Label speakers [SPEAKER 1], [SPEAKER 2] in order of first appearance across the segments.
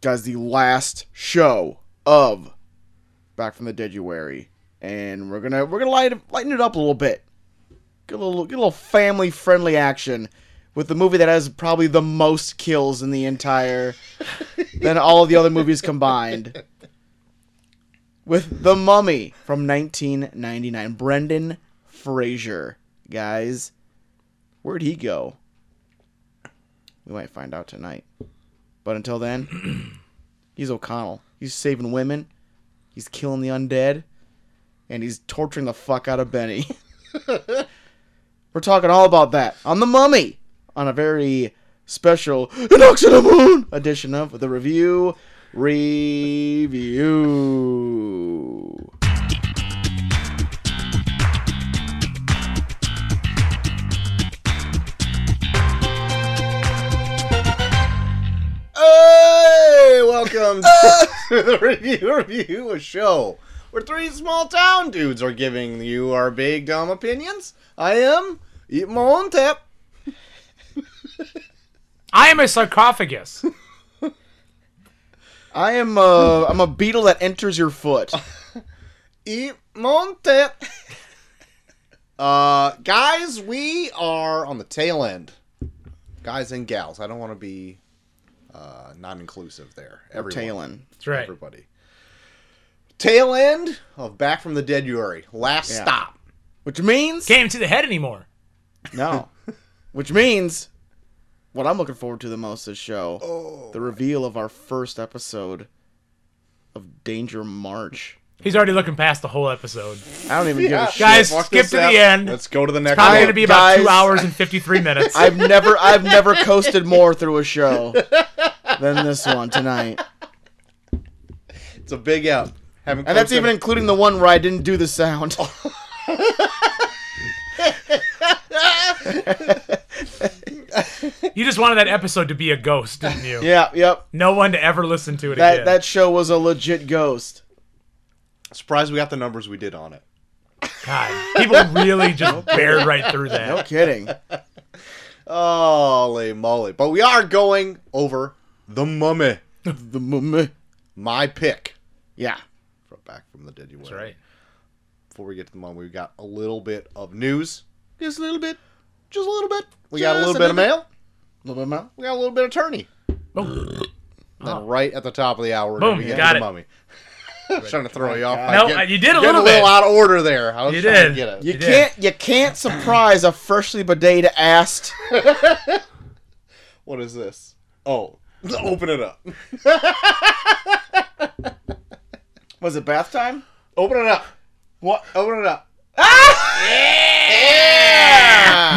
[SPEAKER 1] guys, the last show of Back from the Deaduary, and we're gonna we're gonna light, lighten it up a little bit. Get a little get a little family friendly action with the movie that has probably the most kills in the entire than all of the other movies combined. With The Mummy from 1999, Brendan Fraser, guys. Where'd he go? We might find out tonight. But until then, he's O'Connell. He's saving women. He's killing the undead. And he's torturing the fuck out of Benny. We're talking all about that on The Mummy on a very special An Moon edition of The Review Review.
[SPEAKER 2] Hey, welcome to the review review a show where three small town dudes are giving you our big dumb opinions. I am eat my own tap.
[SPEAKER 3] I am a sarcophagus.
[SPEAKER 1] I am a,
[SPEAKER 2] Hmm.
[SPEAKER 1] I'm a beetle that enters your foot.
[SPEAKER 2] Eat my own tap. Uh, guys, we are on the tail end. Guys and gals, I don't want to be uh, non-inclusive there.
[SPEAKER 1] We're
[SPEAKER 2] Everyone.
[SPEAKER 1] tailing.
[SPEAKER 3] That's right.
[SPEAKER 2] Everybody. Tail end of Back from the Dead Yuri. Last
[SPEAKER 1] Yeah.
[SPEAKER 2] stop.
[SPEAKER 1] Which means
[SPEAKER 3] Can't even see the head anymore.
[SPEAKER 1] No. Which means what I'm looking forward to the most this show.
[SPEAKER 2] Oh.
[SPEAKER 1] the reveal of our first episode of Danger March.
[SPEAKER 3] He's already looking past the whole episode.
[SPEAKER 1] I don't even give a
[SPEAKER 2] Yeah.
[SPEAKER 1] shit.
[SPEAKER 3] Guys,
[SPEAKER 2] Fuck
[SPEAKER 3] skip
[SPEAKER 2] this
[SPEAKER 3] to the
[SPEAKER 2] up.
[SPEAKER 3] end.
[SPEAKER 2] Let's go to the next
[SPEAKER 3] Probably
[SPEAKER 2] one.
[SPEAKER 3] gonna be about
[SPEAKER 1] guys.
[SPEAKER 3] two hours and fifty-three minutes.
[SPEAKER 1] I've never I've never coasted more through a show than this one tonight.
[SPEAKER 2] It's a big F. Haven't
[SPEAKER 1] And that's
[SPEAKER 2] coached
[SPEAKER 1] even
[SPEAKER 2] him-
[SPEAKER 1] including the one where I didn't do the sound.
[SPEAKER 3] you just wanted that episode to be a ghost, didn't you?
[SPEAKER 1] yeah, yep.
[SPEAKER 3] No one to ever listen to it
[SPEAKER 1] That
[SPEAKER 3] again.
[SPEAKER 1] that show was a legit ghost.
[SPEAKER 2] surprised we got the numbers we did on it.
[SPEAKER 3] God, people really just bared right through that.
[SPEAKER 1] No kidding.
[SPEAKER 2] Holy moly! But we are going over the mummy.
[SPEAKER 1] the mummy.
[SPEAKER 2] My pick
[SPEAKER 1] Yeah.
[SPEAKER 2] from back from the dead. You
[SPEAKER 3] That's right.
[SPEAKER 2] Before we get to the mummy, we got a little bit of news. Just a little bit. Just a little bit. We got a
[SPEAKER 1] Just
[SPEAKER 2] little
[SPEAKER 1] a
[SPEAKER 2] bit of
[SPEAKER 1] little
[SPEAKER 2] mail.
[SPEAKER 1] Little bit more.
[SPEAKER 2] We got a little bit of tourney.
[SPEAKER 3] Oh,
[SPEAKER 2] Then right at the top of the hour, we're
[SPEAKER 3] Boom,
[SPEAKER 2] gonna get
[SPEAKER 3] got
[SPEAKER 2] to
[SPEAKER 3] it.
[SPEAKER 2] the mummy. trying
[SPEAKER 1] Oh
[SPEAKER 2] to throw you off. by
[SPEAKER 3] No,
[SPEAKER 2] getting-
[SPEAKER 3] uh, you did a
[SPEAKER 2] getting
[SPEAKER 3] little bit.
[SPEAKER 2] out of order there. I was
[SPEAKER 3] You
[SPEAKER 2] trying
[SPEAKER 3] did.
[SPEAKER 2] To get it.
[SPEAKER 1] You
[SPEAKER 3] It
[SPEAKER 1] can't you can't surprise a freshly bidet assed
[SPEAKER 2] What is this? Oh, open it up.
[SPEAKER 1] Was it bath time?
[SPEAKER 2] Open it up. What? Open it up.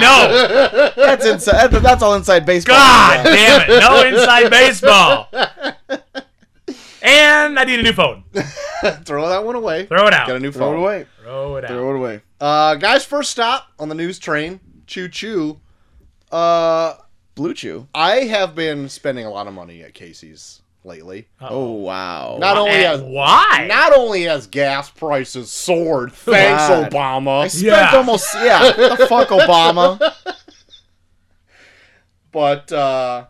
[SPEAKER 3] No,
[SPEAKER 1] That's inside. That's, that's all inside baseball.
[SPEAKER 3] God damn it! No inside baseball. And I need a new phone.
[SPEAKER 2] Throw that one away.
[SPEAKER 3] Throw it out.
[SPEAKER 2] Get a new
[SPEAKER 1] Throw
[SPEAKER 2] phone.
[SPEAKER 1] it away.
[SPEAKER 3] Throw it out.
[SPEAKER 1] Throw it away.
[SPEAKER 2] Uh, guys, first stop on the news train. Choo choo. Uh,
[SPEAKER 1] Blue Chew.
[SPEAKER 2] I have been spending a lot of money at Casey's lately.
[SPEAKER 1] Oh wow.
[SPEAKER 2] Not only
[SPEAKER 3] Eh,
[SPEAKER 2] has
[SPEAKER 3] why?
[SPEAKER 2] not only has gas prices soared. Thanks,
[SPEAKER 1] God.
[SPEAKER 2] Obama.
[SPEAKER 1] spent
[SPEAKER 3] Yeah.
[SPEAKER 1] almost. Yeah. What the fuck, Obama.
[SPEAKER 2] But uh,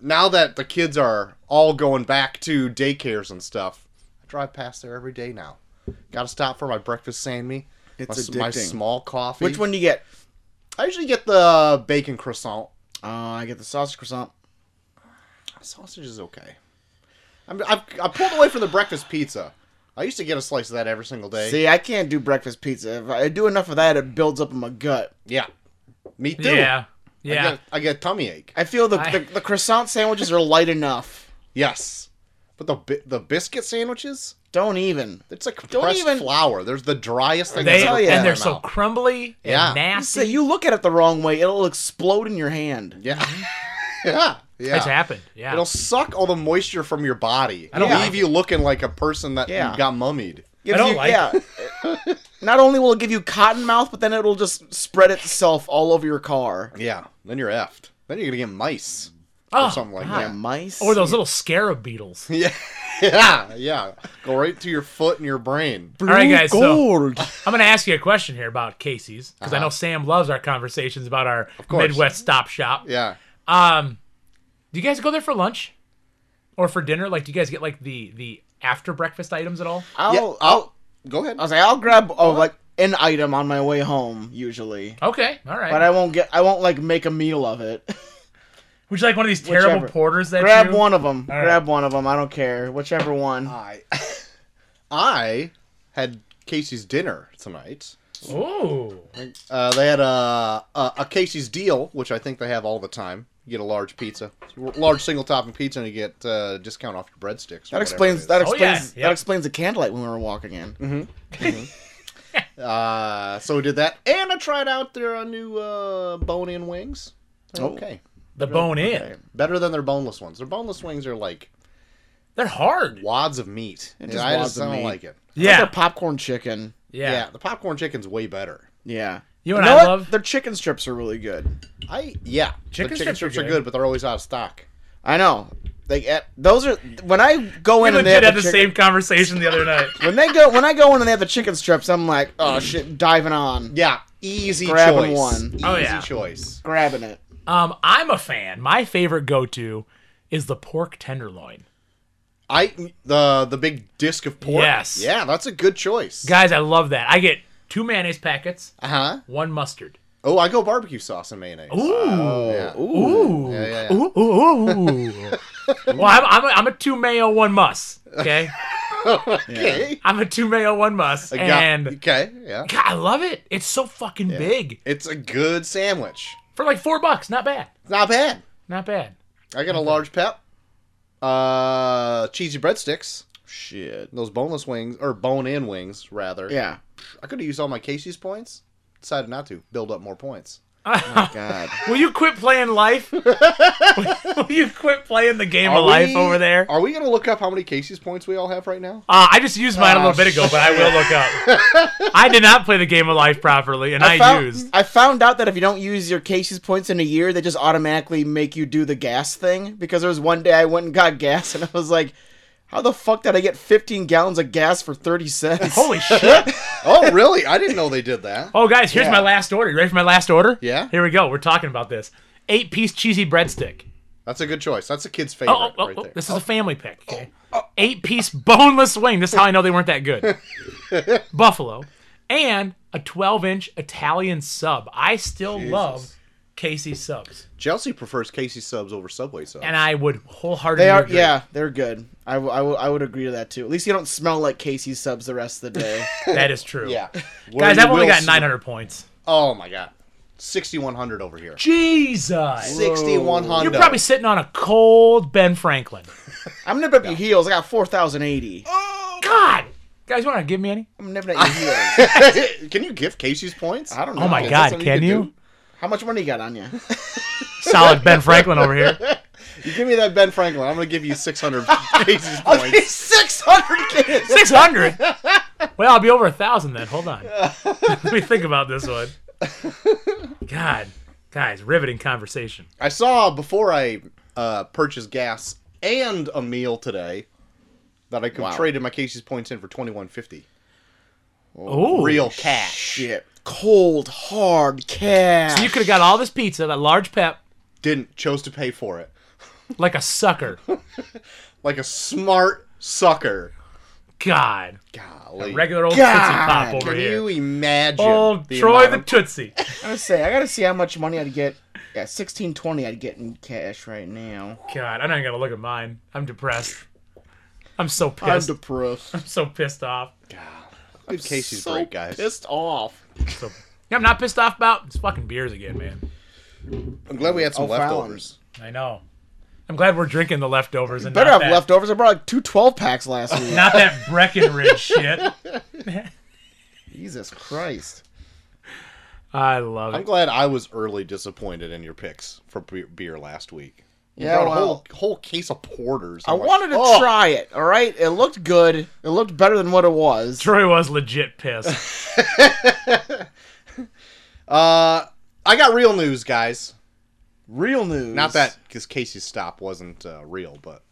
[SPEAKER 2] now that the kids are all going back to daycares and stuff, I drive past there every day now. Got to stop for my breakfast sandwich.
[SPEAKER 1] It's
[SPEAKER 2] my, my
[SPEAKER 1] addicting.
[SPEAKER 2] small coffee.
[SPEAKER 1] Which one do you get?
[SPEAKER 2] I usually get the bacon croissant.
[SPEAKER 1] Uh, I get the sausage croissant.
[SPEAKER 2] Sausage is okay. I'm, I've, I pulled away from the breakfast pizza. I used to get a slice of that every single day.
[SPEAKER 1] See, I can't do breakfast pizza. If I do enough of that, it builds up in my gut.
[SPEAKER 2] Yeah. Me too.
[SPEAKER 3] yeah,
[SPEAKER 2] I
[SPEAKER 3] yeah.
[SPEAKER 2] get, I get tummy ache.
[SPEAKER 1] I feel the,
[SPEAKER 3] I-
[SPEAKER 1] the the croissant sandwiches are light enough.
[SPEAKER 2] Yes. But the bi- the biscuit sandwiches,
[SPEAKER 1] Don't even.
[SPEAKER 2] it's like compressed
[SPEAKER 1] even-
[SPEAKER 2] flour. There's the driest thing.
[SPEAKER 3] They
[SPEAKER 2] I've ever
[SPEAKER 1] tell you.
[SPEAKER 2] put in
[SPEAKER 3] and
[SPEAKER 2] my
[SPEAKER 3] they're so
[SPEAKER 2] mouth.
[SPEAKER 3] crumbly and
[SPEAKER 2] Yeah.
[SPEAKER 1] So
[SPEAKER 3] nasty.
[SPEAKER 1] you look at it the wrong way, it'll explode in your hand.
[SPEAKER 2] Yeah. yeah.
[SPEAKER 3] It's
[SPEAKER 2] Yeah.
[SPEAKER 3] happened. Yeah.
[SPEAKER 2] It'll suck all the moisture from your body.
[SPEAKER 3] don't
[SPEAKER 2] leave
[SPEAKER 3] like
[SPEAKER 2] you looking like a person that
[SPEAKER 1] Yeah.
[SPEAKER 2] got mummied.
[SPEAKER 1] Gives
[SPEAKER 3] I don't
[SPEAKER 1] you-
[SPEAKER 3] like
[SPEAKER 1] yeah. Not only will it give you cotton mouth, but then it'll just spread itself all over your car.
[SPEAKER 2] Yeah. Then you're effed. Then you're gonna get mice
[SPEAKER 3] oh,
[SPEAKER 2] or something like
[SPEAKER 3] God.
[SPEAKER 1] Yeah,
[SPEAKER 2] that.
[SPEAKER 1] mice.
[SPEAKER 3] Or those little scarab beetles.
[SPEAKER 2] Yeah, yeah, yeah. Go right to your foot and your brain.
[SPEAKER 3] All right, guys, so-
[SPEAKER 1] Gold. Uh-huh.
[SPEAKER 3] I'm going to ask you a question here about Casey's because I know Sam loves our conversations about our
[SPEAKER 2] course.
[SPEAKER 3] Midwest stop shop.
[SPEAKER 2] Yeah.
[SPEAKER 3] Um, do you guys go there for lunch? Or for dinner, like do you guys get like the the after breakfast items at all?
[SPEAKER 1] Yeah, I'll-
[SPEAKER 2] I'll, I'll go ahead.
[SPEAKER 1] I was like, I'll grab oh like an item on my way home usually,
[SPEAKER 3] Okay, all right.
[SPEAKER 1] but I won't get I won't like make a meal of it.
[SPEAKER 3] Would you like one of these terrible
[SPEAKER 1] Whichever.
[SPEAKER 3] porters that
[SPEAKER 1] grab
[SPEAKER 3] you-
[SPEAKER 1] one of them.
[SPEAKER 3] All right.
[SPEAKER 1] grab one of them. I don't care whichever one.
[SPEAKER 2] I, I had Casey's dinner tonight.
[SPEAKER 3] Ooh.
[SPEAKER 2] Uh, they had a, a a Casey's deal, which I think they have all the time. You get a large pizza, large single topping pizza, and you get uh, discount off your breadsticks.
[SPEAKER 1] That
[SPEAKER 2] or whatever
[SPEAKER 1] explains
[SPEAKER 2] it
[SPEAKER 1] that
[SPEAKER 3] Oh,
[SPEAKER 1] explains
[SPEAKER 3] yeah,
[SPEAKER 1] that
[SPEAKER 3] yeah.
[SPEAKER 1] explains the candlelight when we were walking in.
[SPEAKER 2] is. Uh, so we did that, and I tried out their uh, new uh, bone-in wings. They're
[SPEAKER 1] Oh.
[SPEAKER 2] Okay,
[SPEAKER 3] The bone in.
[SPEAKER 1] Okay.
[SPEAKER 2] better than their boneless ones. Their boneless wings are like
[SPEAKER 3] They're hard.
[SPEAKER 2] wads of meat.
[SPEAKER 1] They're
[SPEAKER 2] and
[SPEAKER 1] just
[SPEAKER 2] I
[SPEAKER 1] wads
[SPEAKER 2] just
[SPEAKER 1] of
[SPEAKER 2] don't
[SPEAKER 1] meat.
[SPEAKER 2] like it.
[SPEAKER 1] Like their
[SPEAKER 3] Yeah.
[SPEAKER 1] popcorn chicken.
[SPEAKER 3] yeah.
[SPEAKER 2] yeah, the popcorn chicken's way better.
[SPEAKER 1] Yeah.
[SPEAKER 3] You and
[SPEAKER 1] know
[SPEAKER 3] I
[SPEAKER 1] what?
[SPEAKER 3] love-
[SPEAKER 1] their chicken strips are really good.
[SPEAKER 2] I yeah,
[SPEAKER 3] Chicken
[SPEAKER 2] the
[SPEAKER 3] strips are
[SPEAKER 2] are
[SPEAKER 3] good.
[SPEAKER 2] good, but they're always out of stock.
[SPEAKER 1] I know. They at, those are when I go
[SPEAKER 3] We
[SPEAKER 1] in and
[SPEAKER 3] legit
[SPEAKER 1] they have
[SPEAKER 3] had
[SPEAKER 1] the
[SPEAKER 3] the
[SPEAKER 1] chicken-
[SPEAKER 3] same conversation the other night.
[SPEAKER 1] when they go when I go in and they have the chicken strips, I'm like, oh shit, diving on,
[SPEAKER 2] Yeah, easy
[SPEAKER 1] Grabbing
[SPEAKER 2] choice.
[SPEAKER 1] one.
[SPEAKER 2] Easy
[SPEAKER 3] Oh, yeah.
[SPEAKER 2] choice.
[SPEAKER 1] grabbing it.
[SPEAKER 3] Um, I'm a fan. My favorite go-to is the pork tenderloin.
[SPEAKER 2] I the the big disc of pork.
[SPEAKER 3] Yes.
[SPEAKER 2] Yeah, that's a good choice.
[SPEAKER 3] Guys, I love that. I get two mayonnaise packets,
[SPEAKER 2] Uh huh.
[SPEAKER 3] one mustard.
[SPEAKER 2] Oh, I go barbecue sauce and mayonnaise.
[SPEAKER 3] Ooh.
[SPEAKER 2] yeah.
[SPEAKER 3] Ooh.
[SPEAKER 2] Oh. Yeah, yeah, yeah.
[SPEAKER 3] Ooh, ooh, ooh. well, I'm, I'm, a, I'm a two mayo, one muss. Okay,
[SPEAKER 2] Okay.
[SPEAKER 3] I'm a two mayo, one muss,
[SPEAKER 2] I got-
[SPEAKER 3] and
[SPEAKER 2] okay, yeah.
[SPEAKER 3] God, I love it. It's so fucking big
[SPEAKER 2] It's a good sandwich.
[SPEAKER 3] for like four bucks. Not bad.
[SPEAKER 2] It's not bad.
[SPEAKER 3] Not bad.
[SPEAKER 2] I got a large pep, uh, cheesy breadsticks,
[SPEAKER 1] Shit.
[SPEAKER 2] those boneless wings or bone-in wings rather.
[SPEAKER 1] Yeah.
[SPEAKER 2] I could have used all my Casey's points. Decided not to build up more points. Oh,
[SPEAKER 1] God.
[SPEAKER 3] Will you quit playing life? Will you quit playing the game of
[SPEAKER 2] Are
[SPEAKER 3] life
[SPEAKER 2] we-
[SPEAKER 3] over there?
[SPEAKER 2] Are we gonna look up how many Casey's points we all have right now?
[SPEAKER 3] Uh, I just used mine a
[SPEAKER 1] Ah,
[SPEAKER 3] little bit ago, but I will look up. I did not play the game of life properly, and I,
[SPEAKER 1] found,
[SPEAKER 3] used.
[SPEAKER 1] I found out that if you don't use your Casey's points in a year, they just automatically make you do the gas thing. Because there was one day I went and got gas, and I was like, "How the fuck did I get 15 gallons of gas for 30 cents?"
[SPEAKER 3] Holy shit!
[SPEAKER 2] Oh, really? I didn't know they did that.
[SPEAKER 3] Oh, guys, here's my last order. You ready for my last order?
[SPEAKER 2] Yeah.
[SPEAKER 3] Here we go. We're talking about this. Eight piece cheesy breadstick.
[SPEAKER 2] That's a good choice. That's a kid's favorite
[SPEAKER 3] Oh, oh, oh,
[SPEAKER 2] right
[SPEAKER 3] oh,
[SPEAKER 2] there.
[SPEAKER 3] this is a family pick. Okay. Eight piece boneless wing. This is how I know they weren't that good. Buffalo. And a 12 inch Italian sub. I still love Casey's subs.
[SPEAKER 2] Chelsea prefers Casey's subs over Subway subs.
[SPEAKER 3] And I would wholeheartedly
[SPEAKER 1] They are,
[SPEAKER 3] agree.
[SPEAKER 1] yeah, they're good. I w- I w- I would agree to that too. At least you don't smell like Casey's subs the rest of the day.
[SPEAKER 3] That is true.
[SPEAKER 2] yeah, Where
[SPEAKER 3] Guys,
[SPEAKER 2] you
[SPEAKER 3] I've only
[SPEAKER 2] will
[SPEAKER 3] got
[SPEAKER 2] see-
[SPEAKER 3] 900 points.
[SPEAKER 2] Oh my god, sixty-one hundred over here.
[SPEAKER 3] Jesus.
[SPEAKER 2] Sixty-one
[SPEAKER 3] You're
[SPEAKER 2] hundred.
[SPEAKER 3] probably sitting on a cold Ben Franklin.
[SPEAKER 1] I'm nipping at your heels. I got 4,080.
[SPEAKER 3] God. Guys, you want to give me any?
[SPEAKER 1] I'm nipping at your heels.
[SPEAKER 2] Can you give Casey's points?
[SPEAKER 1] I don't know.
[SPEAKER 3] Oh my
[SPEAKER 1] Is that
[SPEAKER 3] God,
[SPEAKER 2] something
[SPEAKER 3] can
[SPEAKER 2] you
[SPEAKER 3] you?
[SPEAKER 2] can
[SPEAKER 1] How much money you got on you?
[SPEAKER 3] Solid Ben Franklin over here.
[SPEAKER 2] You give me that Ben Franklin. I'm gonna give you six hundred Casey's points.
[SPEAKER 1] 600 kids.
[SPEAKER 3] 600. Well, I'll be over a thousand then. Hold on. Let me think about this one. God, guys, riveting conversation.
[SPEAKER 2] I saw before I uh, purchased gas and a meal today that I could
[SPEAKER 1] Wow.
[SPEAKER 2] trade in my Casey's points in for twenty-one fifty.
[SPEAKER 3] Oh,
[SPEAKER 2] Real cash.
[SPEAKER 1] Shit. Cold, hard cash.
[SPEAKER 3] You could have got all this pizza, that large pep,
[SPEAKER 2] Didn't chose to pay for it
[SPEAKER 3] like a sucker.
[SPEAKER 2] like a smart sucker.
[SPEAKER 3] God,
[SPEAKER 2] Golly.
[SPEAKER 3] regular old
[SPEAKER 1] God,
[SPEAKER 3] tootsie pop over
[SPEAKER 2] Can
[SPEAKER 3] here.
[SPEAKER 2] you imagine?
[SPEAKER 1] Oh,
[SPEAKER 3] Old
[SPEAKER 2] the
[SPEAKER 3] Troy the
[SPEAKER 2] amount
[SPEAKER 3] tootsie.
[SPEAKER 1] I gotta say, I gotta see how much money I'd get. Yeah, sixteen twenty I'd get in cash right now.
[SPEAKER 3] God, I'm not gonna look at mine. I'm depressed. I'm so pissed.
[SPEAKER 1] I'm
[SPEAKER 3] I'm,
[SPEAKER 1] depressed.
[SPEAKER 3] so pissed off.
[SPEAKER 2] of- Good Casey's
[SPEAKER 1] so
[SPEAKER 2] break, guys.
[SPEAKER 1] Pissed off.
[SPEAKER 3] So, yeah, I'm not pissed off about it's fucking beers again, man.
[SPEAKER 2] I'm glad we had some
[SPEAKER 1] Oh, Fallon.
[SPEAKER 2] leftovers.
[SPEAKER 3] I know. I'm glad we're drinking the leftovers and
[SPEAKER 1] Better
[SPEAKER 3] not
[SPEAKER 1] have
[SPEAKER 3] that-
[SPEAKER 1] leftovers. I brought like two 12 packs last week.
[SPEAKER 3] Not that Breckenridge shit.
[SPEAKER 1] Jesus Christ.
[SPEAKER 3] I love
[SPEAKER 2] I'm
[SPEAKER 3] it.
[SPEAKER 2] glad I was early disappointed in your picks for be- beer last week. You
[SPEAKER 1] Yeah,
[SPEAKER 2] brought a
[SPEAKER 1] well,
[SPEAKER 2] whole, whole case of porters.
[SPEAKER 1] I
[SPEAKER 2] I'm like,
[SPEAKER 1] wanted to
[SPEAKER 2] "Oh,
[SPEAKER 1] try it. All right, it looked good. It looked better than what it was.
[SPEAKER 3] Troy was legit pissed.
[SPEAKER 2] Uh, I got real news, guys.
[SPEAKER 1] Real news.
[SPEAKER 2] Not that because Casey's stop wasn't uh, real, but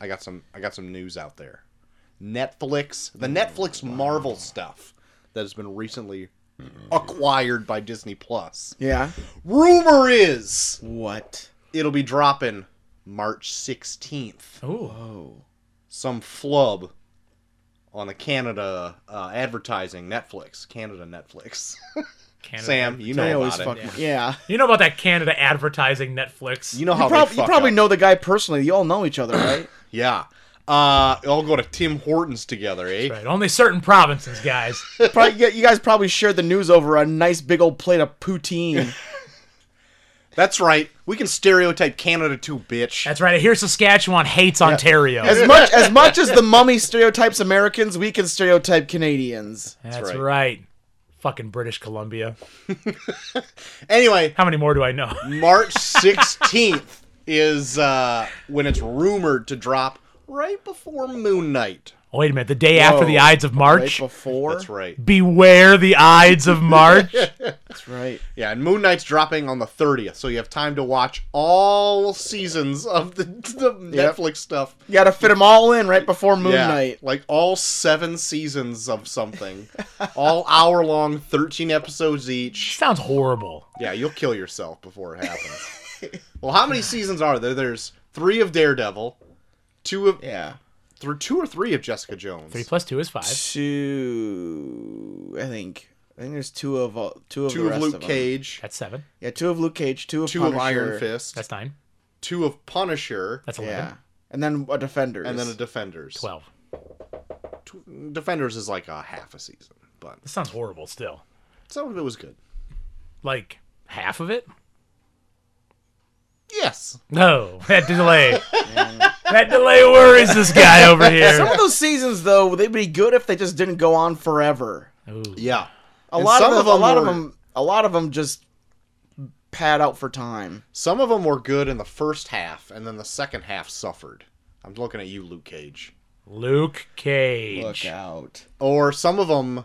[SPEAKER 2] I got some. I got some news out there. Netflix, the
[SPEAKER 1] Mm,
[SPEAKER 2] Netflix Marvel stuff that has been recently acquired by Disney Plus.
[SPEAKER 1] Yeah.
[SPEAKER 2] Rumor is
[SPEAKER 1] What?
[SPEAKER 2] it'll be dropping March 16th.
[SPEAKER 3] Ooh.
[SPEAKER 1] Oh.
[SPEAKER 2] Some flub on the Canada uh, advertising Netflix, Canada Netflix.
[SPEAKER 3] Canada.
[SPEAKER 2] Sam, you
[SPEAKER 1] I
[SPEAKER 2] know
[SPEAKER 1] always
[SPEAKER 2] about it.
[SPEAKER 1] fuck. Yeah.
[SPEAKER 3] You know about that Canada advertising Netflix.
[SPEAKER 2] You know
[SPEAKER 1] You,
[SPEAKER 2] how Oh, they
[SPEAKER 1] prob- you
[SPEAKER 2] fuck
[SPEAKER 1] probably
[SPEAKER 2] up.
[SPEAKER 1] know the guy personally. You all know each other, right?
[SPEAKER 2] Yeah. Uh, all go to Tim Hortons together, eh?
[SPEAKER 3] right. Only certain provinces, guys.
[SPEAKER 1] probably, you- you guys probably shared the news over a nice big old plate of poutine.
[SPEAKER 2] That's right. We can stereotype Canada too, bitch.
[SPEAKER 3] That's right. I hear Saskatchewan hates Ontario.
[SPEAKER 1] As much as much as the mummy stereotypes Americans, we can stereotype Canadians.
[SPEAKER 3] That's,
[SPEAKER 2] right.
[SPEAKER 3] right. Fucking British Columbia.
[SPEAKER 2] Anyway,
[SPEAKER 3] How many more do I know?
[SPEAKER 2] March 16th is uh, when it's rumored to drop right before Moon Knight.
[SPEAKER 3] Wait a minute. The day after the
[SPEAKER 1] Whoa.
[SPEAKER 3] Ides of
[SPEAKER 1] Right
[SPEAKER 3] March.
[SPEAKER 1] before.
[SPEAKER 2] That's right.
[SPEAKER 3] Beware the Ides of March.
[SPEAKER 1] That's right.
[SPEAKER 2] Yeah, and Moon Knight's dropping on the 30th, so you have time to watch all seasons of the, the
[SPEAKER 1] Yep.
[SPEAKER 2] Netflix stuff.
[SPEAKER 1] You got to fit them all in right before Moon
[SPEAKER 2] yeah,
[SPEAKER 1] Knight.
[SPEAKER 2] Like all seven seasons of something. all hour long, 13 episodes each.
[SPEAKER 3] Sounds horrible.
[SPEAKER 2] Yeah, you'll kill yourself before it happens. well, how many seasons are there? There's three of Daredevil, two of
[SPEAKER 1] Yeah.
[SPEAKER 2] through two or three of Jessica Jones.
[SPEAKER 3] Three plus two is five.
[SPEAKER 1] Two. I think. I think there's two of all- two of
[SPEAKER 2] two
[SPEAKER 1] the
[SPEAKER 2] of
[SPEAKER 1] rest
[SPEAKER 2] Luke
[SPEAKER 1] them.
[SPEAKER 2] Cage,
[SPEAKER 3] That's seven.
[SPEAKER 1] Yeah, two of Luke Cage. Two of
[SPEAKER 2] two
[SPEAKER 1] Punisher,
[SPEAKER 2] of Iron Fist,
[SPEAKER 3] That's nine.
[SPEAKER 2] two of Punisher,
[SPEAKER 3] That's eleven.
[SPEAKER 1] Yeah, and then a Defenders.
[SPEAKER 2] and then a Defenders.
[SPEAKER 3] Twelve.
[SPEAKER 2] Tw- Defenders is like a half a season, but
[SPEAKER 3] This sounds horrible. Still,
[SPEAKER 2] some of it was good.
[SPEAKER 3] like half of it.
[SPEAKER 2] Yes,
[SPEAKER 3] No, that delay. that delay worries this guy over
[SPEAKER 1] Some of
[SPEAKER 3] here.
[SPEAKER 1] those seasons, though, they'd be good if they just didn't go on forever.
[SPEAKER 3] Ooh.
[SPEAKER 2] yeah.
[SPEAKER 1] A
[SPEAKER 2] And
[SPEAKER 1] lot
[SPEAKER 2] some
[SPEAKER 1] of,
[SPEAKER 2] of
[SPEAKER 1] them,
[SPEAKER 2] them
[SPEAKER 1] a lot of
[SPEAKER 2] were-
[SPEAKER 1] them, a lot of them just pad out for time.
[SPEAKER 2] Some of them were good in the first half, and then the second half suffered. I'm looking at you, Luke Cage.
[SPEAKER 3] Luke Cage.
[SPEAKER 1] out!
[SPEAKER 2] Or some of them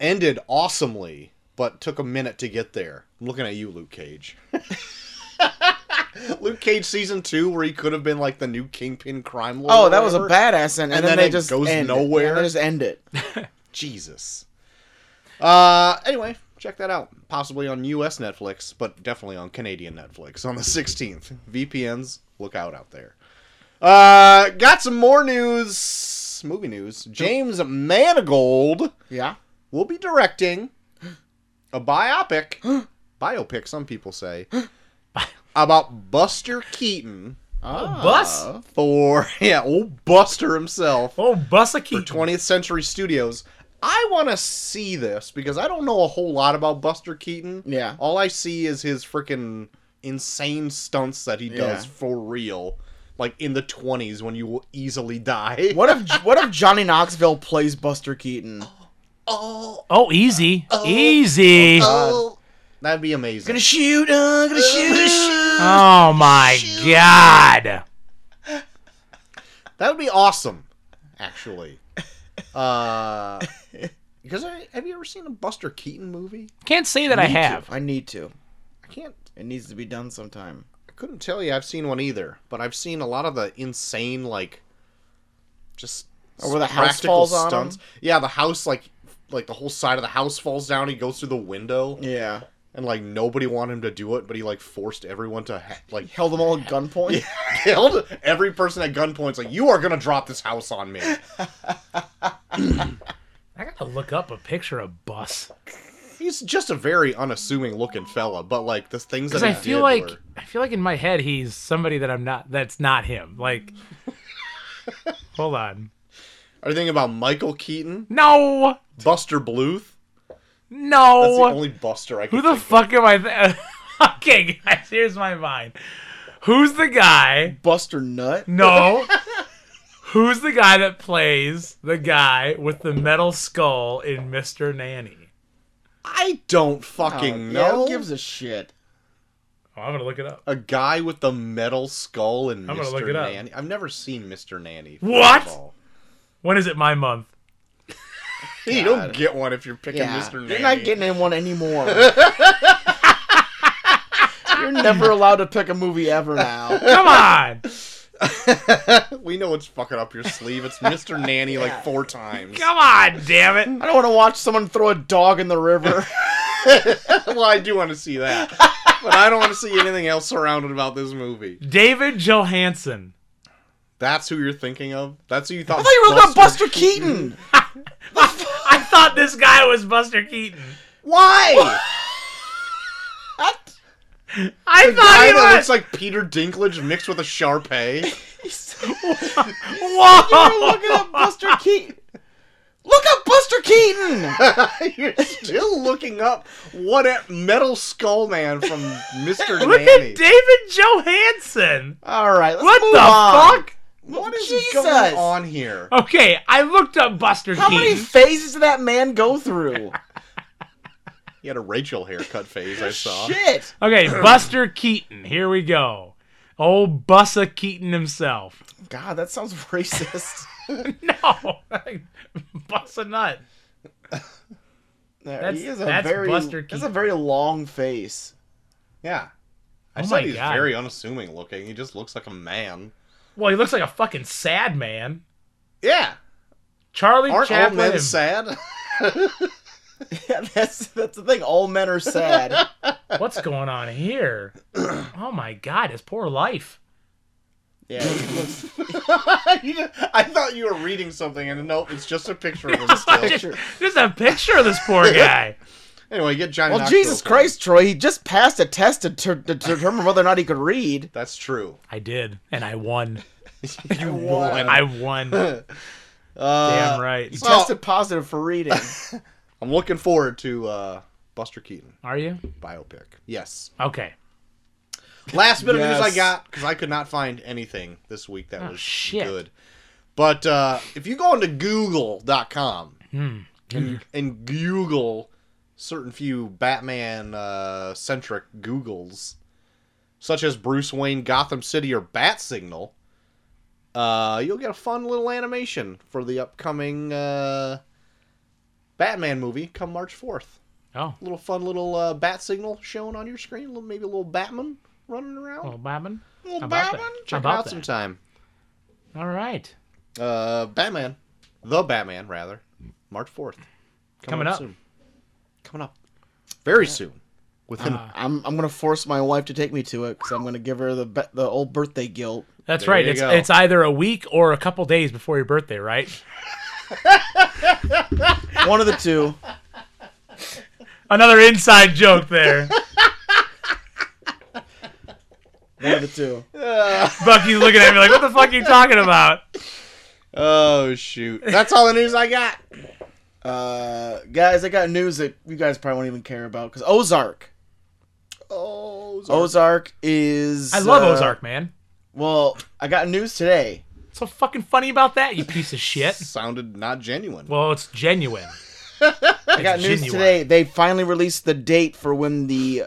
[SPEAKER 2] ended awesomely, but took a minute to get there. I'm looking at you, Luke Cage. Luke Cage season two, where he could have been like the new kingpin crime lord.
[SPEAKER 1] Oh,
[SPEAKER 2] or
[SPEAKER 1] that was a
[SPEAKER 2] whatever.
[SPEAKER 1] badass end, and,
[SPEAKER 2] And
[SPEAKER 1] then,
[SPEAKER 2] then
[SPEAKER 1] they
[SPEAKER 2] it
[SPEAKER 1] just
[SPEAKER 2] goes
[SPEAKER 1] end it.
[SPEAKER 2] nowhere.
[SPEAKER 1] Yeah, they just end it.
[SPEAKER 2] Jesus. Uh, anyway, check that out. Possibly on U.S. Netflix, but definitely on Canadian Netflix on the 16th. VPNs, look out out there. Uh, got some more news, movie news. James Manigold
[SPEAKER 1] Yeah,
[SPEAKER 2] will be directing a biopic, biopic, some people say, about Buster Keaton
[SPEAKER 1] oh,
[SPEAKER 3] Bus.
[SPEAKER 2] for yeah, old Buster himself
[SPEAKER 3] Oh, Bus a
[SPEAKER 2] for 20th Century Studios. I want to see this because I don't know a whole lot about Buster Keaton.
[SPEAKER 1] Yeah.
[SPEAKER 2] All I see is his freaking insane stunts that he does
[SPEAKER 1] Yeah.
[SPEAKER 2] for real, like in the 20s when you will easily die.
[SPEAKER 1] What if what if Johnny Knoxville plays Buster Keaton?
[SPEAKER 2] Oh,
[SPEAKER 3] Oh, easy, easy. Oh,
[SPEAKER 2] oh. That'd be amazing.
[SPEAKER 1] Gonna shoot, uh, gonna shoot.
[SPEAKER 3] Oh my God.
[SPEAKER 2] that would be awesome, actually. Uh, because I, have you ever seen a Buster Keaton movie?
[SPEAKER 3] Can't say that I have.
[SPEAKER 1] I need to.
[SPEAKER 2] I can't
[SPEAKER 1] It needs to be done sometime.
[SPEAKER 2] I couldn't tell you I've seen one either, but I've seen a lot of the insane like just
[SPEAKER 1] Or Oh, where the house
[SPEAKER 2] practical
[SPEAKER 1] falls on him?
[SPEAKER 2] Yeah, the house like like the whole side of the house falls down. He goes through the window,
[SPEAKER 1] Yeah,
[SPEAKER 2] and like nobody wanted him to do it, but he like forced everyone to ha- like
[SPEAKER 1] held them all at gunpoint.
[SPEAKER 2] killed every person at gunpoint. It's like you are gonna drop this house on me.
[SPEAKER 3] I gotta look up a picture of Bus
[SPEAKER 2] He's just a very unassuming looking fella, but like the things that
[SPEAKER 3] because
[SPEAKER 2] he
[SPEAKER 3] I feel
[SPEAKER 2] did
[SPEAKER 3] like
[SPEAKER 2] were-
[SPEAKER 3] I feel like in my head he's somebody that I'm not. That's not him. Like, hold on.
[SPEAKER 2] are you thinking about Michael Keaton,
[SPEAKER 3] No,
[SPEAKER 2] Buster Bluth?
[SPEAKER 3] no.
[SPEAKER 2] That's the only Buster I can.
[SPEAKER 3] Who the fuck am I? Th- okay, guys, here's my mind. Who's the guy?
[SPEAKER 1] Buster Nut.
[SPEAKER 3] No. Who's the guy that plays the guy with the metal skull in Mr. Nanny?
[SPEAKER 2] I don't
[SPEAKER 1] Oh,
[SPEAKER 2] fucking
[SPEAKER 1] yeah,
[SPEAKER 2] know.
[SPEAKER 1] who gives a shit?
[SPEAKER 3] Oh, I'm gonna look it up.
[SPEAKER 2] a guy with the metal skull and
[SPEAKER 3] I'm gonna
[SPEAKER 2] Mr.
[SPEAKER 3] look it up.
[SPEAKER 2] Nanny. I've never seen Mr. Nanny.
[SPEAKER 3] What?
[SPEAKER 2] first of all.
[SPEAKER 3] When is it my month?
[SPEAKER 2] You don't get one if you're picking
[SPEAKER 1] Yeah,
[SPEAKER 2] Mr. Nanny.
[SPEAKER 1] you're not getting in one anymore. you're never allowed to pick a movie ever now.
[SPEAKER 3] Come on,
[SPEAKER 2] we know it's fucking up your sleeve. It's Mr. Nanny like four times.
[SPEAKER 3] come on, damn it!
[SPEAKER 1] I don't want to watch someone throw a dog in the river.
[SPEAKER 2] well, I do want to see that. but I don't want to see anything else surrounded about this movie.
[SPEAKER 3] David Johansen.
[SPEAKER 2] That's who you're thinking of. That's who you thought.
[SPEAKER 1] I thought you were looking at Buster Keaton.
[SPEAKER 3] I thought this guy was Buster Keaton.
[SPEAKER 2] Why?
[SPEAKER 1] What?
[SPEAKER 3] I thought
[SPEAKER 2] Guy
[SPEAKER 3] he
[SPEAKER 2] that
[SPEAKER 3] was.
[SPEAKER 2] looks like Peter Dinklage mixed with a Sharpay.
[SPEAKER 1] You're
[SPEAKER 3] Whoa!
[SPEAKER 1] looking at Buster Keaton. Look up Buster Keaton.
[SPEAKER 2] You're still looking up what a metal skull man from Mr.
[SPEAKER 3] Look
[SPEAKER 2] Nanny.
[SPEAKER 3] at David Johansen.
[SPEAKER 1] All right, let's
[SPEAKER 3] What
[SPEAKER 1] move
[SPEAKER 3] the
[SPEAKER 1] on.
[SPEAKER 3] fuck?
[SPEAKER 2] what is
[SPEAKER 1] Jesus.
[SPEAKER 2] going on here?
[SPEAKER 3] Okay, I looked up Buster
[SPEAKER 1] How
[SPEAKER 3] Keaton.
[SPEAKER 1] many phases did that man go through?
[SPEAKER 2] He had a Rachel haircut phase I saw.
[SPEAKER 1] Shit.
[SPEAKER 3] Okay, Buster Keaton. Here we go. Old Bussa Keaton himself.
[SPEAKER 1] God, that sounds racist.
[SPEAKER 3] No, Bussa Nut.
[SPEAKER 1] That's,
[SPEAKER 3] That's-
[SPEAKER 1] he is a
[SPEAKER 3] that's
[SPEAKER 1] very,
[SPEAKER 3] Buster
[SPEAKER 1] That's a
[SPEAKER 3] Keaton.
[SPEAKER 1] very long face.
[SPEAKER 2] Yeah. I
[SPEAKER 3] Oh
[SPEAKER 2] said
[SPEAKER 3] my
[SPEAKER 2] he's
[SPEAKER 3] God.
[SPEAKER 2] very unassuming looking. He just looks like a man.
[SPEAKER 3] Well, he looks like a fucking sad man.
[SPEAKER 2] Yeah.
[SPEAKER 3] Charlie
[SPEAKER 2] Aren't all
[SPEAKER 3] Chaplin.
[SPEAKER 2] men
[SPEAKER 3] and-
[SPEAKER 2] sad?
[SPEAKER 1] Yeah, that's that's the thing. All men are sad.
[SPEAKER 3] What's going on here? Oh my God, his poor life.
[SPEAKER 1] yeah, he looks-
[SPEAKER 2] You just- I thought you were reading something, and nope, it's just a picture of him
[SPEAKER 3] Just,
[SPEAKER 2] still.
[SPEAKER 3] just a picture of this poor guy.
[SPEAKER 2] Anyway, get Johnny
[SPEAKER 1] Well,
[SPEAKER 2] Knoxville
[SPEAKER 1] Jesus
[SPEAKER 2] for
[SPEAKER 1] Christ, Troy, he just passed a test to, ter- to determine whether or not he could read.
[SPEAKER 2] it. That's true.
[SPEAKER 3] I did, and I won.
[SPEAKER 1] You
[SPEAKER 3] I won. Damn right.
[SPEAKER 1] He
[SPEAKER 2] So-
[SPEAKER 1] tested positive for reading.
[SPEAKER 2] Uh, I'm looking forward to uh, Buster Keaton
[SPEAKER 3] Are you?
[SPEAKER 2] biopic. Yes.
[SPEAKER 3] Okay.
[SPEAKER 2] Last bit of news
[SPEAKER 1] Yes.
[SPEAKER 2] I got because I could not find anything this week that was
[SPEAKER 3] shit.
[SPEAKER 2] good. But uh, if you go into Google.com and, and Google certain few Batman uh, centric Googles, such as Bruce Wayne, Gotham City, or Bat Signal, uh, you'll get a fun little animation for the upcoming uh, Batman movie come March 4th
[SPEAKER 3] Oh,
[SPEAKER 2] little fun little uh, bat signal shown on your screen. Little, maybe a little Batman running around.
[SPEAKER 3] well, Batman.
[SPEAKER 2] little
[SPEAKER 3] about that? How
[SPEAKER 2] Check it
[SPEAKER 3] about
[SPEAKER 2] out
[SPEAKER 3] that?
[SPEAKER 2] sometime.
[SPEAKER 3] All right.
[SPEAKER 2] Uh, Batman, the Batman rather, March fourth.
[SPEAKER 3] Coming up.
[SPEAKER 2] soon. Coming up, very soon.
[SPEAKER 3] Uh.
[SPEAKER 2] Within
[SPEAKER 1] I'm I'm gonna force my wife to take me to it because I'm gonna give her the be- the old birthday guilt.
[SPEAKER 3] That's
[SPEAKER 2] There
[SPEAKER 3] right.
[SPEAKER 2] you
[SPEAKER 3] It's
[SPEAKER 2] go.
[SPEAKER 3] it's either a week or a couple days before your birthday, right?
[SPEAKER 1] One of the two.
[SPEAKER 3] Another inside joke there.
[SPEAKER 1] One of the two.
[SPEAKER 3] Bucky's looking at me like, "What the fuck are you talking about?"
[SPEAKER 2] oh shoot, that's all the news I got.
[SPEAKER 1] Uh, guys, I got news that you guys probably won't even care about because Ozark.
[SPEAKER 2] Oh, Zark.
[SPEAKER 1] Ozark is.
[SPEAKER 3] I love
[SPEAKER 1] uh,
[SPEAKER 3] Ozark, man.
[SPEAKER 1] Well, I got news today.
[SPEAKER 3] What's so fucking funny about that, you piece of shit.
[SPEAKER 2] sounded not genuine.
[SPEAKER 3] Well, it's genuine.
[SPEAKER 1] I got news
[SPEAKER 3] Genuine.
[SPEAKER 1] today. They finally released the date for when the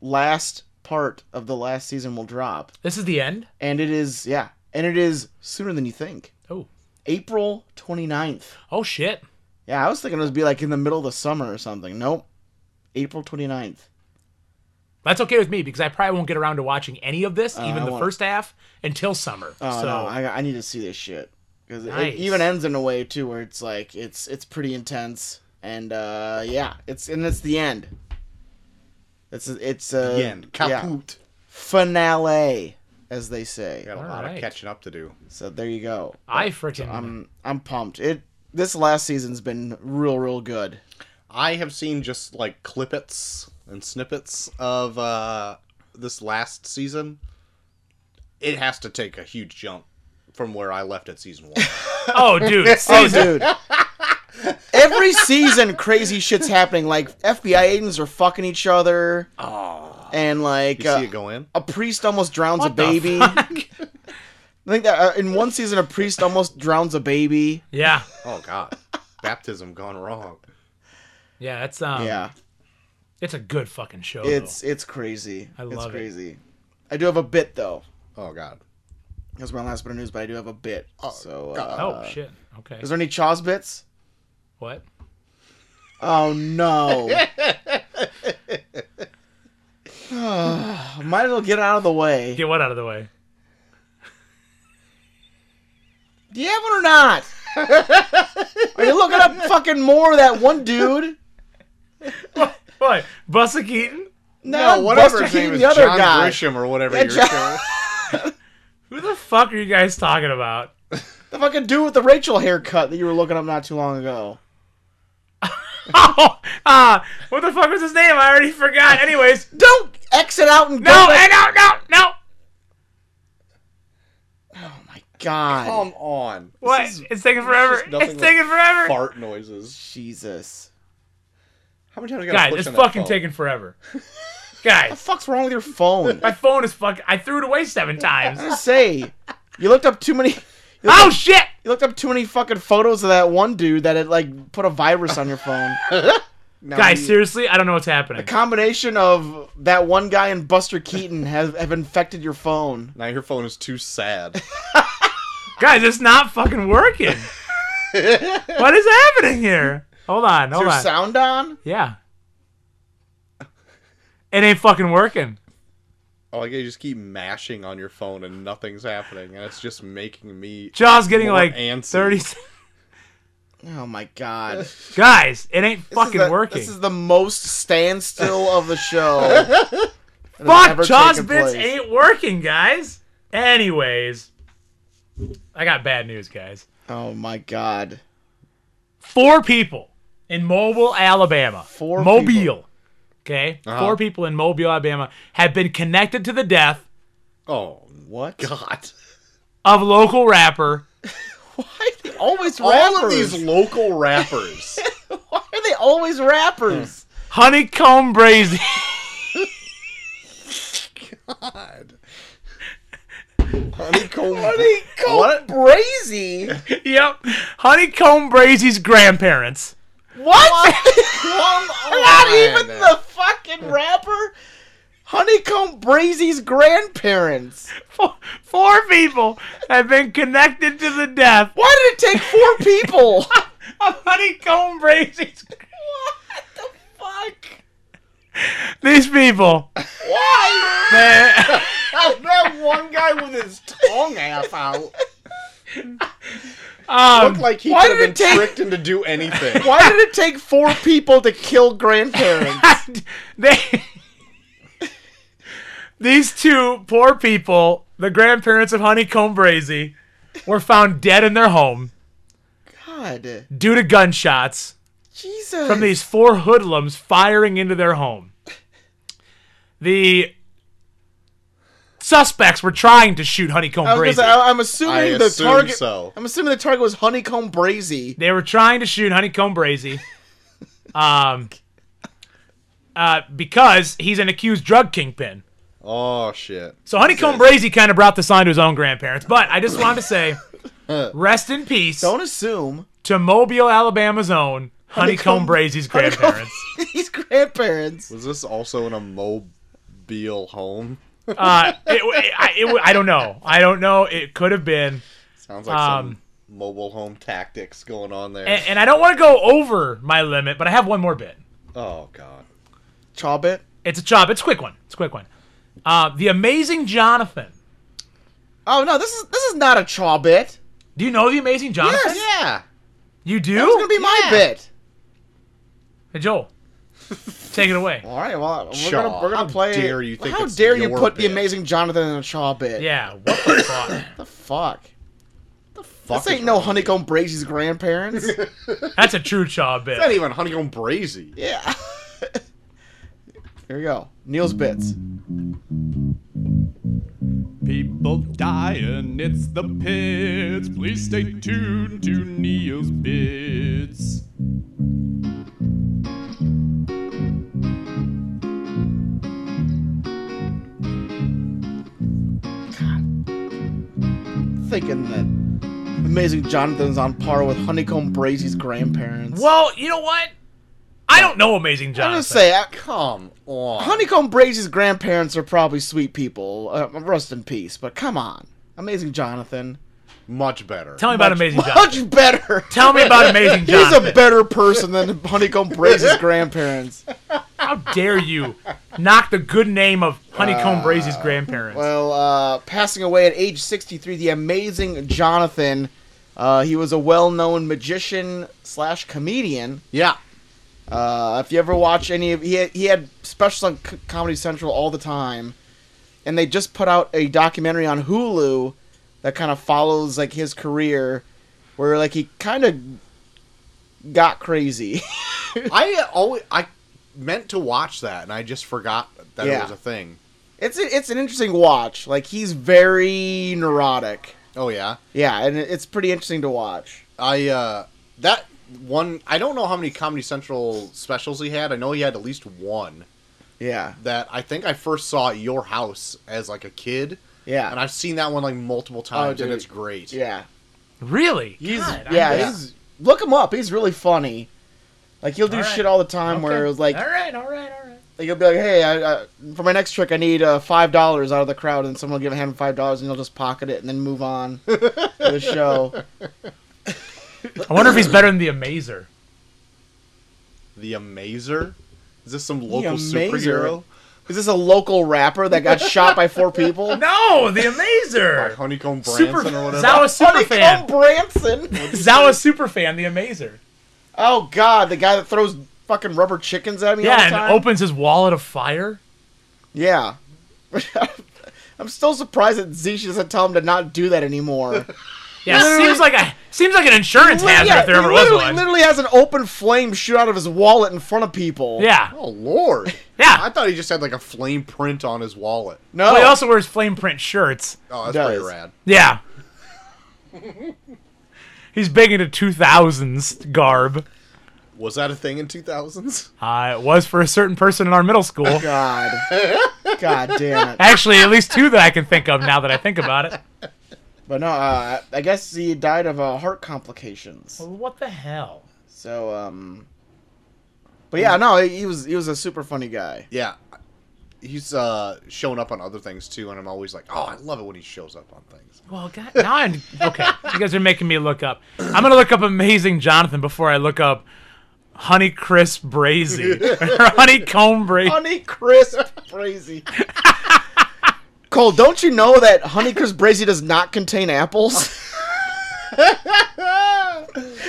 [SPEAKER 1] last part of the last season will drop,
[SPEAKER 3] This is the end.
[SPEAKER 1] and it is yeah, and it is sooner than you think.
[SPEAKER 3] Oh,
[SPEAKER 1] April 29th.
[SPEAKER 3] oh shit.
[SPEAKER 1] Yeah, I was thinking it would be like in the middle of the summer or something. Nope. April 29th.
[SPEAKER 3] That's okay with me because I probably won't get around to watching any of this, even
[SPEAKER 1] Uh, I
[SPEAKER 3] the
[SPEAKER 1] want-
[SPEAKER 3] first half, until summer.
[SPEAKER 1] Oh
[SPEAKER 3] so
[SPEAKER 1] no, I, I need to see this shit because
[SPEAKER 3] Nice.
[SPEAKER 1] it even ends in a way too where it's like it's it's pretty intense and uh yeah, it's and it's the end. It's it's uh,
[SPEAKER 2] the end.
[SPEAKER 1] yeah.
[SPEAKER 2] Kaput.
[SPEAKER 1] finale as they say.
[SPEAKER 2] Got a
[SPEAKER 3] All
[SPEAKER 2] lot
[SPEAKER 3] right.
[SPEAKER 2] of catching up to do.
[SPEAKER 1] So there you go.
[SPEAKER 3] I freaking
[SPEAKER 1] I'm I'm pumped. It this last season's been real real good.
[SPEAKER 2] I have seen just like clippets and snippets of uh, this last season. It has to take a huge jump from where I left at season one.
[SPEAKER 3] oh dude,
[SPEAKER 1] Oh,
[SPEAKER 3] season
[SPEAKER 1] dude. Every season, crazy shit's happening. Like FBI agents are fucking each other, and like
[SPEAKER 2] You see
[SPEAKER 1] uh,
[SPEAKER 2] it go in?
[SPEAKER 1] a priest almost drowns a
[SPEAKER 3] What the
[SPEAKER 1] baby. I
[SPEAKER 3] fuck?
[SPEAKER 1] think that uh, in one season, a priest almost drowns a baby.
[SPEAKER 3] yeah,
[SPEAKER 2] Oh god, baptism gone wrong.
[SPEAKER 3] yeah. That's um,
[SPEAKER 1] Yeah,
[SPEAKER 3] it's a good fucking show. though.
[SPEAKER 1] it's it's crazy.
[SPEAKER 3] I
[SPEAKER 1] it's
[SPEAKER 3] love it.
[SPEAKER 1] crazy. I do have a bit though.
[SPEAKER 2] Oh god.
[SPEAKER 1] That's my last bit of news, but I do have a bit. so, uh,
[SPEAKER 3] oh shit. Okay.
[SPEAKER 1] is there any Chaws bits?
[SPEAKER 3] What?
[SPEAKER 1] Oh no. Might as well get it out of the way.
[SPEAKER 3] Get what out of the way?
[SPEAKER 1] Do you have one or not? Are you looking up fucking more of that one dude?
[SPEAKER 3] What? Bussa Keaton?
[SPEAKER 2] No, whatever
[SPEAKER 1] Buster
[SPEAKER 2] his name
[SPEAKER 1] Keaton,
[SPEAKER 2] is,
[SPEAKER 1] the other
[SPEAKER 2] John
[SPEAKER 1] guy.
[SPEAKER 2] Grisham or whatever
[SPEAKER 1] Yeah,
[SPEAKER 2] you're
[SPEAKER 1] John-
[SPEAKER 2] saying.
[SPEAKER 3] Who the fuck are you guys talking about?
[SPEAKER 1] The fucking dude with the Rachel haircut that you were looking up not too long ago.
[SPEAKER 3] Oh, uh, what the fuck was his name? I already forgot. Anyways,
[SPEAKER 1] Don't exit out and
[SPEAKER 3] no,
[SPEAKER 1] go.
[SPEAKER 3] eh, no, no, no.
[SPEAKER 1] Oh my god.
[SPEAKER 2] Come on. This
[SPEAKER 3] What?
[SPEAKER 2] is
[SPEAKER 3] It's taking forever.
[SPEAKER 2] just nothing
[SPEAKER 3] It's
[SPEAKER 2] but
[SPEAKER 3] taking forever.
[SPEAKER 2] fart noises.
[SPEAKER 1] Jesus.
[SPEAKER 2] How many times I gotta
[SPEAKER 3] Guys,
[SPEAKER 2] push
[SPEAKER 3] it's
[SPEAKER 2] on that
[SPEAKER 3] fucking
[SPEAKER 2] phone?
[SPEAKER 3] taking forever.
[SPEAKER 1] What
[SPEAKER 3] Guys,
[SPEAKER 1] the fuck's wrong with your phone?
[SPEAKER 3] my phone is fucking. I threw it away seven times.
[SPEAKER 1] I say, you looked up too many. You looked,
[SPEAKER 3] Oh shit!
[SPEAKER 1] you looked up too many fucking photos of that one dude that had like put a virus on your phone.
[SPEAKER 2] Now
[SPEAKER 3] Guys,
[SPEAKER 2] we-
[SPEAKER 3] seriously, I don't know what's happening.
[SPEAKER 1] Combination of that one guy and Buster Keaton have, have infected your phone.
[SPEAKER 2] Now your phone is too sad.
[SPEAKER 3] Guys, it's not fucking working. what is happening here? Hold on,
[SPEAKER 1] Is
[SPEAKER 3] hold
[SPEAKER 1] your
[SPEAKER 3] on.
[SPEAKER 1] sound on?
[SPEAKER 3] Yeah. It ain't fucking working.
[SPEAKER 2] Oh, like you just keep mashing on your phone and nothing's happening, and it's just making me.
[SPEAKER 3] Jaw's getting
[SPEAKER 2] More
[SPEAKER 3] like 30
[SPEAKER 2] antsy.
[SPEAKER 1] Oh my god.
[SPEAKER 3] Guys, it
[SPEAKER 1] This
[SPEAKER 3] ain't
[SPEAKER 1] is
[SPEAKER 3] fucking
[SPEAKER 1] the-
[SPEAKER 3] working.
[SPEAKER 1] This is the most standstill of the show. that has ever
[SPEAKER 3] Fuck, Jaws
[SPEAKER 1] taken
[SPEAKER 3] bits
[SPEAKER 1] place.
[SPEAKER 3] ain't working, guys. Anyways, I got bad news, guys.
[SPEAKER 1] Oh my god.
[SPEAKER 3] Four people in Mobile, Alabama.
[SPEAKER 1] Four
[SPEAKER 3] Mobile.
[SPEAKER 1] people.
[SPEAKER 3] Okay?
[SPEAKER 2] Uh-huh.
[SPEAKER 3] Four people in Mobile, Alabama have been connected to the death
[SPEAKER 2] Oh
[SPEAKER 1] What?
[SPEAKER 2] God!
[SPEAKER 3] of local rapper
[SPEAKER 1] Why are they always
[SPEAKER 2] All of
[SPEAKER 1] rappers?
[SPEAKER 2] these local rappers.
[SPEAKER 1] Why are they always rappers?
[SPEAKER 3] Honeycomb Brazy.
[SPEAKER 2] God. Honeycomb.
[SPEAKER 1] Honeycomb
[SPEAKER 2] What?
[SPEAKER 1] Brazy?
[SPEAKER 3] yep. Honeycomb Brazy's grandparents.
[SPEAKER 1] What?
[SPEAKER 2] Come
[SPEAKER 1] Not
[SPEAKER 2] on.
[SPEAKER 1] even the fucking rapper? Honeycomb Brazy's grandparents.
[SPEAKER 3] Four, four people have been connected to the death
[SPEAKER 1] Why did it take four people?
[SPEAKER 3] of Honeycomb Brazy's.
[SPEAKER 1] what the fuck?
[SPEAKER 3] These people.
[SPEAKER 1] Why?
[SPEAKER 3] they-
[SPEAKER 2] that one guy with his tongue half out
[SPEAKER 3] um,
[SPEAKER 2] looked like he
[SPEAKER 1] Why
[SPEAKER 2] could have
[SPEAKER 1] did
[SPEAKER 2] been
[SPEAKER 1] it take-
[SPEAKER 2] tricked into do anything.
[SPEAKER 1] Why did it take four people to kill grandparents?
[SPEAKER 3] they these two poor people, the grandparents of Honeycomb Brazy, were found dead in their home
[SPEAKER 1] God.
[SPEAKER 3] due to gunshots
[SPEAKER 1] Jesus.
[SPEAKER 3] from these four hoodlums firing into their home. The suspects were trying to shoot Honeycomb
[SPEAKER 1] I was
[SPEAKER 3] Brazy.
[SPEAKER 1] gonna say, I- I'm
[SPEAKER 2] I
[SPEAKER 1] assuming the
[SPEAKER 2] assume
[SPEAKER 1] target.
[SPEAKER 2] so.
[SPEAKER 1] I'm assuming the target was Honeycomb Brazy.
[SPEAKER 3] They were trying to shoot Honeycomb Brazy, um, uh, because he's an accused drug kingpin.
[SPEAKER 2] Oh shit.
[SPEAKER 3] So Honeycomb Brazy kind of brought this on to his own grandparents. But I just wanted to say, rest in peace
[SPEAKER 1] Don't assume
[SPEAKER 3] to Mobile, Alabama's own
[SPEAKER 1] Honeycomb-
[SPEAKER 3] Honeycomb, Brazy's grandparents.
[SPEAKER 1] these grandparents.
[SPEAKER 2] Was this also in a mobile home?
[SPEAKER 3] uh, it, it, I, it, I don't know. I don't know. It could have been.
[SPEAKER 2] Sounds like
[SPEAKER 3] Um,
[SPEAKER 2] some mobile home tactics going on there.
[SPEAKER 1] eh,
[SPEAKER 3] And, and I don't want to go over my limit, but I have one more bit.
[SPEAKER 1] eh.
[SPEAKER 2] oh god.
[SPEAKER 1] Chobit.
[SPEAKER 3] It's a chop. It's a quick one. It's a quick one. Uh, the Amazing Jonathan.
[SPEAKER 1] Oh no, this is this is not a Chobit.
[SPEAKER 3] Do you know the Amazing Jonathan?
[SPEAKER 1] Yes.
[SPEAKER 2] Yeah.
[SPEAKER 3] You do?
[SPEAKER 1] That was gonna be my
[SPEAKER 2] Yeah.
[SPEAKER 1] bit.
[SPEAKER 3] Hey, Joel, take it away.
[SPEAKER 1] All right, well we're
[SPEAKER 2] Chaw.
[SPEAKER 1] gonna we're gonna
[SPEAKER 2] How
[SPEAKER 1] play.
[SPEAKER 2] dare you think
[SPEAKER 1] how
[SPEAKER 2] it's
[SPEAKER 1] dare you
[SPEAKER 2] your
[SPEAKER 1] put the
[SPEAKER 2] bit.
[SPEAKER 1] amazing Jonathan in a Chaw bit?
[SPEAKER 3] Yeah, what the fuck?
[SPEAKER 1] What the fuck?
[SPEAKER 2] Fuck
[SPEAKER 1] this
[SPEAKER 2] is
[SPEAKER 1] ain't no
[SPEAKER 2] wrong with you?
[SPEAKER 1] Honeycomb Brazy's grandparents.
[SPEAKER 3] That's a true chaw bit.
[SPEAKER 2] Not even honeycomb brazy.
[SPEAKER 1] yeah. Here we go. Neil's bits.
[SPEAKER 4] People dying, it's the pits. Please stay tuned to Neil's Bits.
[SPEAKER 1] Thinking that amazing Jonathan's on par with Honeycomb Brazy's grandparents.
[SPEAKER 3] Well, you know what? I don't know Amazing
[SPEAKER 1] I'm
[SPEAKER 3] Jonathan.
[SPEAKER 1] gonna say, I,
[SPEAKER 2] Come on.
[SPEAKER 1] Honeycomb Brazy's grandparents are probably sweet people. Uh, rest in peace. But come on, amazing Jonathan.
[SPEAKER 2] Much better.
[SPEAKER 3] Tell me about Amazing Jonathan.
[SPEAKER 1] Much better.
[SPEAKER 3] Tell me about Amazing
[SPEAKER 1] He's
[SPEAKER 3] Jonathan.
[SPEAKER 1] a better person than Honeycomb Brazy's grandparents.
[SPEAKER 3] How dare you knock the good name of Honeycomb Brazy's grandparents?
[SPEAKER 1] Uh, Well, uh, passing away at age 63, the amazing Jonathan. Uh, he was a well-known magician slash comedian.
[SPEAKER 2] Yeah.
[SPEAKER 1] Uh, if you ever watch any of he had, he had specials on C- Comedy Central all the time, and they just put out a documentary on Hulu that kind of follows like his career, where like he kind of got crazy.
[SPEAKER 2] I uh, always I meant to watch that and I just forgot that it
[SPEAKER 1] Yeah.
[SPEAKER 2] was a thing.
[SPEAKER 1] it's a, it's an interesting watch. Like he's very neurotic.
[SPEAKER 2] Oh yeah.
[SPEAKER 1] Yeah, and it- it's pretty interesting to watch.
[SPEAKER 2] I uh that one I don't know how many Comedy Central specials he had. I know he had at least one
[SPEAKER 1] Yeah,
[SPEAKER 2] that I think I first saw at your house as like a kid.
[SPEAKER 1] Yeah. Oh,
[SPEAKER 2] And I've seen that one like multiple times and
[SPEAKER 1] dude.
[SPEAKER 2] it's great.
[SPEAKER 1] yeah.
[SPEAKER 3] Really?
[SPEAKER 1] He's
[SPEAKER 3] God, I-
[SPEAKER 1] yeah,
[SPEAKER 2] yeah.
[SPEAKER 1] he's look him up. He's really funny. Like he'll do
[SPEAKER 3] Alright.
[SPEAKER 1] shit all the time where it was like
[SPEAKER 3] all right, all right, all right.
[SPEAKER 1] like, he'll be like, "Hey, I, I, for my next trick, I need uh, five dollars out of the crowd," and someone will give him five dollars, and he'll just pocket it and then move on to the show.
[SPEAKER 3] I wonder if he's better than the Amazer.
[SPEAKER 2] The Amazer? Is this some
[SPEAKER 1] The
[SPEAKER 2] local
[SPEAKER 1] Amazer.
[SPEAKER 2] superhero?
[SPEAKER 1] Is this a local rapper that got shot by four people?
[SPEAKER 3] No, the
[SPEAKER 2] Like
[SPEAKER 3] Amazer.
[SPEAKER 2] Honeycomb Branson
[SPEAKER 3] Super
[SPEAKER 2] or whatever?
[SPEAKER 3] Zawa
[SPEAKER 1] Honeycomb
[SPEAKER 3] Superfan.
[SPEAKER 1] Branson.
[SPEAKER 3] Zawa Superfan, the Amazer.
[SPEAKER 1] Oh God, the guy that throws fucking rubber chickens at me. all the
[SPEAKER 3] Yeah,
[SPEAKER 1] time?
[SPEAKER 3] and opens his wallet of fire.
[SPEAKER 1] Yeah. I'm still surprised that Zeesh doesn't tell him to not do that anymore.
[SPEAKER 3] Yeah,
[SPEAKER 1] Literally-
[SPEAKER 3] seems like a seems like an insurance hazard
[SPEAKER 1] yeah,
[SPEAKER 3] if there ever
[SPEAKER 1] he
[SPEAKER 3] was
[SPEAKER 1] literally,
[SPEAKER 3] one.
[SPEAKER 1] literally has an open flame shoot out of his wallet in front of people.
[SPEAKER 3] Yeah,
[SPEAKER 2] Oh lord.
[SPEAKER 3] Yeah.
[SPEAKER 2] I thought he just had like a flame print on his wallet.
[SPEAKER 1] No.
[SPEAKER 3] Well, he also wears flame print shirts.
[SPEAKER 2] Oh, that's
[SPEAKER 1] Does.
[SPEAKER 2] pretty rad.
[SPEAKER 3] Yeah. He's big into 2000s garb.
[SPEAKER 2] Was that a thing in 2000s?
[SPEAKER 3] Uh, it was for a certain person in our middle school.
[SPEAKER 1] God. God damn it.
[SPEAKER 3] Actually, at least two that I can think of now that I think about it.
[SPEAKER 1] But no, uh, I guess he died of uh, heart complications.
[SPEAKER 3] What the hell?
[SPEAKER 1] So, um. But yeah, no, he was he was a super funny guy.
[SPEAKER 2] Yeah. He's uh shown up on other things too and I'm always like, "Oh, I love it when he shows up on things."
[SPEAKER 3] Well, God, now I'm okay. You guys are making me look up. I'm gonna look up Amazing Jonathan before I look up Honey Crisp Brazy or Honeycomb Brazy.
[SPEAKER 1] Honey Crisp Brazy. Cole, don't you know that Honey Crisp Brazy does not contain apples?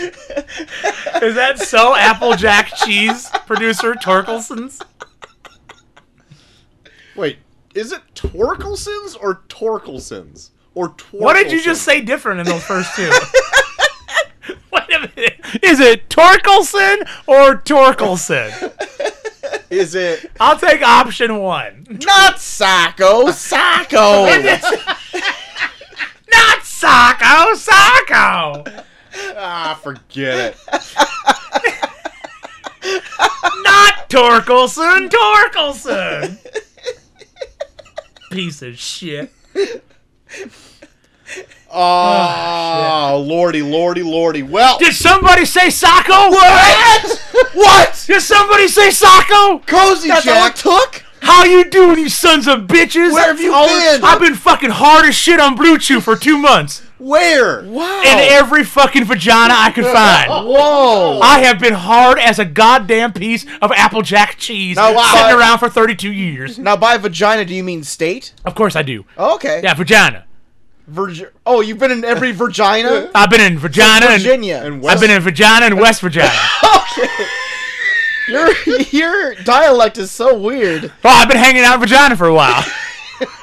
[SPEAKER 3] Is that so? Applejack cheese producer Torkelson's.
[SPEAKER 2] Wait, is it Torkelsons or Torkelsons? Or Twerkelsons?
[SPEAKER 3] What did you just say different in those first two? Wait a minute. Is it Torkelson or Torkelson?
[SPEAKER 2] Is it
[SPEAKER 3] I'll take option one.
[SPEAKER 1] not Sacco, Sacco.
[SPEAKER 3] Not Sacco, Sacco.
[SPEAKER 2] Ah, forget it.
[SPEAKER 3] Not Torkelson, Torkelson. Piece of shit.
[SPEAKER 2] Oh, lordy, lordy, lordy. Well,
[SPEAKER 3] Did somebody say Sacco? What?
[SPEAKER 1] what?
[SPEAKER 3] Did somebody say Sacco?
[SPEAKER 1] Cozy That's
[SPEAKER 2] Jack.
[SPEAKER 1] all it took.
[SPEAKER 3] How you doing, you sons of bitches? Oh,
[SPEAKER 1] Where have you been?
[SPEAKER 3] I've been fucking hard as shit on Blue Chew for two months.
[SPEAKER 2] where?
[SPEAKER 1] Wow.
[SPEAKER 3] in every fucking vagina I could find.
[SPEAKER 1] Whoa.
[SPEAKER 3] I have been hard as a goddamn piece of Applejack cheese
[SPEAKER 1] Now, wow.
[SPEAKER 3] sitting around for 32 years.
[SPEAKER 1] Now, by vagina, do you mean state?
[SPEAKER 3] Of course I do.
[SPEAKER 1] Okay.
[SPEAKER 3] Yeah, vagina.
[SPEAKER 1] Virgi- oh, you've been in every vagina?
[SPEAKER 3] I've been in vagina and
[SPEAKER 1] Virginia.
[SPEAKER 2] And
[SPEAKER 3] I've
[SPEAKER 2] West,
[SPEAKER 3] been in vagina and West Virginia. oh,
[SPEAKER 1] your, your dialect is so weird.
[SPEAKER 3] Oh, I've been hanging out in vagina for a while.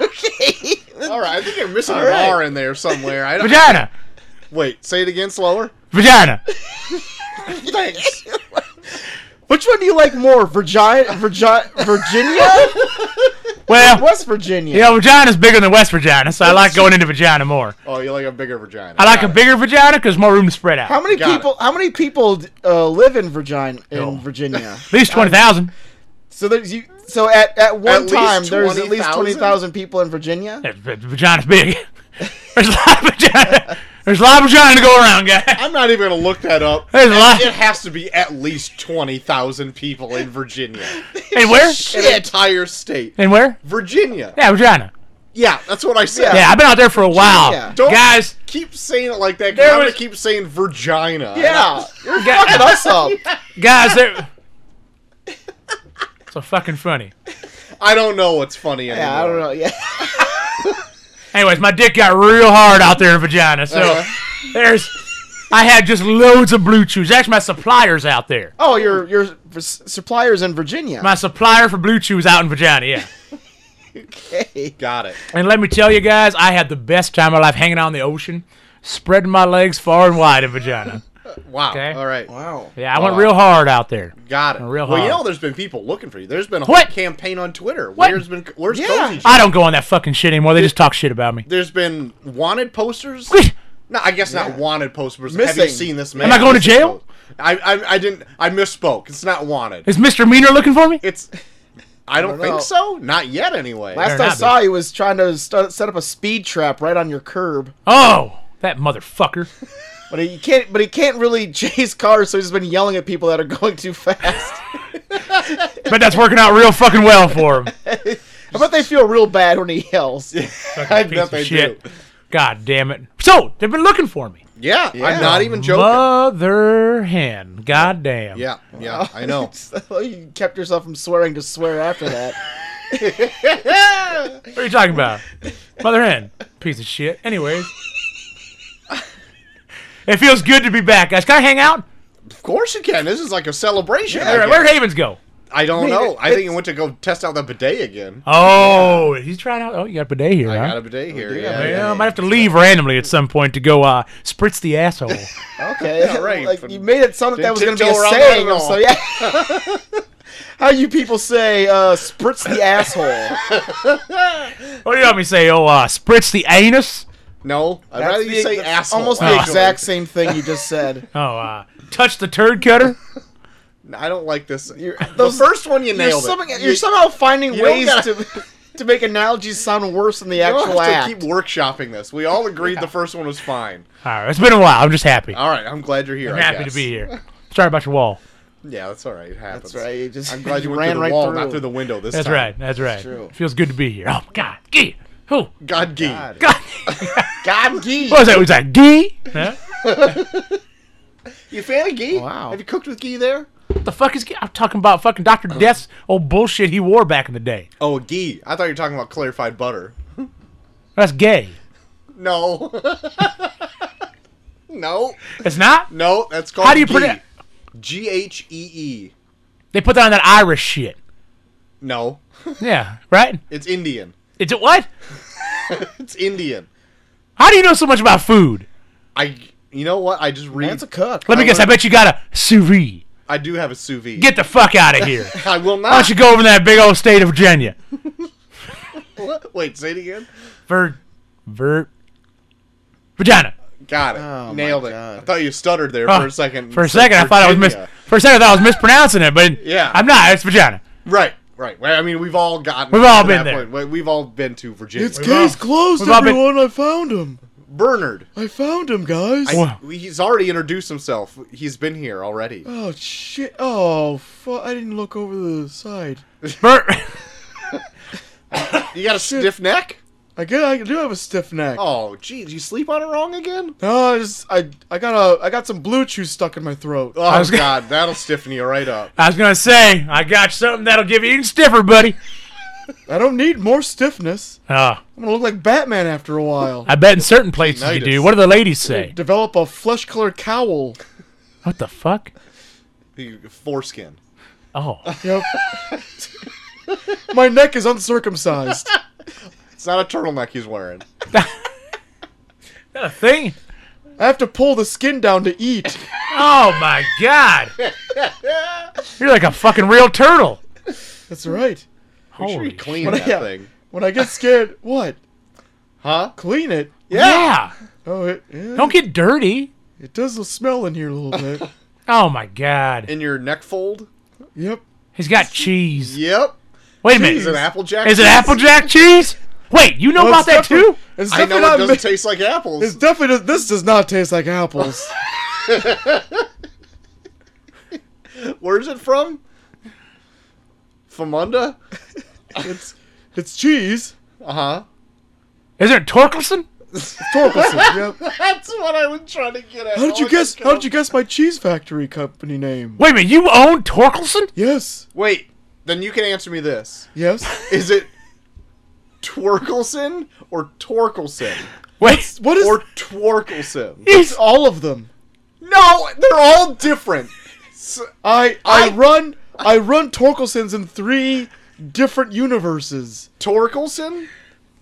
[SPEAKER 2] all right, I think you're missing
[SPEAKER 1] All
[SPEAKER 2] an
[SPEAKER 1] right.
[SPEAKER 2] R in there somewhere. I don't,
[SPEAKER 3] Vagina.
[SPEAKER 2] wait, say it again slower.
[SPEAKER 3] Vagina.
[SPEAKER 2] Thanks.
[SPEAKER 1] Which one do you like more, Virginia, Virgi- Virginia,
[SPEAKER 3] Well,
[SPEAKER 1] West Virginia?
[SPEAKER 3] you know, vagina's bigger than West Virginia, so I like going into vagina more.
[SPEAKER 2] Oh, you like a bigger vagina.
[SPEAKER 3] I like a
[SPEAKER 2] Got it.
[SPEAKER 3] bigger vagina because more room to spread out.
[SPEAKER 1] How many
[SPEAKER 2] Got it.
[SPEAKER 1] people? How many people uh, live in Virginia? In
[SPEAKER 3] No.
[SPEAKER 1] Virginia,
[SPEAKER 3] At least 20,000.
[SPEAKER 1] so there's you. So at at one
[SPEAKER 2] At least
[SPEAKER 1] time, there's at least
[SPEAKER 2] 20,000?
[SPEAKER 1] twenty thousand people in Virginia.
[SPEAKER 3] That- that Vagina's big. There's a lot of vagina. There's a lot of vagina to go around, guys.
[SPEAKER 2] I'm not even gonna look that up.
[SPEAKER 3] There's a lot.
[SPEAKER 2] It has to be at least twenty thousand people in Virginia,
[SPEAKER 3] And where?
[SPEAKER 2] an entire state.
[SPEAKER 3] And where?
[SPEAKER 2] Virginia.
[SPEAKER 3] Yeah, vagina.
[SPEAKER 2] Yeah, that's what I said.
[SPEAKER 3] Yeah, I've been out there for a while,
[SPEAKER 1] Yeah.
[SPEAKER 2] Don't-
[SPEAKER 3] guys.
[SPEAKER 2] Keep saying it like that. 'cause
[SPEAKER 3] There
[SPEAKER 2] I'm
[SPEAKER 3] was-
[SPEAKER 2] gonna keep saying vagina.
[SPEAKER 1] Yeah, you're fucking us
[SPEAKER 3] Guys,
[SPEAKER 1] up.
[SPEAKER 3] guys there. So fucking funny.
[SPEAKER 2] I don't know what's funny anymore.
[SPEAKER 1] Yeah, I don't know. Yeah,
[SPEAKER 3] Anyways, my dick got real hard out there in vagina, so there's I had just loads of blue chews. Actually, my suppliers out there.
[SPEAKER 1] Oh, your your s- suppliers in Virginia.
[SPEAKER 3] My supplier for blue chews out in Virginia. Yeah.
[SPEAKER 1] okay.
[SPEAKER 2] Got it.
[SPEAKER 3] And let me tell you guys, I had the best time of my life hanging out in the ocean, spreading my legs far and wide in Virginia.
[SPEAKER 2] Wow.
[SPEAKER 3] Okay.
[SPEAKER 2] All right.
[SPEAKER 1] Wow.
[SPEAKER 3] Yeah, I went real hard out there.
[SPEAKER 2] Got it.
[SPEAKER 3] Real
[SPEAKER 2] well,
[SPEAKER 3] hard.
[SPEAKER 2] you know, there's been people looking for you. There's been a
[SPEAKER 3] What?
[SPEAKER 2] whole campaign on Twitter.
[SPEAKER 3] What?
[SPEAKER 2] Where's been where's
[SPEAKER 1] Yeah.
[SPEAKER 2] Cozy?
[SPEAKER 3] I don't go on that fucking shit anymore. They just talk shit about me.
[SPEAKER 2] There's been wanted posters. No, I guess not wanted posters. Have
[SPEAKER 1] Missing.
[SPEAKER 2] you seen this man?
[SPEAKER 3] Am I going to jail?
[SPEAKER 2] I, I I didn't. I misspoke. It's not wanted.
[SPEAKER 3] Is Mr. Meaner looking for me?
[SPEAKER 2] It's. I don't,
[SPEAKER 1] don't know.
[SPEAKER 2] think so. Not yet, anyway.
[SPEAKER 1] Last
[SPEAKER 3] Better
[SPEAKER 1] I
[SPEAKER 3] not be.
[SPEAKER 1] saw, he was trying to st- set up a speed trap right on your curb,
[SPEAKER 3] Oh, that motherfucker.
[SPEAKER 1] but he can't. But he can't really chase cars, so he's been yelling at people that are going too fast.
[SPEAKER 3] Bet that's working out real fucking well for him.
[SPEAKER 1] I bet they feel real bad when he yells.
[SPEAKER 2] I
[SPEAKER 3] Piece
[SPEAKER 2] bet
[SPEAKER 3] of
[SPEAKER 2] they
[SPEAKER 3] shit.
[SPEAKER 2] do.
[SPEAKER 3] God damn it. So, they've been looking for me.
[SPEAKER 2] Yeah, I'm not even joking.
[SPEAKER 3] Mother hen. God damn.
[SPEAKER 2] yeah, yeah, I know.
[SPEAKER 1] So you kept yourself from swearing to swear after that.
[SPEAKER 3] What are you talking about? Mother hen. Piece of shit. Anyways. It feels good to be back, guys. Can I hang out?
[SPEAKER 2] Of course you can. This is like a celebration. I,
[SPEAKER 3] All right,
[SPEAKER 2] guess.
[SPEAKER 3] where'd Havens go?
[SPEAKER 2] I don't
[SPEAKER 1] mean,
[SPEAKER 2] know. I think
[SPEAKER 1] it's-
[SPEAKER 2] I went to go test out the bidet again.
[SPEAKER 3] Oh, he's trying out. Oh, you got a bidet here,
[SPEAKER 2] I
[SPEAKER 3] huh?
[SPEAKER 2] got a bidet here.
[SPEAKER 1] yeah,
[SPEAKER 2] Yeah,
[SPEAKER 1] man.
[SPEAKER 3] yeah,
[SPEAKER 2] yeah.
[SPEAKER 3] I might have to leave randomly at some point to go uh, spritz the asshole.
[SPEAKER 1] Okay,
[SPEAKER 2] Yeah, right.
[SPEAKER 1] Like you made it sound like that was going to be a
[SPEAKER 2] Tiptoe around the
[SPEAKER 1] saying.
[SPEAKER 2] angle.
[SPEAKER 1] So yeah. How you people say uh, spritz the asshole?
[SPEAKER 3] what do you want me to say? Oh, uh, spritz the anus?
[SPEAKER 2] No, I'd
[SPEAKER 1] uh, That's
[SPEAKER 2] rather you
[SPEAKER 1] the-
[SPEAKER 2] say
[SPEAKER 1] that's
[SPEAKER 2] asshole.
[SPEAKER 1] Almost the
[SPEAKER 2] actually.
[SPEAKER 1] exact same thing you just said.
[SPEAKER 3] Oh, uh, touch the turd cutter?
[SPEAKER 2] I don't like this.
[SPEAKER 1] You're-
[SPEAKER 2] the
[SPEAKER 1] those-
[SPEAKER 2] first one you
[SPEAKER 1] You're,
[SPEAKER 2] nailed
[SPEAKER 1] some-
[SPEAKER 2] it.
[SPEAKER 1] you're somehow finding
[SPEAKER 2] you don't
[SPEAKER 1] ways
[SPEAKER 2] gotta-
[SPEAKER 1] to to make analogies sound worse than the
[SPEAKER 2] you don't
[SPEAKER 1] actual
[SPEAKER 2] have
[SPEAKER 1] act.
[SPEAKER 2] to keep workshopping this. We all agreed the first one was fine.
[SPEAKER 3] All right, it's been a while. I'm just happy.
[SPEAKER 2] All right, I'm glad you're here.
[SPEAKER 3] I'm
[SPEAKER 2] I
[SPEAKER 3] happy to
[SPEAKER 2] guess.
[SPEAKER 3] be here. Sorry about your wall.
[SPEAKER 2] Yeah, that's all right. It happens.
[SPEAKER 1] That's right. You just
[SPEAKER 2] I'm glad you went
[SPEAKER 1] ran
[SPEAKER 2] through the
[SPEAKER 1] right
[SPEAKER 2] wall,
[SPEAKER 1] through.
[SPEAKER 2] not through the window this
[SPEAKER 3] That's
[SPEAKER 2] time.
[SPEAKER 3] right. That's right.
[SPEAKER 1] true.
[SPEAKER 3] Feels good to be here. Oh my God, gee, who?
[SPEAKER 2] God, gee.
[SPEAKER 3] God,
[SPEAKER 1] God gee.
[SPEAKER 3] what was that? Was that gee? Huh?
[SPEAKER 2] You a fan of gee?
[SPEAKER 1] Wow.
[SPEAKER 2] Have you cooked with gee there?
[SPEAKER 3] What the fuck is gee? I'm talking about fucking Doctor Death's old bullshit he wore back in the day.
[SPEAKER 2] Oh, ghee. I thought you were talking about clarified butter.
[SPEAKER 3] That's gay.
[SPEAKER 2] No. no.
[SPEAKER 3] It's not.
[SPEAKER 2] No, that's called
[SPEAKER 3] How do you
[SPEAKER 2] ghee.
[SPEAKER 3] pronounce?
[SPEAKER 2] G H E E.
[SPEAKER 3] They put that on that Irish shit.
[SPEAKER 2] No.
[SPEAKER 3] Yeah, right.
[SPEAKER 2] It's Indian.
[SPEAKER 3] It's a what?
[SPEAKER 2] It's Indian.
[SPEAKER 3] How do you know so much about food?
[SPEAKER 2] I you know what? I just read
[SPEAKER 1] That's a cook.
[SPEAKER 3] Let me guess. I bet you got a sous vide.
[SPEAKER 2] I do have a sous vide.
[SPEAKER 3] Get the fuck out of here.
[SPEAKER 2] I will
[SPEAKER 3] Why
[SPEAKER 2] not.
[SPEAKER 3] don't you go over to that big old state of Virginia?
[SPEAKER 2] What? Wait, say it again.
[SPEAKER 3] Vir, vir, vagina.
[SPEAKER 2] Got it.
[SPEAKER 1] Oh, my
[SPEAKER 2] Nailed it.
[SPEAKER 1] God.
[SPEAKER 2] I thought you stuttered there for
[SPEAKER 3] Oh,
[SPEAKER 2] a second.
[SPEAKER 3] For a
[SPEAKER 2] You said
[SPEAKER 3] second, I thought I was mis-
[SPEAKER 2] Virginia.
[SPEAKER 3] For a second, I thought I was mispronouncing it, but
[SPEAKER 2] Yeah.
[SPEAKER 3] I'm not. It's vagina.
[SPEAKER 2] Right, right. Well, I mean, we've all gotten.
[SPEAKER 3] We've all
[SPEAKER 2] to
[SPEAKER 3] been
[SPEAKER 2] that
[SPEAKER 3] there.
[SPEAKER 2] point. We- We've all been to Virginia.
[SPEAKER 1] case closed,
[SPEAKER 3] We've all been-
[SPEAKER 1] I found him.
[SPEAKER 2] Bernard.
[SPEAKER 1] I found him, guys.
[SPEAKER 2] I-
[SPEAKER 3] Wow.
[SPEAKER 2] he's already introduced himself. He's been here already.
[SPEAKER 1] Oh shit! Oh fuck! I didn't look over the side.
[SPEAKER 3] Bert,
[SPEAKER 2] You got a stiff neck?
[SPEAKER 1] I guess I do have a stiff neck.
[SPEAKER 2] Oh, geez, you sleep on it wrong again?
[SPEAKER 1] No, I just I I got a I got some blue chew stuck in my throat.
[SPEAKER 2] Oh
[SPEAKER 3] was gonna-
[SPEAKER 2] God, that'll stiffen you right up.
[SPEAKER 3] I was gonna say I got something that'll give you even stiffer, buddy.
[SPEAKER 1] I don't need more stiffness.
[SPEAKER 3] Oh,
[SPEAKER 1] I'm gonna look like Batman after a while.
[SPEAKER 3] I bet in certain places you
[SPEAKER 2] Tinnitus.
[SPEAKER 3] do. What do the ladies say?
[SPEAKER 1] Develop a flesh-colored cowl.
[SPEAKER 3] What the fuck?
[SPEAKER 2] You- Foreskin.
[SPEAKER 3] Oh,
[SPEAKER 1] Yep. my neck is uncircumcised.
[SPEAKER 2] It's not a turtleneck he's wearing.
[SPEAKER 3] that a thing?
[SPEAKER 1] I have to pull the skin down to eat.
[SPEAKER 3] Oh my god! You're like a fucking real turtle.
[SPEAKER 1] That's right.
[SPEAKER 2] Make sure you
[SPEAKER 3] Holy
[SPEAKER 2] clean
[SPEAKER 1] shit.
[SPEAKER 2] that
[SPEAKER 1] Yeah.
[SPEAKER 2] thing,
[SPEAKER 1] When I get scared, what?
[SPEAKER 2] huh?
[SPEAKER 1] Clean it.
[SPEAKER 3] Yeah.
[SPEAKER 1] Oh, it, yeah,
[SPEAKER 3] Don't get dirty.
[SPEAKER 1] it does smell in here a little bit.
[SPEAKER 3] Oh my god.
[SPEAKER 2] In your neck fold.
[SPEAKER 1] Yep.
[SPEAKER 3] He's got cheese.
[SPEAKER 2] Yep.
[SPEAKER 3] Wait a
[SPEAKER 2] Is it
[SPEAKER 3] minute.
[SPEAKER 2] Applejack?
[SPEAKER 3] Is it Applejack cheese? Wait, you know
[SPEAKER 1] Well,
[SPEAKER 3] about
[SPEAKER 1] it's
[SPEAKER 3] that
[SPEAKER 1] definitely-
[SPEAKER 3] too?
[SPEAKER 1] It's
[SPEAKER 2] I know
[SPEAKER 1] definitely
[SPEAKER 2] it
[SPEAKER 1] not.
[SPEAKER 2] doesn't
[SPEAKER 1] ma-
[SPEAKER 2] taste like apples.
[SPEAKER 1] It's definitely does- this does not taste like apples.
[SPEAKER 2] Where is it from? Famunda?
[SPEAKER 1] it's it's cheese.
[SPEAKER 2] Uh huh.
[SPEAKER 3] Isn't it Torkelson?
[SPEAKER 1] Torkelson. Yep.
[SPEAKER 2] That's what I was trying to get at. Oh,
[SPEAKER 1] How did you guess? How did you guess my cheese factory company name?
[SPEAKER 3] Wait a minute, you own Torkelson?
[SPEAKER 1] Yes.
[SPEAKER 2] Wait, then you can answer me this.
[SPEAKER 1] Yes.
[SPEAKER 2] Is it Twerkelson or Torkelson?
[SPEAKER 3] Wait,
[SPEAKER 1] What is
[SPEAKER 2] Or Twerkelson?
[SPEAKER 1] it's all of them?
[SPEAKER 2] No, they're all different. S-
[SPEAKER 1] I, I
[SPEAKER 2] I-
[SPEAKER 1] run I run Torkelson's in three different universes.
[SPEAKER 2] Torkelson?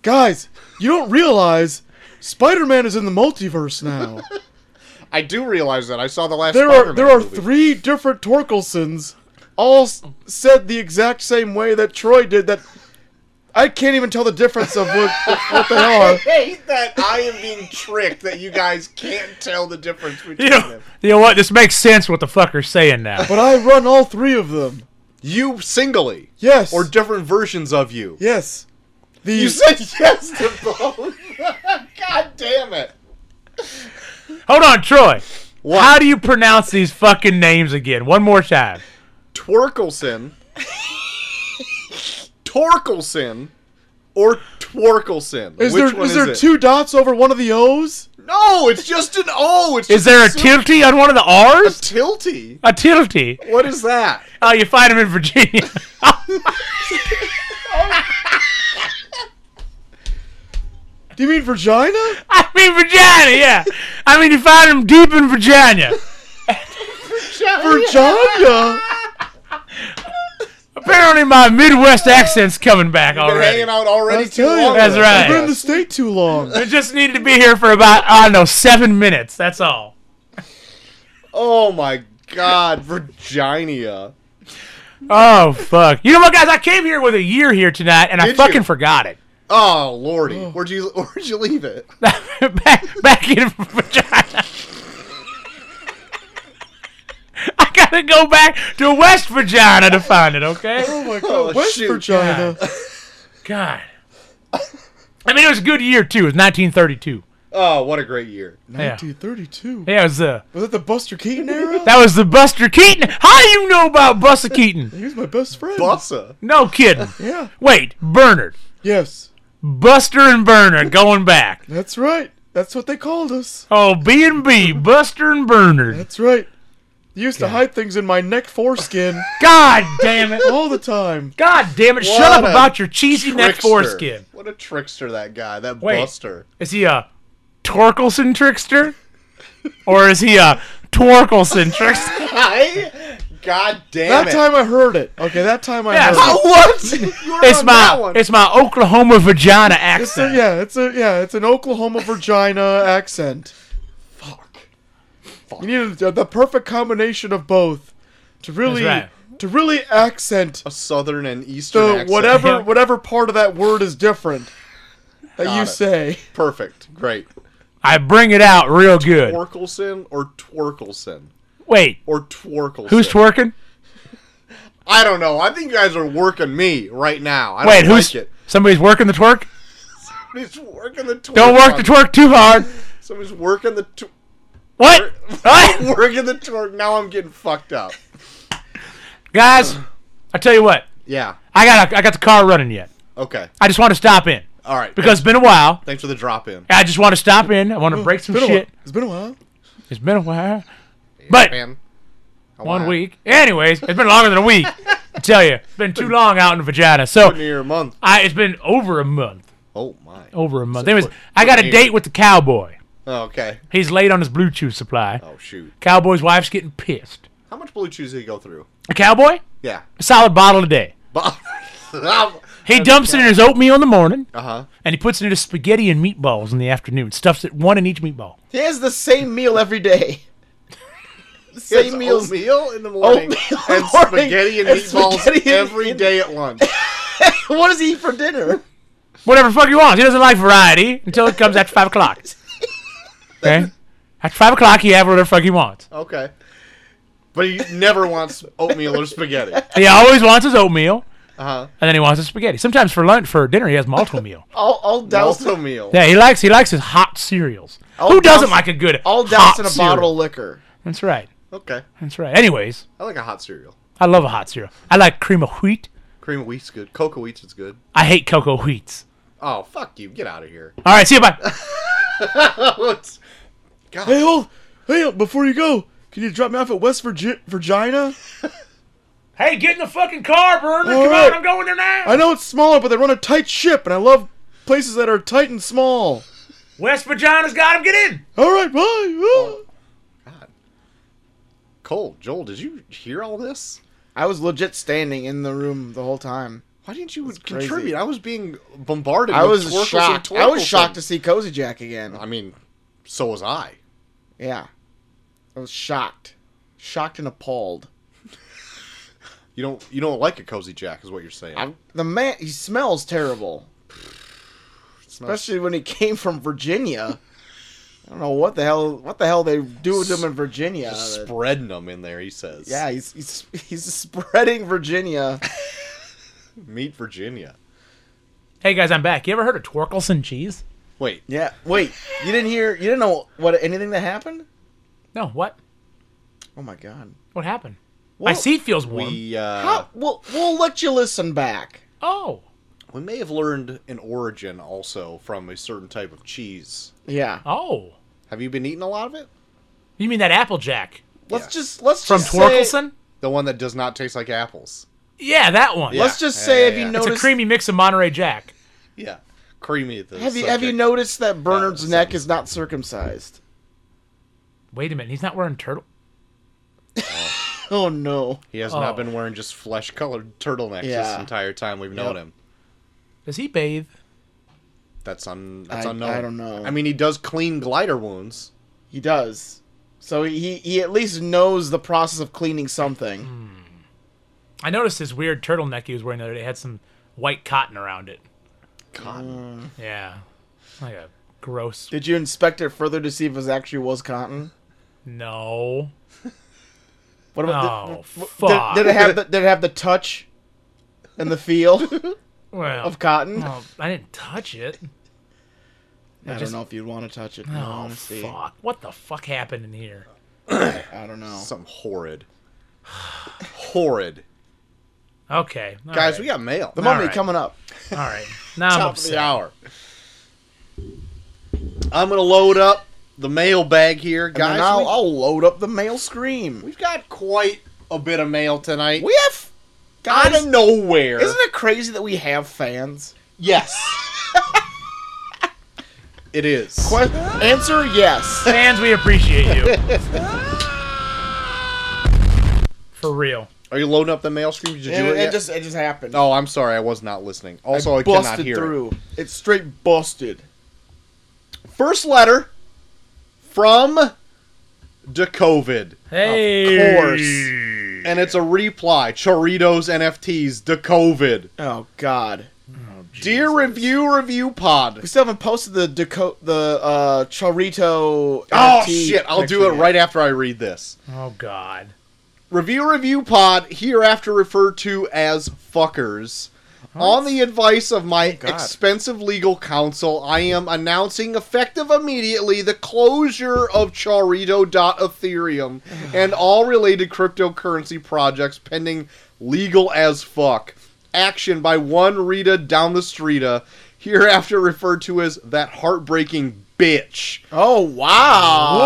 [SPEAKER 1] Guys, you don't realize Spider-Man is in the multiverse now.
[SPEAKER 2] I do realize that. I saw the last
[SPEAKER 1] There are
[SPEAKER 2] Spider-Man
[SPEAKER 1] there are
[SPEAKER 2] movie.
[SPEAKER 1] three different Torkelsons, all s- said the exact same way that Troy did. That I can't even tell the difference of what, what they
[SPEAKER 2] I
[SPEAKER 1] are.
[SPEAKER 2] hate that I am being tricked that you guys can't tell the difference between
[SPEAKER 3] You know,
[SPEAKER 2] them.
[SPEAKER 3] you know what? This makes sense what the fuck are saying now.
[SPEAKER 1] But I run all three of them.
[SPEAKER 2] You singly.
[SPEAKER 1] Yes.
[SPEAKER 2] Or different versions of you.
[SPEAKER 1] Yes. The
[SPEAKER 2] You said yes to both. God damn it.
[SPEAKER 3] Hold on, Troy.
[SPEAKER 2] What?
[SPEAKER 3] How do you pronounce these fucking names again? One more time.
[SPEAKER 2] Twerkelson, Torkelson, or Twerkelson?
[SPEAKER 1] is
[SPEAKER 2] Which
[SPEAKER 1] there
[SPEAKER 2] one
[SPEAKER 1] is there
[SPEAKER 2] it?
[SPEAKER 1] two dots over one of the O's?
[SPEAKER 2] No, it's just an O. It's
[SPEAKER 3] Is
[SPEAKER 2] just
[SPEAKER 3] there a
[SPEAKER 2] super-
[SPEAKER 3] tilty on one of the R's?
[SPEAKER 2] tilty?
[SPEAKER 3] A tilty.
[SPEAKER 2] What is that?
[SPEAKER 3] Oh, you find them in Virginia.
[SPEAKER 1] Do you mean vagina?
[SPEAKER 3] I mean Virginia, yeah. I mean you find them deep in Virginia.
[SPEAKER 1] Vagina.
[SPEAKER 3] Apparently my Midwest accent's coming back
[SPEAKER 2] Been
[SPEAKER 3] already.
[SPEAKER 2] hanging out already
[SPEAKER 1] I
[SPEAKER 2] too
[SPEAKER 1] tell you,
[SPEAKER 2] long.
[SPEAKER 3] That's
[SPEAKER 2] with
[SPEAKER 3] right.
[SPEAKER 2] us, I
[SPEAKER 1] I've been in the
[SPEAKER 2] guess.
[SPEAKER 1] state too long.
[SPEAKER 3] I just needed to be here for about I don't know seven minutes. That's all.
[SPEAKER 2] Oh my god, Virginia.
[SPEAKER 3] Oh fuck! You know what, guys? I came here with a year here tonight, and I
[SPEAKER 2] Did
[SPEAKER 3] fucking
[SPEAKER 2] you?
[SPEAKER 3] forgot it.
[SPEAKER 2] Oh lordy, where'd you where'd you leave it?
[SPEAKER 3] back, back in vagina. I gotta go back to West Virginia to find it. Okay.
[SPEAKER 1] Oh my god,
[SPEAKER 2] Oh,
[SPEAKER 1] West
[SPEAKER 2] shoot,
[SPEAKER 1] Virginia.
[SPEAKER 3] God. I mean, it was a good year too. It was 1932.
[SPEAKER 2] Oh, what a great year.
[SPEAKER 1] 1932.
[SPEAKER 3] Yeah, it was the
[SPEAKER 1] Was that the Buster Keaton era?
[SPEAKER 3] that was the Buster Keaton. How do you know about Buster Keaton?
[SPEAKER 1] he was my best friend.
[SPEAKER 2] Bussa.
[SPEAKER 3] No kidding.
[SPEAKER 1] Yeah.
[SPEAKER 3] Wait, Bernard,
[SPEAKER 1] Yes.
[SPEAKER 3] Buster and Bernard going back.
[SPEAKER 1] That's right. That's what they called us.
[SPEAKER 3] Oh, B and B, Buster and Bernard.
[SPEAKER 1] That's right. You used to hide things in my neck foreskin
[SPEAKER 3] God damn it.
[SPEAKER 1] all the time.
[SPEAKER 3] God damn it. Shut
[SPEAKER 2] What
[SPEAKER 3] up
[SPEAKER 2] a
[SPEAKER 3] about your cheesy neck
[SPEAKER 2] Trickster.
[SPEAKER 3] foreskin.
[SPEAKER 2] What a trickster that guy, that
[SPEAKER 3] Wait.
[SPEAKER 2] buster.
[SPEAKER 3] Is he a Torkelson trickster? Or is he a Torkelson trickster?
[SPEAKER 2] I God damn
[SPEAKER 1] That
[SPEAKER 2] it.
[SPEAKER 1] time I heard it. Okay, that time I
[SPEAKER 3] Yes.
[SPEAKER 1] heard
[SPEAKER 2] Oh,
[SPEAKER 1] it.
[SPEAKER 2] what? You were
[SPEAKER 3] It's
[SPEAKER 2] on that
[SPEAKER 3] my
[SPEAKER 2] one.
[SPEAKER 3] it's my Oklahoma vagina
[SPEAKER 1] It's a,
[SPEAKER 3] accent.
[SPEAKER 1] yeah, it's a yeah, it's an Oklahoma Virginia accent.
[SPEAKER 2] Fuck.
[SPEAKER 1] You need a, the perfect combination of both to really
[SPEAKER 3] That's
[SPEAKER 1] to really accent
[SPEAKER 2] a southern and eastern
[SPEAKER 1] the
[SPEAKER 2] accent.
[SPEAKER 1] whatever
[SPEAKER 3] Yeah.
[SPEAKER 1] whatever part of that word is different that
[SPEAKER 2] Got
[SPEAKER 1] you
[SPEAKER 2] it.
[SPEAKER 1] say.
[SPEAKER 2] Perfect. Great.
[SPEAKER 3] I bring it out real good.
[SPEAKER 2] Twerkelson or Twerkelson
[SPEAKER 3] Wait,
[SPEAKER 2] or Twerkelson.
[SPEAKER 3] who's twerking?
[SPEAKER 2] I don't know. I think you guys are working me right now. I
[SPEAKER 3] Wait,
[SPEAKER 2] don't
[SPEAKER 3] who's
[SPEAKER 2] like it.
[SPEAKER 3] somebody's working the twerk?
[SPEAKER 2] Somebody's working the twerk.
[SPEAKER 3] Don't work
[SPEAKER 2] on
[SPEAKER 3] the
[SPEAKER 2] me.
[SPEAKER 3] twerk too hard.
[SPEAKER 2] Somebody's working the tw-
[SPEAKER 3] What? What?
[SPEAKER 2] working the twerk. Now I'm getting fucked up.
[SPEAKER 3] Guys, I tell you what.
[SPEAKER 2] Yeah.
[SPEAKER 3] I got I got the car running yet.
[SPEAKER 2] Okay.
[SPEAKER 3] I just want to stop in
[SPEAKER 2] All right.
[SPEAKER 3] because it's been a while.
[SPEAKER 2] thanks for the drop in.
[SPEAKER 3] I just want to stop in. I want to break
[SPEAKER 1] Mm, It's
[SPEAKER 3] some
[SPEAKER 1] been a
[SPEAKER 3] shit.
[SPEAKER 1] while. It's been a while.
[SPEAKER 3] It's been a while. But
[SPEAKER 2] Man. I
[SPEAKER 3] one
[SPEAKER 2] wanna-
[SPEAKER 3] week. Anyways, it's been longer than a week. I tell you, it's been too long out in vagina. So
[SPEAKER 2] Near a month.
[SPEAKER 3] I, it's been over a month.
[SPEAKER 2] Oh my.
[SPEAKER 3] Over a month. Anyways,
[SPEAKER 2] put-
[SPEAKER 3] I got
[SPEAKER 2] put
[SPEAKER 3] a
[SPEAKER 2] it
[SPEAKER 3] date with the cowboy.
[SPEAKER 2] Oh, okay.
[SPEAKER 3] He's late on his Bluetooth supply.
[SPEAKER 2] Oh shoot.
[SPEAKER 3] Cowboy's wife's getting pissed.
[SPEAKER 2] How much blue cheese did he go through?
[SPEAKER 3] A cowboy?
[SPEAKER 2] Yeah. Uh-huh.
[SPEAKER 3] A solid bottle a day.
[SPEAKER 2] But
[SPEAKER 3] He dumps it in his oatmeal in the morning,
[SPEAKER 2] Uh huh.
[SPEAKER 3] and he puts it into spaghetti and meatballs in the afternoon. Stuffs it one in each meatball.
[SPEAKER 1] He has the same meal every day.
[SPEAKER 2] Same meals. Oatmeal in the morning
[SPEAKER 1] Oatmeal in
[SPEAKER 2] and
[SPEAKER 1] the morning
[SPEAKER 2] spaghetti and
[SPEAKER 1] and
[SPEAKER 2] meatballs
[SPEAKER 1] spaghetti and-
[SPEAKER 2] every day at lunch.
[SPEAKER 1] what does he eat for dinner?
[SPEAKER 3] whatever the fuck he wants. He doesn't like variety until it comes after five o'clock. Okay. After five o'clock, he have whatever the fuck he wants.
[SPEAKER 2] Okay. But he never wants oatmeal or spaghetti.
[SPEAKER 3] He
[SPEAKER 1] Uh-huh.
[SPEAKER 3] always wants his oatmeal,
[SPEAKER 2] Uh-huh.
[SPEAKER 3] and then he wants his spaghetti. Sometimes for lunch, for dinner, he has multiple meal.
[SPEAKER 1] All all doused,
[SPEAKER 2] Also meal.
[SPEAKER 3] Yeah, he likes he likes his hot cereals. Who doesn't
[SPEAKER 1] douse-
[SPEAKER 3] like a good
[SPEAKER 1] all
[SPEAKER 3] hot
[SPEAKER 1] doused in a
[SPEAKER 3] cereal?
[SPEAKER 1] bottle of liquor.
[SPEAKER 3] That's right.
[SPEAKER 2] Okay.
[SPEAKER 3] That's right. Anyways,
[SPEAKER 2] I like a hot cereal.
[SPEAKER 3] I love a hot cereal. I like cream of wheat.
[SPEAKER 2] Cream of wheat's good. Cocoa wheat's is good.
[SPEAKER 3] I hate cocoa wheats.
[SPEAKER 2] Oh, fuck you. Get out of here. Oh,
[SPEAKER 3] All right, see you. Bye.
[SPEAKER 2] It's-
[SPEAKER 1] Hey, hold, hey, before you go, can you drop me off at West Virgi- Virginia?
[SPEAKER 3] hey, get in the fucking car, Bernard.
[SPEAKER 1] All
[SPEAKER 3] Come
[SPEAKER 1] right.
[SPEAKER 3] on, I'm going there now.
[SPEAKER 1] I know it's smaller, but they run a tight ship, and I love places that are tight and small.
[SPEAKER 3] West Virginia's got him. Get in.
[SPEAKER 1] All right, bye. Ah.
[SPEAKER 2] God. cold. Joel, did you hear all this?
[SPEAKER 1] I was legit standing in the room the whole time.
[SPEAKER 2] Why didn't you
[SPEAKER 1] crazy.
[SPEAKER 2] contribute? I was being bombarded.
[SPEAKER 1] I
[SPEAKER 2] with
[SPEAKER 1] was
[SPEAKER 2] Twerkles and
[SPEAKER 1] shocked. I was
[SPEAKER 2] Twerkleton.
[SPEAKER 1] shocked to see Cozy Jack again.
[SPEAKER 2] I mean, so was I.
[SPEAKER 1] Yeah, I was shocked, shocked and appalled.
[SPEAKER 2] You don't. You don't like a cozy Jack, is what you're saying.
[SPEAKER 1] I, the man, he smells terrible. Especially when he came from Virginia. I don't know what the hell, what the hell they do with him in Virginia.
[SPEAKER 2] Just spreading them in there. He says.
[SPEAKER 1] Yeah, he's he's, he's spreading Virginia.
[SPEAKER 2] Meet Virginia.
[SPEAKER 3] Hey guys, I'm back. You ever heard of Twerkelson cheese?
[SPEAKER 2] Wait.
[SPEAKER 1] Yeah. Wait, you didn't hear? You didn't know what anything that happened?
[SPEAKER 3] No, what?
[SPEAKER 1] Oh my god.
[SPEAKER 3] What happened? My
[SPEAKER 1] Well,
[SPEAKER 3] seat feels warm.
[SPEAKER 2] We uh,
[SPEAKER 1] How, we'll we'll let you listen back.
[SPEAKER 3] Oh,
[SPEAKER 2] we may have learned an origin also from a certain type of cheese.
[SPEAKER 1] Yeah.
[SPEAKER 3] oh.
[SPEAKER 2] Have you been eating a lot of it?
[SPEAKER 3] You mean that Applejack
[SPEAKER 1] Let's
[SPEAKER 2] Yeah.
[SPEAKER 1] just let's
[SPEAKER 3] from
[SPEAKER 1] just Say,
[SPEAKER 3] Twerkelson?
[SPEAKER 2] The one that does not taste like apples.
[SPEAKER 3] Yeah, that one.
[SPEAKER 2] Yeah.
[SPEAKER 1] Let's just say
[SPEAKER 2] Yeah,
[SPEAKER 1] if
[SPEAKER 2] yeah,
[SPEAKER 1] you
[SPEAKER 2] yeah.
[SPEAKER 3] It's a
[SPEAKER 1] notice
[SPEAKER 3] creamy mix of Monterey Jack.
[SPEAKER 2] Yeah. Creamy. At the
[SPEAKER 1] have you have you
[SPEAKER 2] subject.
[SPEAKER 1] noticed that Bernard's
[SPEAKER 2] Yeah,
[SPEAKER 1] neck is not circumcised?
[SPEAKER 3] Wait a minute, he's not wearing turtle.
[SPEAKER 1] Oh no.
[SPEAKER 2] He has
[SPEAKER 3] Oh.
[SPEAKER 2] not been wearing just flesh-colored turtlenecks this
[SPEAKER 1] Yeah.
[SPEAKER 2] entire time we've known him.
[SPEAKER 3] Does he bathe?
[SPEAKER 2] That's un. That's
[SPEAKER 1] I-
[SPEAKER 2] unknown.
[SPEAKER 1] I don't know.
[SPEAKER 2] I mean, he does clean glider wounds.
[SPEAKER 1] He does. So he he at least knows the process of cleaning something.
[SPEAKER 3] I noticed this weird turtleneck he was wearing the other day had some white cotton around it.
[SPEAKER 2] Cotton.
[SPEAKER 3] Yeah, like a gross.
[SPEAKER 1] Did you inspect it further to see if it actually was cotton?
[SPEAKER 3] No.
[SPEAKER 1] What
[SPEAKER 3] Oh
[SPEAKER 1] did-
[SPEAKER 3] fuck.
[SPEAKER 1] Did, it have the, did it have the touch and the feel
[SPEAKER 3] well,
[SPEAKER 1] of cotton?
[SPEAKER 3] well, I didn't touch it.
[SPEAKER 1] I don't
[SPEAKER 3] just-
[SPEAKER 1] know if you'd want to touch it. in all
[SPEAKER 3] Oh
[SPEAKER 1] honesty.
[SPEAKER 3] fuck! What the fuck happened in here?
[SPEAKER 1] I don't know.
[SPEAKER 2] Something horrid. horrid.
[SPEAKER 3] Okay, all
[SPEAKER 2] Guys,
[SPEAKER 3] right,
[SPEAKER 2] we got mail.
[SPEAKER 1] the mummy
[SPEAKER 3] Alright.
[SPEAKER 1] coming up.
[SPEAKER 3] all right. Now I'm
[SPEAKER 2] top of
[SPEAKER 3] upset.
[SPEAKER 2] the hour. I'm gonna load up the mail bag here,
[SPEAKER 1] Guys,
[SPEAKER 2] guys.
[SPEAKER 1] and I'll,
[SPEAKER 2] we,
[SPEAKER 1] I'll load up the mail scream.
[SPEAKER 2] have got quite a bit of mail tonight.
[SPEAKER 1] We have
[SPEAKER 2] out
[SPEAKER 1] guys.
[SPEAKER 2] of nowhere.
[SPEAKER 1] Isn't it crazy that we have fans?
[SPEAKER 2] Yes. it is.
[SPEAKER 1] Que- answer yes.
[SPEAKER 3] Fans, we appreciate you. For real.
[SPEAKER 2] Are you loading up the mail screen? Did you
[SPEAKER 1] And
[SPEAKER 2] do
[SPEAKER 1] it,
[SPEAKER 2] it yet?
[SPEAKER 1] just it just happened.
[SPEAKER 2] Oh, I'm sorry. I was not listening. Also, I, cannot
[SPEAKER 1] busted
[SPEAKER 2] hear. it.
[SPEAKER 1] through. It's straight busted.
[SPEAKER 2] First letter from DeCovid.
[SPEAKER 3] Hey.
[SPEAKER 1] course.
[SPEAKER 2] And it's a reply. Choritos NFTs, DeCovid.
[SPEAKER 1] Oh God.
[SPEAKER 2] Dear Review Review Pod.
[SPEAKER 1] We still haven't posted the Deco- the uh, Charito.
[SPEAKER 2] Oh
[SPEAKER 1] NFT
[SPEAKER 2] shit, I'll do it
[SPEAKER 1] picture
[SPEAKER 2] right after I read this.
[SPEAKER 3] Oh God.
[SPEAKER 2] Review Review Pod, hereafter referred to as fuckers. On the advice of my
[SPEAKER 1] God.
[SPEAKER 2] expensive legal counsel, I am announcing effective immediately the closure of Charito.Ethereum and all related cryptocurrency projects pending legal as fuck action by one Rita down the streeta, hereafter referred to as that heartbreaking bitch.
[SPEAKER 1] yet. Oh wow.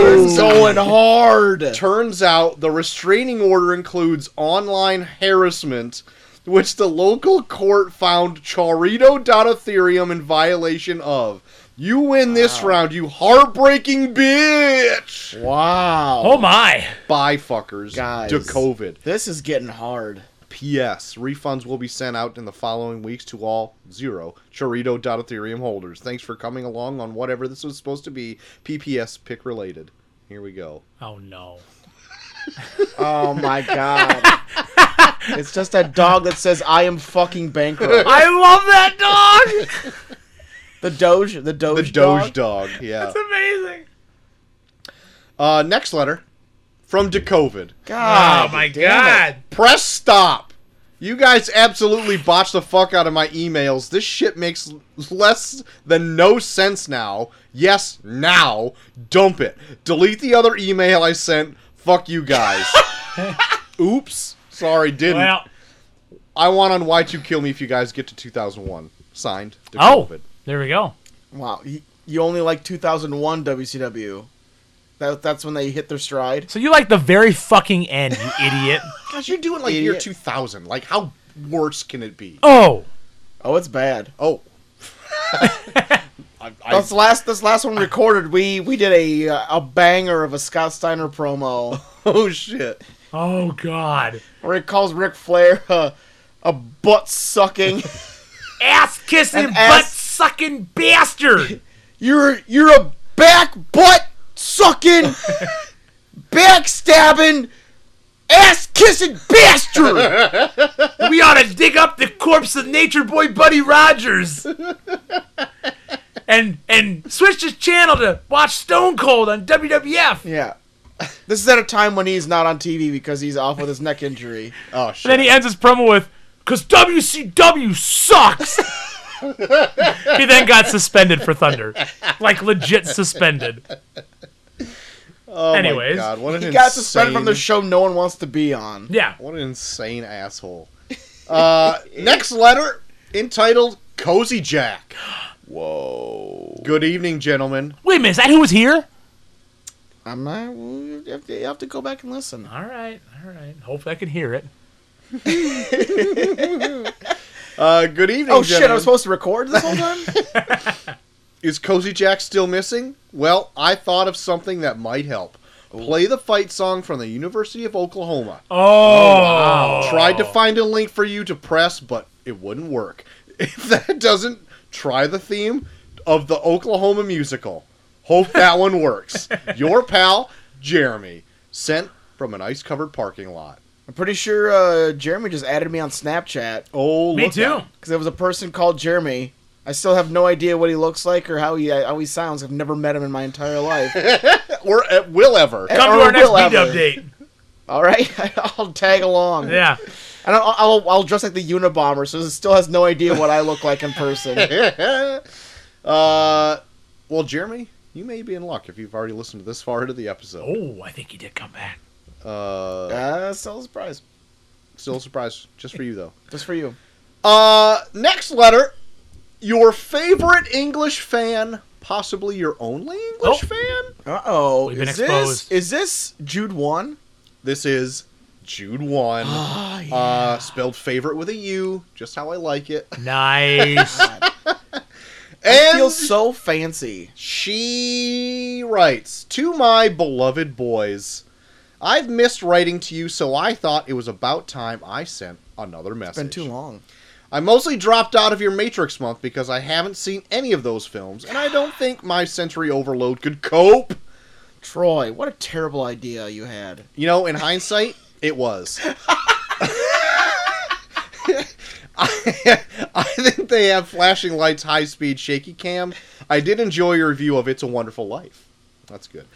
[SPEAKER 1] Whoa. going hard.
[SPEAKER 2] Turns out the restraining order includes online harassment, which the local court found Charito.Ethereum in violation of. You win this round, you heartbreaking bitch!
[SPEAKER 1] Wow.
[SPEAKER 3] Oh my.
[SPEAKER 2] Bye, fuckers.
[SPEAKER 1] Guys.
[SPEAKER 2] To COVID.
[SPEAKER 1] This is getting hard.
[SPEAKER 2] P.S. Refunds will be sent out in the following weeks to all zero Charito.Ethereum holders. Thanks for coming along on whatever this was supposed to be. PPS pick related. Here we go.
[SPEAKER 3] Oh no.
[SPEAKER 1] Oh my God. it's just that dog that says I am fucking bankrupt.
[SPEAKER 3] I love that dog.
[SPEAKER 1] The Doge. The Doge.
[SPEAKER 2] The Doge Dog. Yeah.
[SPEAKER 3] It's amazing.
[SPEAKER 2] Uh, next letter from DeCovid.
[SPEAKER 1] God.
[SPEAKER 3] oh my
[SPEAKER 1] damn
[SPEAKER 3] God.
[SPEAKER 2] Press stop. You guys absolutely botched the fuck out of my emails. This shit makes l- less than no sense now. Yes, now. Dump it. Delete the other email I sent. Fuck you guys. Oops. Sorry, didn't.
[SPEAKER 3] Well.
[SPEAKER 2] I want on Why'd You Kill Me if you guys get to 2001. Signed.
[SPEAKER 3] Oh.
[SPEAKER 2] DeCovid.
[SPEAKER 3] There we go.
[SPEAKER 1] Wow. You, you only like 2001 WCW. That, that's when they hit their stride.
[SPEAKER 3] So you like the very fucking end, you idiot.
[SPEAKER 2] Gosh, you're doing like uh, year
[SPEAKER 1] Idiot.
[SPEAKER 2] 2000. Like, how worse can it be?
[SPEAKER 3] Oh.
[SPEAKER 1] Oh, it's bad.
[SPEAKER 2] Oh. I,
[SPEAKER 1] This
[SPEAKER 2] I,
[SPEAKER 1] last this last one recorded, we we did a uh, a banger of a Scott Steiner promo
[SPEAKER 2] oh shit!
[SPEAKER 3] Oh God,
[SPEAKER 1] where he calls Ric Flair a, a butt sucking.
[SPEAKER 3] ass kissing,
[SPEAKER 1] An ass-
[SPEAKER 3] butt sucking bastard.
[SPEAKER 1] You're you're a back butt sucking, backstabbing, ass kissing bastard.
[SPEAKER 3] we ought to dig up the corpse of Nature Boy Buddy Rogers. And and switch his channel to watch Stone Cold on WWF.
[SPEAKER 1] yeah. This is at a time when he's not on TV because he's off with his neck injury.
[SPEAKER 3] And
[SPEAKER 2] Oh
[SPEAKER 3] then
[SPEAKER 2] shit!
[SPEAKER 3] he ends his promo with, "Cause WCW sucks." he then got suspended for Thunder, like legit suspended.
[SPEAKER 2] Oh
[SPEAKER 3] Anyways.
[SPEAKER 2] my god, what an
[SPEAKER 1] He got suspended from the
[SPEAKER 2] insane-
[SPEAKER 1] show no one wants to be on.
[SPEAKER 3] Yeah,
[SPEAKER 2] What an insane asshole. Uh, next letter entitled Cozy Jack.
[SPEAKER 1] Whoa.
[SPEAKER 2] Good evening, gentlemen.
[SPEAKER 3] wait a minute, is that who was here?
[SPEAKER 1] I'm not. You have to, you have to go back and listen.
[SPEAKER 3] All right, all right. Hopefully, I can hear it.
[SPEAKER 2] Uh, good evening,
[SPEAKER 1] Oh shit!
[SPEAKER 2] gentlemen.
[SPEAKER 1] I was supposed to record this whole time.
[SPEAKER 2] Is Cozy Jack still missing? Well, I thought of something that might help. Play the fight song from the University of Oklahoma.
[SPEAKER 3] Oh,
[SPEAKER 2] Tried to find a link for you to press, but it wouldn't work. If that doesn't, try the theme of the Oklahoma musical. Hope that one works. Your pal, Jeremy, sent from an ice covered parking lot.
[SPEAKER 1] I'm pretty sure uh, Jeremy just added me on Snapchat
[SPEAKER 2] Oh,
[SPEAKER 3] me
[SPEAKER 2] look
[SPEAKER 3] too.
[SPEAKER 2] out.
[SPEAKER 1] because there was a person called Jeremy. I still have no idea what he looks like or how he uh, how he sounds. I've never met him in my entire life.
[SPEAKER 2] Or uh, will ever.
[SPEAKER 1] Eh.
[SPEAKER 3] Come
[SPEAKER 1] Or
[SPEAKER 3] to our next
[SPEAKER 1] will
[SPEAKER 3] meet
[SPEAKER 1] ever.
[SPEAKER 3] update.
[SPEAKER 1] All right, I'll tag along.
[SPEAKER 3] Yeah.
[SPEAKER 1] and I'll, I'll I'll dress like the Unabomber, so he still has no idea what I look like in person.
[SPEAKER 2] uh, well, Jeremy, you may be in luck if you've already listened this far into the episode.
[SPEAKER 3] Oh, I think he did come back. Oh.
[SPEAKER 2] Uh,
[SPEAKER 1] uh, still a surprise,
[SPEAKER 2] still a surprise, just for you though.
[SPEAKER 1] just for you.
[SPEAKER 2] Uh, next letter. Your favorite English fan, possibly your only
[SPEAKER 3] Oh.
[SPEAKER 2] English fan.
[SPEAKER 1] Uh oh,
[SPEAKER 3] We've been
[SPEAKER 1] is
[SPEAKER 3] exposed.
[SPEAKER 1] this is this Jude one?
[SPEAKER 2] This is Jude One.
[SPEAKER 1] Oh, yeah.
[SPEAKER 2] Uh, spelled favorite with a U, just how I like it.
[SPEAKER 3] Nice.
[SPEAKER 1] I
[SPEAKER 2] And
[SPEAKER 1] feel so fancy.
[SPEAKER 2] She writes To my beloved boys, I've missed writing to you, so I thought it was about time I sent another message.
[SPEAKER 1] It's been too long.
[SPEAKER 2] I mostly dropped out of your Matrix month because I haven't seen any of those films, and I don't think my sensory overload could cope.
[SPEAKER 1] Troy, what a terrible idea you had.
[SPEAKER 2] You know, in hindsight, it was. I, I think they have flashing lights, high speed, shaky cam. I did enjoy your review of It's a Wonderful Life. That's good.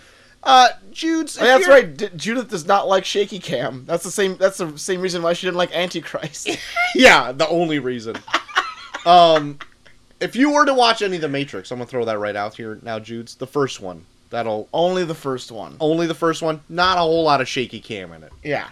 [SPEAKER 2] Uh, Jude's.
[SPEAKER 1] Oh, yeah, that's right. D- Judith does not like shaky cam. That's the same. That's the same reason why she didn't like Antichrist.
[SPEAKER 2] Yeah, the only reason. um, if you were to watch any of the Matrix, I'm gonna throw that right out here now, Jude's. The first one. That'll
[SPEAKER 1] Only the first one.
[SPEAKER 2] only the first one. Not a whole lot of shaky cam in it.
[SPEAKER 1] Yeah.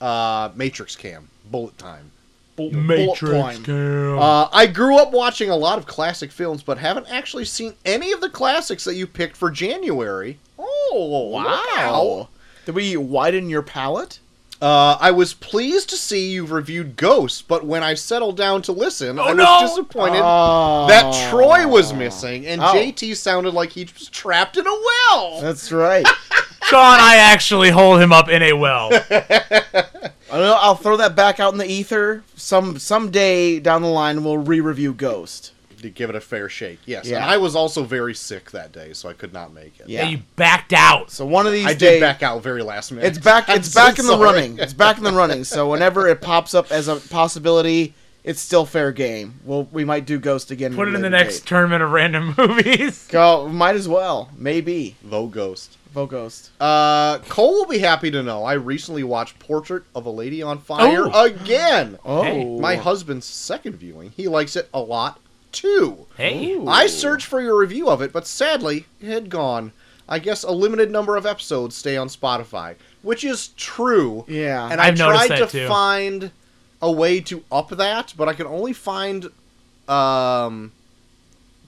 [SPEAKER 2] Uh, Matrix cam, bullet time.
[SPEAKER 3] Matrix
[SPEAKER 1] time.
[SPEAKER 3] Cam.
[SPEAKER 2] Uh, I grew up watching a lot of classic films, but haven't actually seen any of the classics that you picked for January. Oh,
[SPEAKER 1] Wow. Did we widen your palate?
[SPEAKER 2] Uh, I was pleased to see you reviewed Ghosts, but when I settled down to listen, I was
[SPEAKER 3] no!
[SPEAKER 2] disappointed
[SPEAKER 1] Oh.
[SPEAKER 2] that Troy was missing and
[SPEAKER 1] Oh.
[SPEAKER 2] JT sounded like he was trapped in a well.
[SPEAKER 1] That's right.
[SPEAKER 3] Sean, I actually hold him up in a well.
[SPEAKER 1] I don't know, I'll throw that back out in the ether. Some someday down the line, we'll re-review Ghost.
[SPEAKER 2] To give it a fair shake, yes.
[SPEAKER 1] Yeah.
[SPEAKER 2] And I was also very sick that day, so I could not make it.
[SPEAKER 1] Yeah.
[SPEAKER 3] And you backed out.
[SPEAKER 1] So one of these
[SPEAKER 2] I
[SPEAKER 1] days,
[SPEAKER 2] did back out very last minute.
[SPEAKER 1] it's back.
[SPEAKER 2] I'm
[SPEAKER 1] It's
[SPEAKER 2] so
[SPEAKER 1] back in the
[SPEAKER 2] sorry.
[SPEAKER 1] running. It's back in the running. So whenever it pops up as a possibility, it's still fair game. Well, we might do Ghost again.
[SPEAKER 3] Put
[SPEAKER 1] at a
[SPEAKER 3] it in the
[SPEAKER 1] later
[SPEAKER 3] next
[SPEAKER 1] date.
[SPEAKER 3] tournament of random movies.
[SPEAKER 1] Go, might as well. Maybe.
[SPEAKER 2] Though Ghost.
[SPEAKER 1] Vote Ghost.
[SPEAKER 2] Uh, Cole will be happy to know I recently watched Portrait of a Lady on Fire
[SPEAKER 3] Oh.
[SPEAKER 2] again.
[SPEAKER 1] Oh.
[SPEAKER 3] Hey,
[SPEAKER 2] My husband's second viewing. He likes it a lot too.
[SPEAKER 3] Hey.
[SPEAKER 1] Ooh.
[SPEAKER 2] I searched for your review of it, but sadly, it had gone. I guess a limited number of episodes stay on Spotify, which is true.
[SPEAKER 1] Yeah.
[SPEAKER 2] And I
[SPEAKER 3] I've noticed
[SPEAKER 2] tried to
[SPEAKER 3] that, too.
[SPEAKER 2] find a way to up that, but I could only find um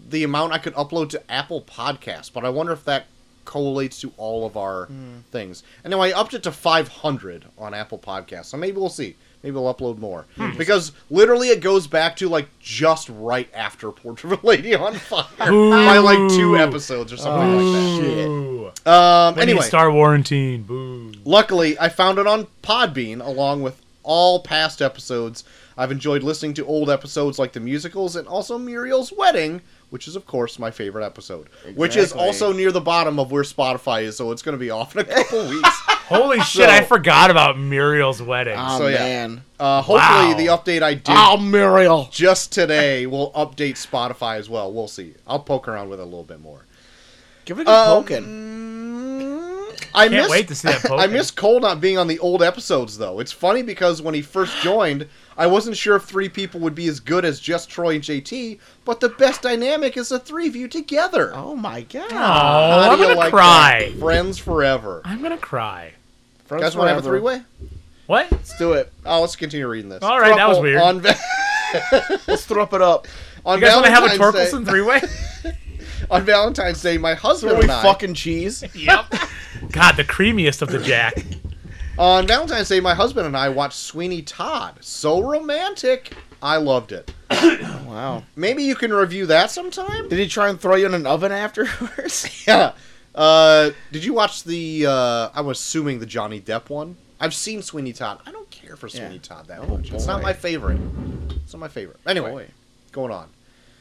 [SPEAKER 2] the amount I could upload to Apple Podcasts, but I wonder if that collates to
[SPEAKER 3] Hmm.
[SPEAKER 2] all of our things. And now I upped it to 500 on Apple Podcasts, so maybe we'll see. Maybe I'll upload more
[SPEAKER 3] Hmm.
[SPEAKER 2] because literally it goes back to like just right after Portrait of a Lady on Fire by like two episodes or something Oh, like
[SPEAKER 3] Ooh.
[SPEAKER 2] that. Um,
[SPEAKER 3] Anyway,
[SPEAKER 2] anyway,
[SPEAKER 3] Star Warranty. Boo.
[SPEAKER 2] Luckily, I found it on Podbean along with all past episodes. I've enjoyed listening to old episodes like the musicals and also Muriel's Wedding, which is, of course, my favorite episode, which is
[SPEAKER 1] Exactly.
[SPEAKER 2] also near the bottom of where Spotify is, so it's going to be off in a couple weeks.
[SPEAKER 3] Holy shit! I forgot about Muriel's wedding.
[SPEAKER 1] Oh
[SPEAKER 2] So, yeah.
[SPEAKER 1] man.
[SPEAKER 2] Uh, hopefully,
[SPEAKER 3] Wow.
[SPEAKER 2] the update I did
[SPEAKER 1] Oh Muriel.
[SPEAKER 2] just today will update Spotify as well. We'll see. I'll poke around with it a little bit more.
[SPEAKER 1] Give it a good poking.
[SPEAKER 2] I
[SPEAKER 3] Mm, Can't
[SPEAKER 2] miss,
[SPEAKER 3] wait to see that
[SPEAKER 2] I
[SPEAKER 3] poking.
[SPEAKER 2] miss Cole not being on the old episodes though. It's funny because when he first joined, I wasn't sure if three people would be as good as just Troy and JT, but the best dynamic is the three of you together.
[SPEAKER 1] Oh my god. Ah.
[SPEAKER 3] Oh,
[SPEAKER 2] How do
[SPEAKER 3] I'm
[SPEAKER 2] you
[SPEAKER 3] gonna
[SPEAKER 2] like
[SPEAKER 3] cry.
[SPEAKER 2] that? Friends forever.
[SPEAKER 3] I'm gonna cry.
[SPEAKER 1] Friends
[SPEAKER 2] guys want to have a
[SPEAKER 1] forever.
[SPEAKER 2] three-way?
[SPEAKER 3] What?
[SPEAKER 1] Let's do it.
[SPEAKER 2] Oh, let's continue reading this.
[SPEAKER 3] All right, that was weird.
[SPEAKER 2] On, va-
[SPEAKER 1] Let's throw it up.
[SPEAKER 2] on
[SPEAKER 3] You guys want to have a
[SPEAKER 2] Valentine's
[SPEAKER 3] Torkelson
[SPEAKER 2] Day,
[SPEAKER 3] three way?
[SPEAKER 2] on Valentine's Day, my husband
[SPEAKER 1] Throw we
[SPEAKER 2] and I
[SPEAKER 1] fucking cheese.
[SPEAKER 3] yep. God, the creamiest of the Jack.
[SPEAKER 2] On Valentine's Day, my husband and I watched Sweeney Todd. So romantic. I loved it.
[SPEAKER 1] Wow.
[SPEAKER 2] Maybe you can review that sometime.
[SPEAKER 1] Did he try and throw you in an oven afterwards?
[SPEAKER 2] Yeah. Uh, did you watch the? Uh, I'm assuming the Johnny Depp one. I've seen Sweeney Todd. I don't care for Sweeney
[SPEAKER 1] Yeah.
[SPEAKER 2] Todd that
[SPEAKER 1] Oh,
[SPEAKER 2] much. It's not
[SPEAKER 1] boy.
[SPEAKER 2] my favorite. It's not my favorite. Anyway,
[SPEAKER 1] Boy.
[SPEAKER 2] going on.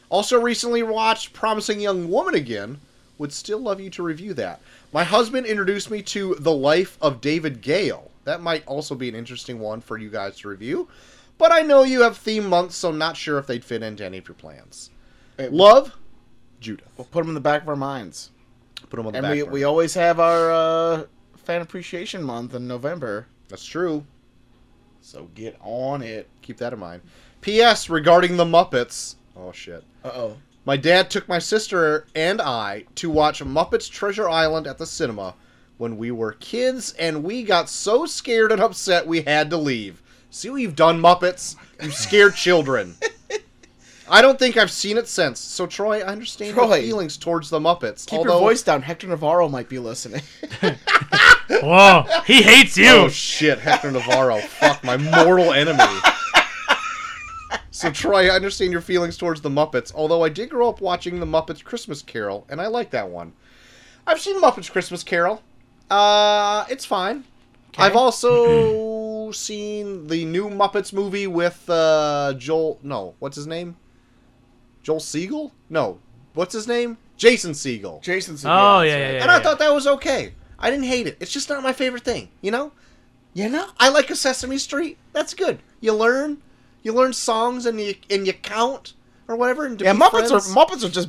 [SPEAKER 2] Also recently watched Promising Young Woman again. Would still love you to review that. My husband introduced me to The Life of David Gale. That might also be an interesting one for you guys to review. But I know you have theme months, so I'm not sure if they'd fit into any of your plans.
[SPEAKER 1] Wait,
[SPEAKER 2] Love, Judith.
[SPEAKER 1] We'll put them in the back of our minds.
[SPEAKER 2] Put them on the
[SPEAKER 1] And
[SPEAKER 2] back
[SPEAKER 1] we,
[SPEAKER 2] burner.
[SPEAKER 1] we always have our uh, fan appreciation month in November.
[SPEAKER 2] That's true.
[SPEAKER 1] So get on it.
[SPEAKER 2] Keep that in mind. P.S. Regarding the Muppets. Oh, shit.
[SPEAKER 1] Uh oh.
[SPEAKER 2] My dad took my sister and I to watch Muppets Treasure Island at the cinema when we were kids, and we got so scared and upset we had to leave. See what you've done, Muppets? You scared children. I don't think I've seen it since. So, Troy, I understand your
[SPEAKER 1] Troy.
[SPEAKER 2] feelings towards the Muppets.
[SPEAKER 1] Keep
[SPEAKER 2] although,
[SPEAKER 1] your voice down. Hector Navarro might be listening.
[SPEAKER 3] Whoa, he hates you.
[SPEAKER 2] Oh shit, Hector Navarro. Fuck, my mortal enemy. So Troy, I understand your feelings towards the Muppets, although I did grow up watching the Muppets Christmas Carol, and I like that one. I've seen Muppets Christmas Carol. Uh it's fine. I've also seen the new Muppets movie with uh Joel no, what's his name? Joel Siegel? No. What's his name? Jason Siegel.
[SPEAKER 1] Jason. Segel.
[SPEAKER 3] Oh, yeah, yeah, yeah.
[SPEAKER 2] and I thought that was okay. I didn't hate it. It's just not my favorite thing, you know?
[SPEAKER 1] You know?
[SPEAKER 2] I like a Sesame Street. That's good. You learn, you learn songs, and you and you count or whatever. And to
[SPEAKER 1] Yeah,
[SPEAKER 2] be
[SPEAKER 1] Muppets
[SPEAKER 2] friends.
[SPEAKER 1] are Muppets are just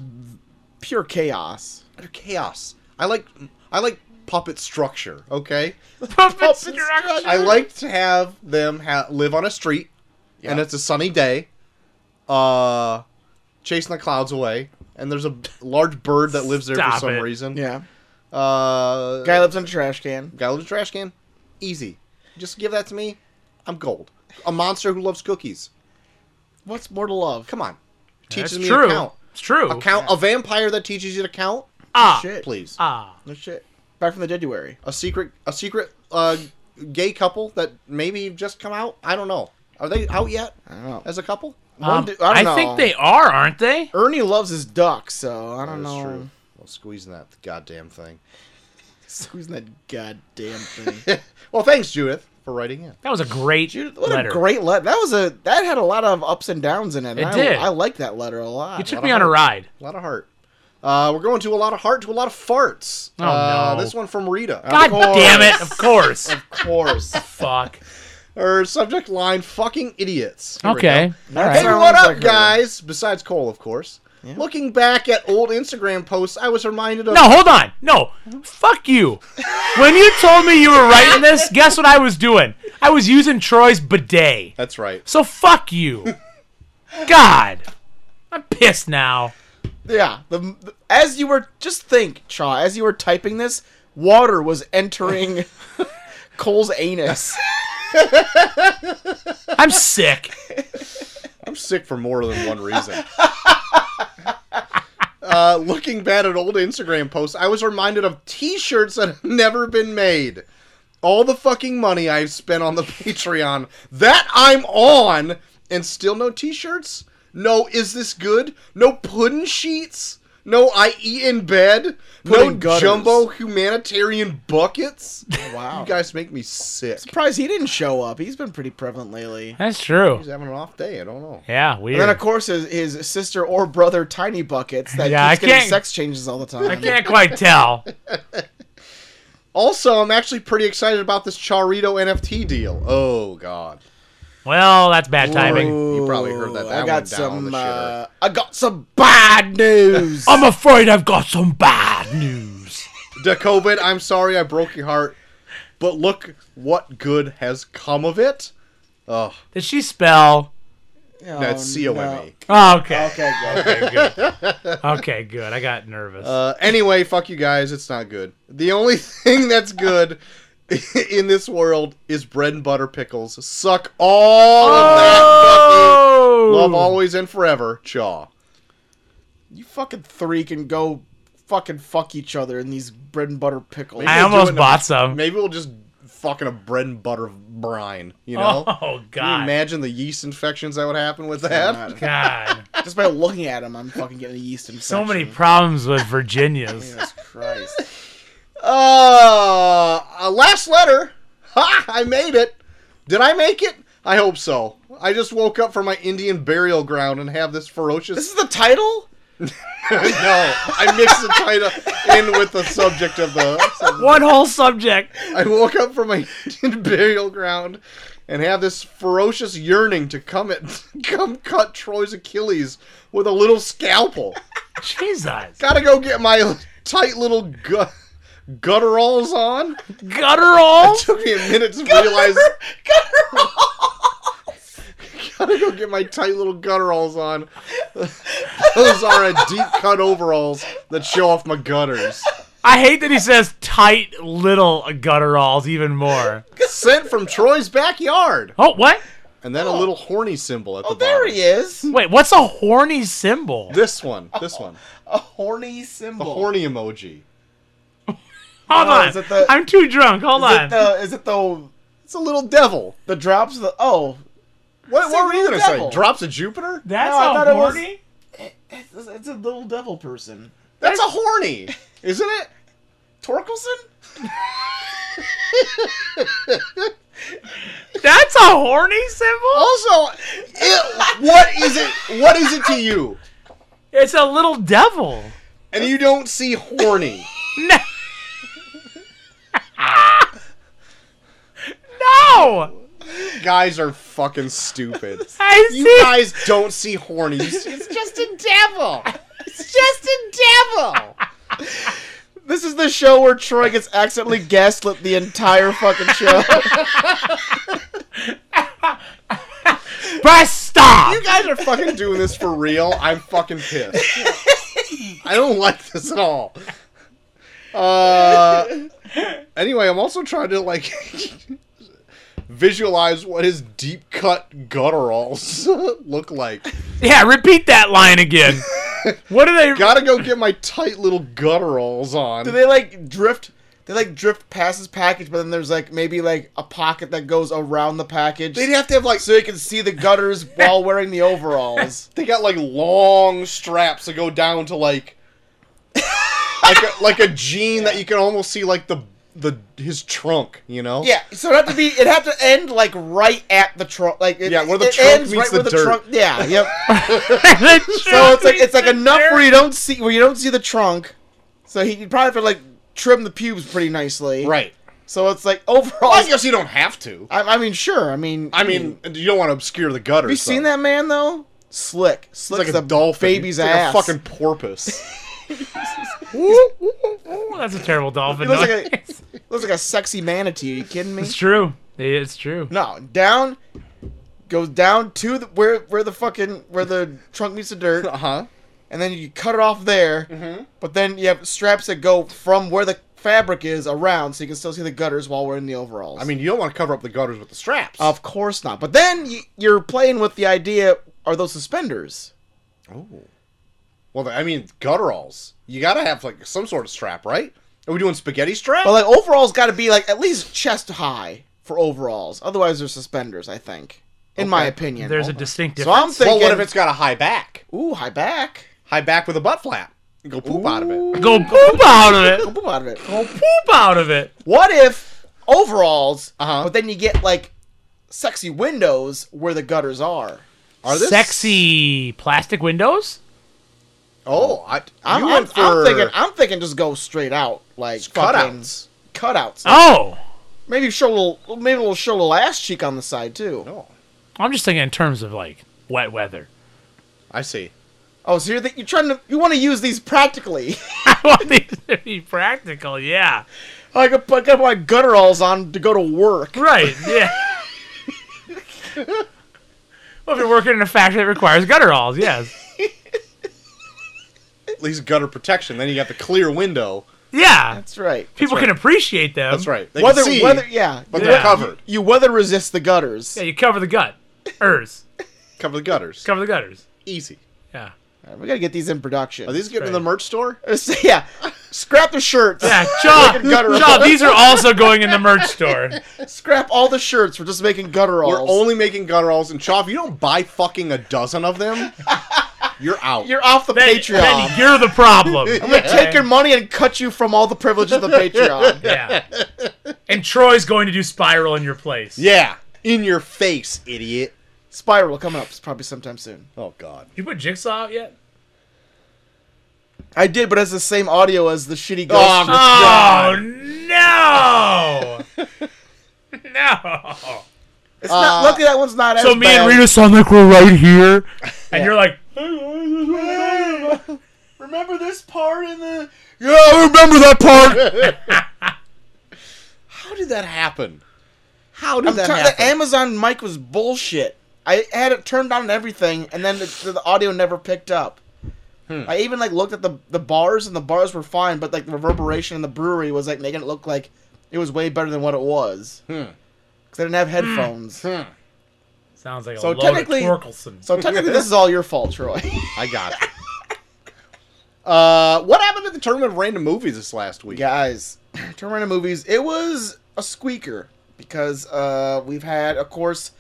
[SPEAKER 1] pure chaos.
[SPEAKER 2] They're chaos. I like I like puppet structure. Okay,
[SPEAKER 3] Puppet
[SPEAKER 1] Puppet
[SPEAKER 3] structure.
[SPEAKER 2] I like to have them ha- live on a street, and
[SPEAKER 1] Yeah.
[SPEAKER 2] it's a sunny day, uh, chasing the clouds away, and there's a large bird that lives there for
[SPEAKER 3] Stop
[SPEAKER 2] some
[SPEAKER 3] it.
[SPEAKER 2] reason.
[SPEAKER 1] Yeah.
[SPEAKER 2] uh,
[SPEAKER 1] Guy lives in a trash can.
[SPEAKER 2] Guy lives in a trash can. Easy. Just give that to me. I'm gold. A monster who loves cookies.
[SPEAKER 1] What's more to love?
[SPEAKER 2] Come on. Teaches
[SPEAKER 3] That's
[SPEAKER 2] me
[SPEAKER 3] true.
[SPEAKER 2] to count.
[SPEAKER 3] It's true.
[SPEAKER 2] A count a vampire that teaches you to count?
[SPEAKER 3] ah,
[SPEAKER 1] Shit.
[SPEAKER 2] Please.
[SPEAKER 3] ah.
[SPEAKER 1] No shit. Back from the January.
[SPEAKER 2] A secret a secret uh gay couple that maybe just come out? I don't know. Are they out yet?
[SPEAKER 1] I don't know.
[SPEAKER 2] As a couple?
[SPEAKER 1] One
[SPEAKER 3] Um,
[SPEAKER 1] du- I
[SPEAKER 3] I,
[SPEAKER 1] don't know.
[SPEAKER 3] think they are, aren't they?
[SPEAKER 1] Ernie loves his duck, so I don't
[SPEAKER 2] That is
[SPEAKER 1] know.
[SPEAKER 2] true. Well squeezing that goddamn thing.
[SPEAKER 1] Squeezing that goddamn thing.
[SPEAKER 2] well thanks, Judith, for writing in.
[SPEAKER 3] That was a great
[SPEAKER 1] Dude, what
[SPEAKER 3] letter.
[SPEAKER 1] a great letter. That was a that had a lot of ups and downs in it. and
[SPEAKER 3] It
[SPEAKER 1] I,
[SPEAKER 3] did.
[SPEAKER 1] I like that letter a lot.
[SPEAKER 3] you took
[SPEAKER 2] lot
[SPEAKER 3] me
[SPEAKER 2] of
[SPEAKER 3] on a
[SPEAKER 2] hope.
[SPEAKER 3] ride.
[SPEAKER 2] A lot of heart. Uh, we're going to a lot of heart to a lot of farts.
[SPEAKER 3] Oh,
[SPEAKER 2] uh,
[SPEAKER 3] no.
[SPEAKER 2] This one from Rita.
[SPEAKER 3] God damn it! Of course.
[SPEAKER 2] Of course.
[SPEAKER 3] Fuck.
[SPEAKER 2] Her subject line: "Fucking idiots." Here we
[SPEAKER 3] Okay.
[SPEAKER 1] That's
[SPEAKER 3] All
[SPEAKER 2] Hey,
[SPEAKER 3] right.
[SPEAKER 1] Sounds
[SPEAKER 2] what up,
[SPEAKER 1] like her.
[SPEAKER 2] guys? Besides Cole, of course. Looking back at old Instagram posts, I was reminded of.
[SPEAKER 3] No, hold on. No. Fuck you. When you told me you were writing this, guess what I was doing? I was using Troy's bidet.
[SPEAKER 2] That's right.
[SPEAKER 3] So fuck you. God. I'm pissed now.
[SPEAKER 1] Yeah, the, the- as you were just think, Chaw, as you were typing this, water was entering Cole's anus.
[SPEAKER 3] I'm sick.
[SPEAKER 2] I'm sick for more than one reason. uh, looking back at old Instagram posts, I was reminded of T-shirts that have never been made. all the fucking money I've spent on the Patreon that I'm on, and still no T-shirts. No, is this good? No pudding sheets. No, I eat in bed. No
[SPEAKER 1] Pudding gutters.
[SPEAKER 2] jumbo humanitarian buckets.
[SPEAKER 1] Wow.
[SPEAKER 2] You guys make me sick.
[SPEAKER 1] Surprised he didn't show up. He's been pretty prevalent lately.
[SPEAKER 3] That's true.
[SPEAKER 2] He's having an off day. I don't know.
[SPEAKER 3] Yeah,
[SPEAKER 1] And then of
[SPEAKER 3] weird.
[SPEAKER 1] course his, his sister or brother Tiny Buckets that
[SPEAKER 3] Yeah,
[SPEAKER 1] keeps
[SPEAKER 3] I
[SPEAKER 1] getting
[SPEAKER 3] can't-
[SPEAKER 1] sex changes all the time.
[SPEAKER 3] I can't quite tell.
[SPEAKER 2] Also, I'm actually pretty excited about this Charito NFT deal. Oh God.
[SPEAKER 3] Well, that's bad timing.
[SPEAKER 1] Ooh,
[SPEAKER 2] You probably heard that. That
[SPEAKER 1] I
[SPEAKER 2] went
[SPEAKER 1] got
[SPEAKER 2] down on
[SPEAKER 1] some.
[SPEAKER 2] the shitter.
[SPEAKER 1] uh, I got some bad news.
[SPEAKER 3] I'm afraid I've got some bad news.
[SPEAKER 2] The COVID, I'm sorry I broke your heart, but look what good has come of it. Oh,
[SPEAKER 3] Did she spell?
[SPEAKER 1] Oh,
[SPEAKER 2] that's C O M E.
[SPEAKER 3] Oh, okay.
[SPEAKER 1] Okay, good.
[SPEAKER 3] Okay, good. I got nervous.
[SPEAKER 2] Uh, anyway, fuck you guys. It's not good. The only thing that's good in this world is bread and butter pickles. Suck all of that.
[SPEAKER 3] oh!
[SPEAKER 2] fucking- Love always and forever, Chaw.
[SPEAKER 1] you fucking three can go fucking fuck each other in these bread and butter pickles.
[SPEAKER 3] I
[SPEAKER 2] We'll do
[SPEAKER 3] almost
[SPEAKER 2] it in a-
[SPEAKER 3] bought some.
[SPEAKER 2] Maybe we'll just fucking a bread and butter brine. You know?
[SPEAKER 3] Oh
[SPEAKER 2] Can you
[SPEAKER 3] God.
[SPEAKER 2] imagine the yeast infections that would happen with that?
[SPEAKER 1] God.
[SPEAKER 3] God.
[SPEAKER 1] Just by looking at him, I'm fucking getting a yeast infection.
[SPEAKER 3] So many problems with Virginias.
[SPEAKER 1] Jesus Christ.
[SPEAKER 2] Uh, uh, last letter. Ha! I made it. Did I make it? I hope so. I just woke up from my Indian burial ground and have this
[SPEAKER 1] This
[SPEAKER 2] ferocious.
[SPEAKER 1] is the title?
[SPEAKER 2] no, I mixed the title in with the subject of the.
[SPEAKER 3] One whole subject.
[SPEAKER 2] I woke up from my Indian burial ground and have this ferocious yearning to come at, come cut Troy's Achilles with a little scalpel.
[SPEAKER 3] Jesus.
[SPEAKER 2] Gotta go get my tight little gut gutturals on.
[SPEAKER 3] Guttural.
[SPEAKER 2] took me a minute to realize. Gotta go get my tight little gutturals on. Those are a deep cut overalls that show off my gutters.
[SPEAKER 3] I hate that he says tight little gutturals even more.
[SPEAKER 2] Sent from Troy's backyard,
[SPEAKER 3] Oh, what?
[SPEAKER 2] and then a little horny symbol at the
[SPEAKER 1] Oh, there
[SPEAKER 2] bottom.
[SPEAKER 1] he is. Oh.
[SPEAKER 3] Wait, what's a horny symbol?
[SPEAKER 2] This one, this one,
[SPEAKER 1] A horny
[SPEAKER 2] the
[SPEAKER 1] symbol.
[SPEAKER 2] horny emoji.
[SPEAKER 3] Hold
[SPEAKER 1] Oh,
[SPEAKER 3] on.
[SPEAKER 1] is it the-
[SPEAKER 3] I'm too drunk. Hold
[SPEAKER 1] Is it
[SPEAKER 3] on.
[SPEAKER 1] the, is it the,
[SPEAKER 2] It's a little devil.
[SPEAKER 1] the drops of the, oh,
[SPEAKER 2] What, what were you gonna
[SPEAKER 1] Devil.
[SPEAKER 2] say? Drops of Jupiter?
[SPEAKER 3] That's
[SPEAKER 1] No, I thought
[SPEAKER 3] a
[SPEAKER 1] it was-
[SPEAKER 3] horny?
[SPEAKER 1] it's, it's a little devil person.
[SPEAKER 2] That's a horny, isn't it?
[SPEAKER 1] Torkelson?
[SPEAKER 3] That's a horny symbol?
[SPEAKER 2] Also, it, what is it? What is it to you?
[SPEAKER 3] It's a little devil.
[SPEAKER 2] And you don't see horny.
[SPEAKER 3] No. no.
[SPEAKER 2] guys are fucking stupid.
[SPEAKER 3] I
[SPEAKER 2] You
[SPEAKER 3] see.
[SPEAKER 2] guys don't see horny. You see- It's just a devil. It's just a devil.
[SPEAKER 1] This is the show where Troy gets accidentally gaslit the entire fucking show.
[SPEAKER 3] Press stop.
[SPEAKER 2] You guys are fucking doing this for real. I'm fucking pissed. I don't like this at all. Uh, anyway, I'm also trying to like visualize what his deep cut gutturals look like.
[SPEAKER 3] yeah, repeat that line again. what are they?
[SPEAKER 2] Gotta go get my tight little gutturals on.
[SPEAKER 1] Do they like drift? They like drift past this package, but then there's like maybe like a pocket that goes around the package.
[SPEAKER 2] They'd have to have like
[SPEAKER 1] so you can see the gutters while wearing the overalls.
[SPEAKER 2] They got like long straps that go down to like like a, like a jean that you can almost see like the the his trunk, you know?
[SPEAKER 1] Yeah, so it'd have to be. It'd have to end like right at the trunk. Like it,
[SPEAKER 2] Yeah, where the
[SPEAKER 1] it
[SPEAKER 2] trunk
[SPEAKER 1] ends
[SPEAKER 2] meets
[SPEAKER 1] right
[SPEAKER 2] the
[SPEAKER 1] where the
[SPEAKER 2] dirt.
[SPEAKER 1] trunk. Yeah, yep. so
[SPEAKER 3] so
[SPEAKER 1] it's like it's like enough where you don't see where you don't see the trunk. So he would probably have to like trim the pubes pretty nicely.
[SPEAKER 2] Right.
[SPEAKER 1] So it's like overall.
[SPEAKER 2] Well, I guess you don't have to.
[SPEAKER 1] I, I mean, sure. I mean,
[SPEAKER 2] I mean, you don't want to obscure the
[SPEAKER 1] have
[SPEAKER 2] gutters.
[SPEAKER 1] you seen
[SPEAKER 2] though.
[SPEAKER 1] that man though? Slick,
[SPEAKER 2] It's
[SPEAKER 1] slick
[SPEAKER 2] like
[SPEAKER 1] as
[SPEAKER 2] a dolphin.
[SPEAKER 1] baby's
[SPEAKER 2] It's like
[SPEAKER 1] ass.
[SPEAKER 2] a fucking porpoise.
[SPEAKER 3] That's a terrible dolphin.
[SPEAKER 1] It looks
[SPEAKER 3] noise.
[SPEAKER 1] like a looks like a sexy manatee. Are you kidding me?
[SPEAKER 3] it's true. It's true.
[SPEAKER 1] No, down goes down to the, where where the fucking where the trunk meets the dirt,
[SPEAKER 2] Uh huh.
[SPEAKER 1] and then you cut it off there.
[SPEAKER 2] Mm-hmm.
[SPEAKER 1] But then you have straps that go from where the fabric is around, so you can still see the gutters while wearing the overalls.
[SPEAKER 2] I mean, you don't want to cover up the gutters with the straps.
[SPEAKER 1] of course not. But then you, you're playing with the idea: are those suspenders?
[SPEAKER 2] oh. Well, I mean, gutturals. You gotta have like some sort of strap, right? Are we doing spaghetti strap?
[SPEAKER 1] But like overalls got to be like at least chest high for overalls. Otherwise, they're suspenders. I think, in my
[SPEAKER 2] Okay.
[SPEAKER 1] opinion.
[SPEAKER 3] There's a distinct
[SPEAKER 1] so I'm
[SPEAKER 3] difference.
[SPEAKER 1] thinking.
[SPEAKER 2] well, what if it's got a high back?
[SPEAKER 1] ooh high back?
[SPEAKER 2] High back with a butt flap. You go poop out of it.
[SPEAKER 3] Go poop out of it.
[SPEAKER 1] Poop out of it.
[SPEAKER 3] Go poop out of it.
[SPEAKER 1] What if overalls?
[SPEAKER 2] Uh-huh.
[SPEAKER 1] But then you get like sexy windows where the gutters are.
[SPEAKER 2] Are this
[SPEAKER 3] Sexy plastic windows?
[SPEAKER 2] Oh, I,
[SPEAKER 1] I'm,
[SPEAKER 2] you
[SPEAKER 1] I'm,
[SPEAKER 2] went for
[SPEAKER 1] I'm thinking. I'm thinking just go straight out like fucking
[SPEAKER 2] cutouts.
[SPEAKER 1] cutouts.
[SPEAKER 3] Oh,
[SPEAKER 1] Maybe show a little. Maybe a little show a little ass cheek on the side too.
[SPEAKER 2] Oh,
[SPEAKER 3] I'm just thinking in terms of like wet weather.
[SPEAKER 2] I see.
[SPEAKER 1] Oh, so you're th- you're trying to you want to use these practically?
[SPEAKER 3] I want these to be practical. Yeah.
[SPEAKER 1] I could put got my gutteralls on to go to work.
[SPEAKER 3] Right. Yeah. well, if you're working in a factory that requires gutteralls, yes.
[SPEAKER 2] At least gutter protection. Then you got the clear window.
[SPEAKER 3] Yeah.
[SPEAKER 1] That's right.
[SPEAKER 3] People can appreciate them.
[SPEAKER 2] That's right. They
[SPEAKER 1] Whether
[SPEAKER 2] can see,
[SPEAKER 1] whether yeah,
[SPEAKER 2] but
[SPEAKER 3] Yeah.
[SPEAKER 2] they're covered.
[SPEAKER 1] you weather resist the gutters.
[SPEAKER 3] Yeah, you cover the gut. Ers.
[SPEAKER 2] Cover the gutters.
[SPEAKER 3] cover the gutters.
[SPEAKER 2] Easy.
[SPEAKER 3] Yeah.
[SPEAKER 1] Alright, we gotta get these in production.
[SPEAKER 2] Are these getting
[SPEAKER 3] Right.
[SPEAKER 2] to the merch store?
[SPEAKER 1] So, yeah, scrap the shirts.
[SPEAKER 3] Yeah, Chaw,
[SPEAKER 1] gutterals.
[SPEAKER 3] Chaw, these are also going in the merch store.
[SPEAKER 1] Scrap all the shirts. We're just making gutteralls.
[SPEAKER 2] We're only making gutteralls and chaw. If you don't buy fucking a dozen of them, you're out.
[SPEAKER 1] You're off the
[SPEAKER 3] Then,
[SPEAKER 1] Patreon.
[SPEAKER 3] then you're the problem.
[SPEAKER 1] I'm gonna take your money and cut you from all the privilege of the Patreon.
[SPEAKER 3] Yeah. And Troy's going to do Spiral in your place.
[SPEAKER 2] yeah, in your face, idiot.
[SPEAKER 1] Spiral coming up probably sometime soon.
[SPEAKER 2] Oh God.
[SPEAKER 3] You put Jigsaw out yet?
[SPEAKER 1] I did, but it's the same audio as the shitty ghost.
[SPEAKER 2] Oh,
[SPEAKER 3] Oh, no! no!
[SPEAKER 1] it's not lucky that one's not.
[SPEAKER 3] So
[SPEAKER 1] as
[SPEAKER 3] me and
[SPEAKER 1] bad.
[SPEAKER 3] Rita sound like we're right here. And you're like,
[SPEAKER 1] Remember this part in the?
[SPEAKER 2] Yeah, I remember that part. How did that happen? How did
[SPEAKER 1] I'm
[SPEAKER 2] that
[SPEAKER 1] try-
[SPEAKER 2] happen?
[SPEAKER 1] the Amazon mic was bullshit. I had it turned on and everything, and then the, the audio never picked up. I even like looked at the the bars, and the bars were fine, but like the reverberation in the brewery was like making it look like it was way better than what it was. Because I didn't have headphones.
[SPEAKER 2] Hmm.
[SPEAKER 3] sounds like a
[SPEAKER 1] So
[SPEAKER 3] load of
[SPEAKER 1] technically-
[SPEAKER 3] Torkelson.
[SPEAKER 1] So technically, this is all your fault, Troy.
[SPEAKER 2] I got it. Uh, what happened to the tournament of random movies this last week?
[SPEAKER 1] Guys, Terminator movies. It was a squeaker because uh, we've had, of course,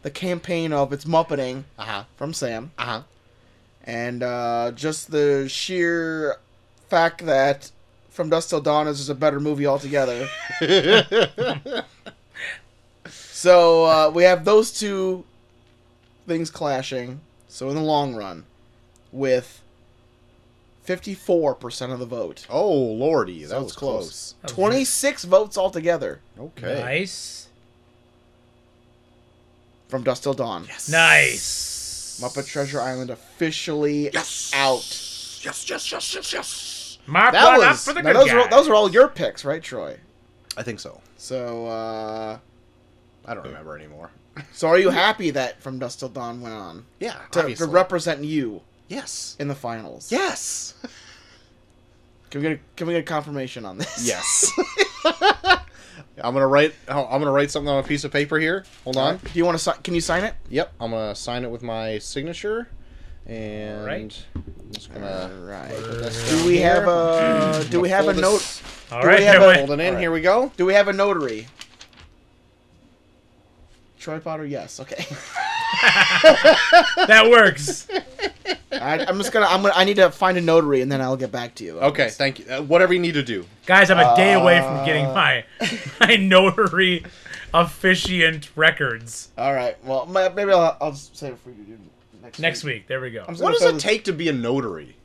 [SPEAKER 1] the campaign of it's muppeting
[SPEAKER 2] Uh huh.
[SPEAKER 1] from Sam.
[SPEAKER 2] Uh huh.
[SPEAKER 1] and uh, just the sheer fact that From Dust Till Dawn is just a better movie altogether. so uh, we have those two things clashing. So in the long run, with fifty-four percent of the vote,
[SPEAKER 2] Oh lordy, that
[SPEAKER 1] that
[SPEAKER 2] was close.
[SPEAKER 3] That was very-
[SPEAKER 1] Twenty-six votes altogether
[SPEAKER 2] Okay.
[SPEAKER 3] Nice.
[SPEAKER 1] from Dust Till Dawn.
[SPEAKER 3] Nice.
[SPEAKER 1] Muppet Treasure Island officially out.
[SPEAKER 2] Yes, yes, yes, yes, yes.
[SPEAKER 3] Mark
[SPEAKER 2] That
[SPEAKER 3] one up
[SPEAKER 2] was-
[SPEAKER 3] for the
[SPEAKER 1] Now,
[SPEAKER 3] good
[SPEAKER 1] those are
[SPEAKER 3] guy.
[SPEAKER 1] those are all your picks, right, Troy?
[SPEAKER 2] I think so.
[SPEAKER 1] So. Uh,
[SPEAKER 2] I don't remember anymore.
[SPEAKER 1] So are you happy that From Dust Till Dawn went on
[SPEAKER 2] Yeah,
[SPEAKER 1] to, to
[SPEAKER 2] obviously.
[SPEAKER 1] represent you
[SPEAKER 2] yes.
[SPEAKER 1] in the finals?
[SPEAKER 2] Yes.
[SPEAKER 1] Can we get a, can we get a confirmation on this?
[SPEAKER 2] Yes. I'm gonna write. oh, I'm gonna write something on a piece of paper here. Hold on.
[SPEAKER 1] Do you want to sign? Can you sign it?
[SPEAKER 2] Yep. I'm gonna sign it with my signature, and
[SPEAKER 3] Alright.
[SPEAKER 2] I'm just gonna.
[SPEAKER 1] right.
[SPEAKER 2] put this
[SPEAKER 1] Do
[SPEAKER 2] down
[SPEAKER 1] we
[SPEAKER 2] Uh, here.
[SPEAKER 1] have a do we have a
[SPEAKER 2] Fold
[SPEAKER 1] note?
[SPEAKER 2] this-
[SPEAKER 3] All
[SPEAKER 1] Do
[SPEAKER 3] right,
[SPEAKER 1] we have
[SPEAKER 3] here
[SPEAKER 1] a-
[SPEAKER 3] we-
[SPEAKER 2] Fold it in.
[SPEAKER 1] Alright.
[SPEAKER 2] Here we go.
[SPEAKER 1] Do we have a notary? Troy Potter, yes. Okay.
[SPEAKER 3] that works.
[SPEAKER 1] I, I'm just gonna I'm gonna I need to find a notary and then I'll get back to you.
[SPEAKER 2] Okay. Thank you. Uh, whatever you need to do.
[SPEAKER 3] Guys, I'm a day away
[SPEAKER 1] Uh.
[SPEAKER 3] from getting my my notary officiant records
[SPEAKER 1] All right. Well, ma- maybe I'll I'll just save it for you dude, next
[SPEAKER 3] next week. There we go.
[SPEAKER 1] I'm
[SPEAKER 2] What
[SPEAKER 1] gonna
[SPEAKER 2] does
[SPEAKER 1] fill
[SPEAKER 2] it
[SPEAKER 1] this-
[SPEAKER 2] take to be a notary?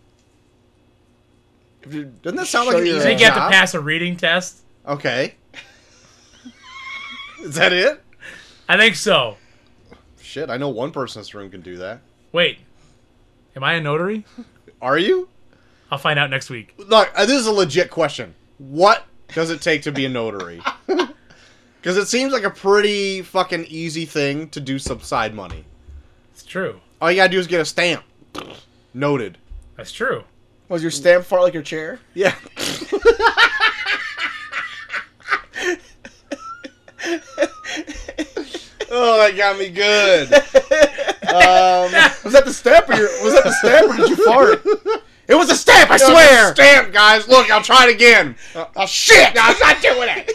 [SPEAKER 1] If you-
[SPEAKER 2] Doesn't that sound like
[SPEAKER 1] show
[SPEAKER 2] an
[SPEAKER 1] your-
[SPEAKER 3] I
[SPEAKER 2] easy
[SPEAKER 3] think you have to
[SPEAKER 2] job?
[SPEAKER 3] pass a reading test.
[SPEAKER 2] Okay. Is that it?
[SPEAKER 3] I think so.
[SPEAKER 2] Shit, I know one person in this room can do that.
[SPEAKER 3] Wait, am I a notary?
[SPEAKER 2] Are you?
[SPEAKER 3] I'll find out next week.
[SPEAKER 2] Look, uh, this is a legit question. What does it take to be a notary? Because it seems like a pretty fucking easy thing to do subside money.
[SPEAKER 3] It's true.
[SPEAKER 2] All you gotta do is get a stamp. Noted.
[SPEAKER 3] That's true.
[SPEAKER 1] Was your stamp fart like your chair?
[SPEAKER 2] Yeah. oh, that got me good. Um,
[SPEAKER 1] Was that the stamp or your, was that the stamp or did you fart? It was a stamp, I
[SPEAKER 2] It was a
[SPEAKER 1] swear.
[SPEAKER 2] Stamp, guys. Look, I'll try it again. Uh,
[SPEAKER 1] Oh shit!
[SPEAKER 2] no, I'm not doing it.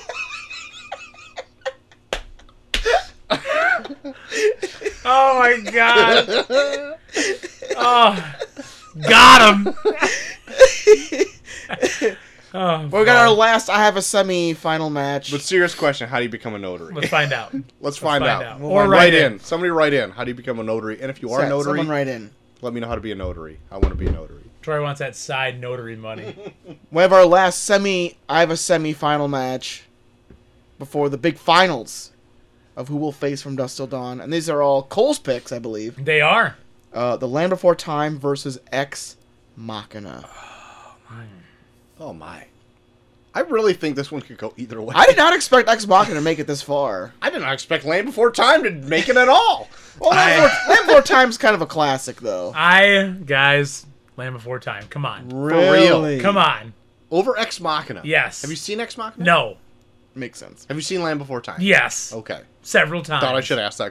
[SPEAKER 3] Oh my god. oh, got him. oh,
[SPEAKER 1] We got our last. I have a semi-final match.
[SPEAKER 2] But serious question: How do you become a notary?
[SPEAKER 3] Let's find out.
[SPEAKER 2] Let's find,
[SPEAKER 3] find
[SPEAKER 2] out.
[SPEAKER 3] out. Or
[SPEAKER 2] Write
[SPEAKER 3] write
[SPEAKER 2] in.
[SPEAKER 3] in.
[SPEAKER 2] Somebody write in. How do you become a notary? And if you are a
[SPEAKER 1] Set
[SPEAKER 2] notary,
[SPEAKER 1] Someone right in.
[SPEAKER 2] let me know how to be a notary. I want to be a notary.
[SPEAKER 3] Troy wants that side notary money.
[SPEAKER 1] We have our last semi. I have a semi-final match before the big finals of who will face from Dust Till Dawn, and these are all Cole's picks, I believe.
[SPEAKER 3] They are.
[SPEAKER 1] Uh, the Land Before Time versus Ex Machina.
[SPEAKER 2] Oh my! I really think this one could go either way.
[SPEAKER 1] I did not expect Ex Machina to make it this far.
[SPEAKER 2] I did not expect Land Before Time to make it at all. Oh,
[SPEAKER 1] Well, Land Before- Land Before Time's kind of a classic, though.
[SPEAKER 3] I guys, land before time. Come on.
[SPEAKER 2] Really?
[SPEAKER 3] Come on.
[SPEAKER 2] Over Ex Machina.
[SPEAKER 3] Yes.
[SPEAKER 2] Have you seen Ex Machina?
[SPEAKER 3] No.
[SPEAKER 1] Makes sense.
[SPEAKER 2] Have you seen Land Before Time?
[SPEAKER 3] Yes.
[SPEAKER 2] Okay.
[SPEAKER 3] Several times.
[SPEAKER 2] Thought I should ask that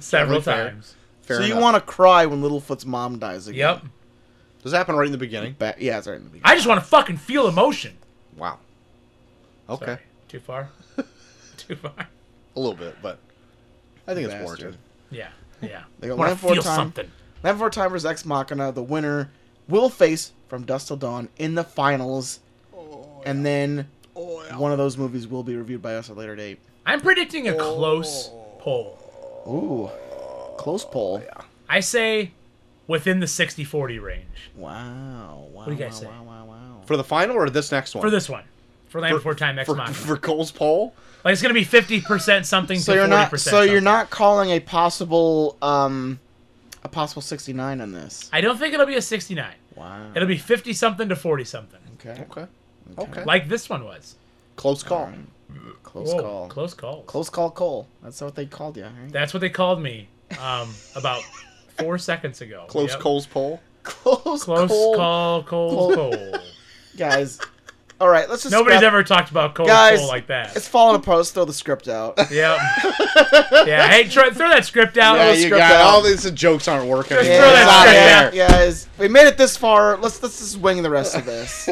[SPEAKER 3] Several
[SPEAKER 2] Totally fair.
[SPEAKER 3] times.
[SPEAKER 2] Fair
[SPEAKER 1] so you
[SPEAKER 2] enough.
[SPEAKER 1] want to cry when Littlefoot's mom dies again?
[SPEAKER 3] Yep.
[SPEAKER 2] Does that happen right in the beginning?
[SPEAKER 1] Ba- yeah, it's right in the beginning.
[SPEAKER 3] I just want to fucking feel emotion.
[SPEAKER 2] Wow. Okay.
[SPEAKER 3] Sorry. Too far. Too far.
[SPEAKER 2] A little bit, but I think it's
[SPEAKER 1] Bastard.
[SPEAKER 2] warranted.
[SPEAKER 3] Yeah. Yeah.
[SPEAKER 1] They got
[SPEAKER 3] want
[SPEAKER 1] Land
[SPEAKER 3] to
[SPEAKER 1] Before
[SPEAKER 3] feel
[SPEAKER 1] Time.
[SPEAKER 3] something.
[SPEAKER 1] Land Before Time versus Ex Machina. The winner will face From Dust Till Dawn in the finals.
[SPEAKER 2] Oh,
[SPEAKER 1] and then one of those movies will be reviewed by us at a later date.
[SPEAKER 3] I'm predicting a close
[SPEAKER 1] Oh.
[SPEAKER 3] poll.
[SPEAKER 1] Ooh. Close poll.
[SPEAKER 2] Oh,
[SPEAKER 3] I say within the 60-40 range
[SPEAKER 1] Wow. Wow. What
[SPEAKER 3] do you guys
[SPEAKER 1] wow,
[SPEAKER 3] say?
[SPEAKER 1] wow, wow, wow.
[SPEAKER 2] For the final or this next one?
[SPEAKER 3] for this one. For Land Before Time Ex
[SPEAKER 2] for,
[SPEAKER 3] Machina.
[SPEAKER 2] for Cole's poll?
[SPEAKER 3] like it's gonna be fifty percent something.
[SPEAKER 1] So
[SPEAKER 3] to
[SPEAKER 1] you're
[SPEAKER 3] 40%
[SPEAKER 1] not so
[SPEAKER 3] something.
[SPEAKER 1] you're not calling a possible um a possible 69 on this.
[SPEAKER 3] I don't think it'll be a sixty-nine.
[SPEAKER 1] Wow.
[SPEAKER 3] It'll be fifty something to forty something,
[SPEAKER 1] Okay.
[SPEAKER 2] Okay. Okay.
[SPEAKER 3] like this one was.
[SPEAKER 2] Close call.
[SPEAKER 1] Close
[SPEAKER 3] Whoa,
[SPEAKER 1] call. Close.
[SPEAKER 3] Close
[SPEAKER 1] call
[SPEAKER 3] call.
[SPEAKER 1] Cole. That's what they called you, right?
[SPEAKER 3] That's what they called me um, about four seconds ago.
[SPEAKER 2] Close
[SPEAKER 3] Yep.
[SPEAKER 2] Cole's poll.
[SPEAKER 1] Close,
[SPEAKER 3] Close
[SPEAKER 1] Cole.
[SPEAKER 3] call. Cold
[SPEAKER 1] Cole.
[SPEAKER 3] coal.
[SPEAKER 1] Guys. All right, let's just
[SPEAKER 3] Nobody's
[SPEAKER 1] scrap-
[SPEAKER 3] ever talked about cold
[SPEAKER 1] Guys,
[SPEAKER 3] coal like that.
[SPEAKER 1] It's falling apart. Let's throw the script out.
[SPEAKER 3] Yep. yeah. Hey, try, throw that script out.
[SPEAKER 2] Yeah,
[SPEAKER 1] Let's
[SPEAKER 2] you
[SPEAKER 1] script
[SPEAKER 2] got
[SPEAKER 1] out.
[SPEAKER 2] all these jokes aren't working.
[SPEAKER 3] Just
[SPEAKER 2] anymore.
[SPEAKER 3] throw
[SPEAKER 2] It's
[SPEAKER 3] that
[SPEAKER 2] outta
[SPEAKER 3] straight
[SPEAKER 2] here.
[SPEAKER 1] yeah,
[SPEAKER 3] out.
[SPEAKER 1] yeah, guys. We made it this far. Let's let's just wing the rest of this.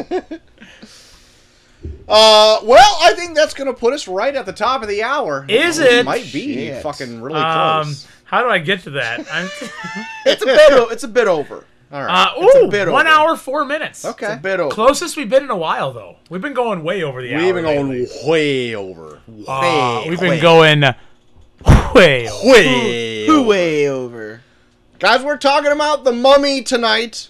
[SPEAKER 2] Uh, well, I think that's gonna put us right at the top of the hour.
[SPEAKER 3] Is
[SPEAKER 2] Oh,
[SPEAKER 3] it?
[SPEAKER 2] Might be
[SPEAKER 1] Shit.
[SPEAKER 2] fucking really
[SPEAKER 3] um,
[SPEAKER 2] close.
[SPEAKER 3] how do I get to that? I'm,
[SPEAKER 1] It's a bit. o- It's a bit over.
[SPEAKER 2] All right.
[SPEAKER 3] uh,
[SPEAKER 1] It's a
[SPEAKER 3] ooh,
[SPEAKER 1] bit
[SPEAKER 3] one
[SPEAKER 1] over.
[SPEAKER 3] hour four minutes.
[SPEAKER 2] okay.
[SPEAKER 1] It's a bit over.
[SPEAKER 3] Closest we've been in a while though. We've been going way over the hour.
[SPEAKER 2] We've been
[SPEAKER 3] lately.
[SPEAKER 2] going way over. Way,
[SPEAKER 3] Uh, we've
[SPEAKER 2] way,
[SPEAKER 3] been going way. over.
[SPEAKER 2] way.
[SPEAKER 1] Who
[SPEAKER 2] over.
[SPEAKER 1] way over?
[SPEAKER 2] Guys, we're talking about the Mummy tonight.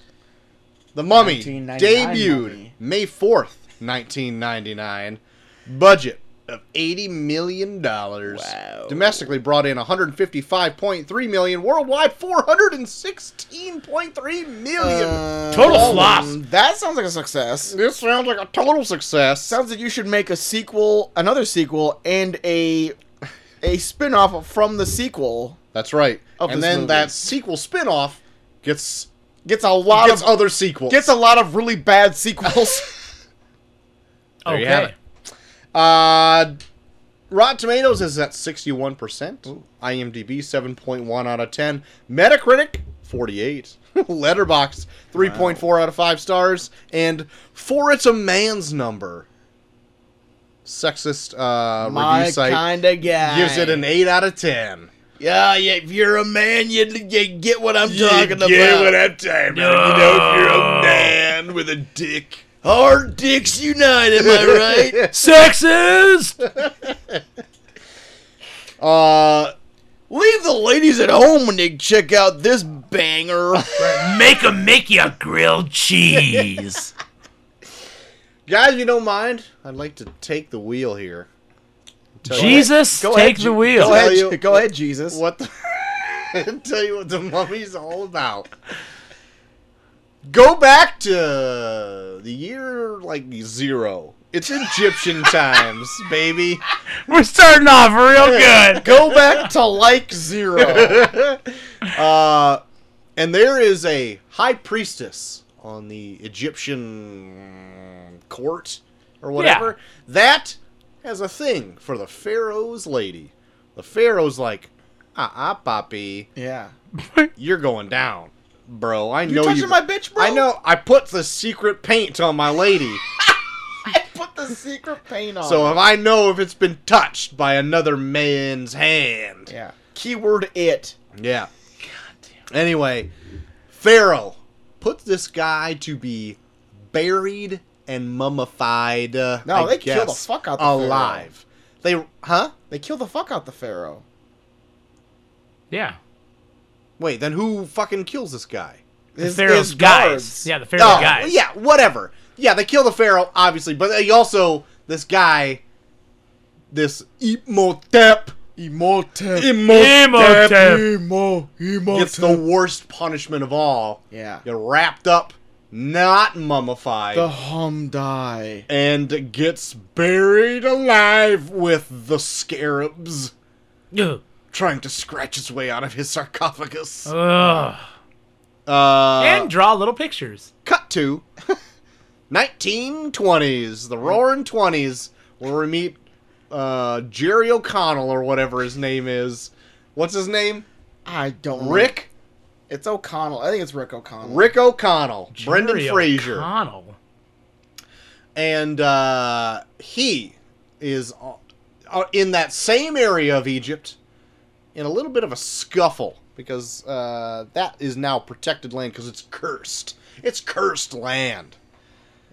[SPEAKER 2] The Mummy
[SPEAKER 1] 1999
[SPEAKER 2] debuted
[SPEAKER 1] Mummy.
[SPEAKER 2] May fourth, nineteen ninety nine. Budget of eighty million dollars.
[SPEAKER 1] Wow.
[SPEAKER 2] Domestically brought in one hundred fifty five point three million. Worldwide four hundred and sixteen point three million.
[SPEAKER 3] Total
[SPEAKER 1] Um,
[SPEAKER 3] flop.
[SPEAKER 1] That sounds like a success.
[SPEAKER 2] This sounds like a total success.
[SPEAKER 1] Sounds like you should make a sequel, another sequel, and a a spin-off from the sequel.
[SPEAKER 2] That's right.
[SPEAKER 1] Of
[SPEAKER 2] and
[SPEAKER 1] this
[SPEAKER 2] then
[SPEAKER 1] movie.
[SPEAKER 2] that sequel spin-off gets
[SPEAKER 1] Gets a lot
[SPEAKER 2] gets
[SPEAKER 1] of
[SPEAKER 2] other sequels.
[SPEAKER 1] gets a lot of really bad sequels.
[SPEAKER 2] There
[SPEAKER 3] okay.
[SPEAKER 2] you have it. uh Rotten Tomatoes is at 61%. IMDb 7.1 out of 10. Metacritic 48. Letterbox 3.4 out of 5 stars and for it's a man's number. Sexist uh
[SPEAKER 1] My
[SPEAKER 2] review site
[SPEAKER 1] kind of guy
[SPEAKER 2] gives it an 8 out of 10.
[SPEAKER 1] yeah. yeah if you're a man, you, you get what I'm talking about. Oh.
[SPEAKER 2] I'm
[SPEAKER 3] about.
[SPEAKER 2] talking
[SPEAKER 3] You know, if you're a
[SPEAKER 2] man with a dick.
[SPEAKER 1] Hard dicks unite. Am I right?
[SPEAKER 3] Sexist.
[SPEAKER 2] Uh,
[SPEAKER 1] Leave the ladies at home when they check out this banger.
[SPEAKER 3] make 'em make you a grilled cheese.
[SPEAKER 2] guys, if you don't mind, I'd like to take the wheel here. Tell you
[SPEAKER 3] Jesus,
[SPEAKER 1] Go ahead,
[SPEAKER 3] take
[SPEAKER 1] Je-
[SPEAKER 3] the wheel.
[SPEAKER 1] Go
[SPEAKER 2] Tell you-
[SPEAKER 1] ahead, go ahead, Jesus.
[SPEAKER 2] what the, tell you what the mummy's all about. Go back to the year like zero. It's Egyptian times, baby.
[SPEAKER 3] We're starting off real good.
[SPEAKER 1] Go back to like zero.
[SPEAKER 2] Uh, and there is a high priestess on the Egyptian court or whatever that has a thing for the pharaoh's lady. The pharaoh's like, ah, ah, papi,
[SPEAKER 1] yeah.
[SPEAKER 2] you're going down. bro. I know
[SPEAKER 1] touching
[SPEAKER 2] you.
[SPEAKER 1] my bitch, bro?
[SPEAKER 2] I know. I put the secret paint on my lady,
[SPEAKER 1] I put the secret paint on.
[SPEAKER 2] so if I know if it's been touched by another man's hand.
[SPEAKER 1] yeah. Keyword it.
[SPEAKER 2] Yeah. Anyway, Pharaoh puts this guy to be buried and mummified. Uh,
[SPEAKER 1] No,
[SPEAKER 2] I
[SPEAKER 1] they kill the
[SPEAKER 2] guess,
[SPEAKER 1] fuck out the Pharaoh.
[SPEAKER 2] alive. They huh?
[SPEAKER 1] They kill the fuck out the pharaoh.
[SPEAKER 3] Yeah.
[SPEAKER 2] Wait, then who fucking kills this guy? Oh,
[SPEAKER 3] The
[SPEAKER 1] His-
[SPEAKER 3] Pharaoh's
[SPEAKER 1] his
[SPEAKER 3] guys.
[SPEAKER 1] guards.
[SPEAKER 3] Yeah, the Pharaoh's guys.
[SPEAKER 2] yeah, whatever. Yeah, they kill the Pharaoh, obviously, but they also this guy, this Imhotep,
[SPEAKER 1] Imhotep.
[SPEAKER 2] Imhotep,
[SPEAKER 1] Emo.
[SPEAKER 2] gets the worst punishment of all.
[SPEAKER 1] Yeah.
[SPEAKER 2] Get wrapped up, not mummified.
[SPEAKER 1] The hum die.
[SPEAKER 2] and gets buried alive with the scarabs
[SPEAKER 3] Ugh.
[SPEAKER 2] trying to scratch his way out of his sarcophagus. Uh,
[SPEAKER 3] Ugh. Oh. and draw little pictures.
[SPEAKER 2] cut to 1920s, the roaring 20s, where we meet uh, Jerry O'Connell or whatever his name is. What's his name?
[SPEAKER 1] I don't.
[SPEAKER 2] Rick?
[SPEAKER 1] It's O'Connell. I think it's Rick O'Connell.
[SPEAKER 2] Rick O'Connell. Brendan
[SPEAKER 3] Jerry
[SPEAKER 2] Fraser.
[SPEAKER 3] O'Connell.
[SPEAKER 2] and uh, he is uh, uh, in that same area of Egypt in a little bit of a scuffle because uh, that is now protected land because it's cursed. It's cursed land.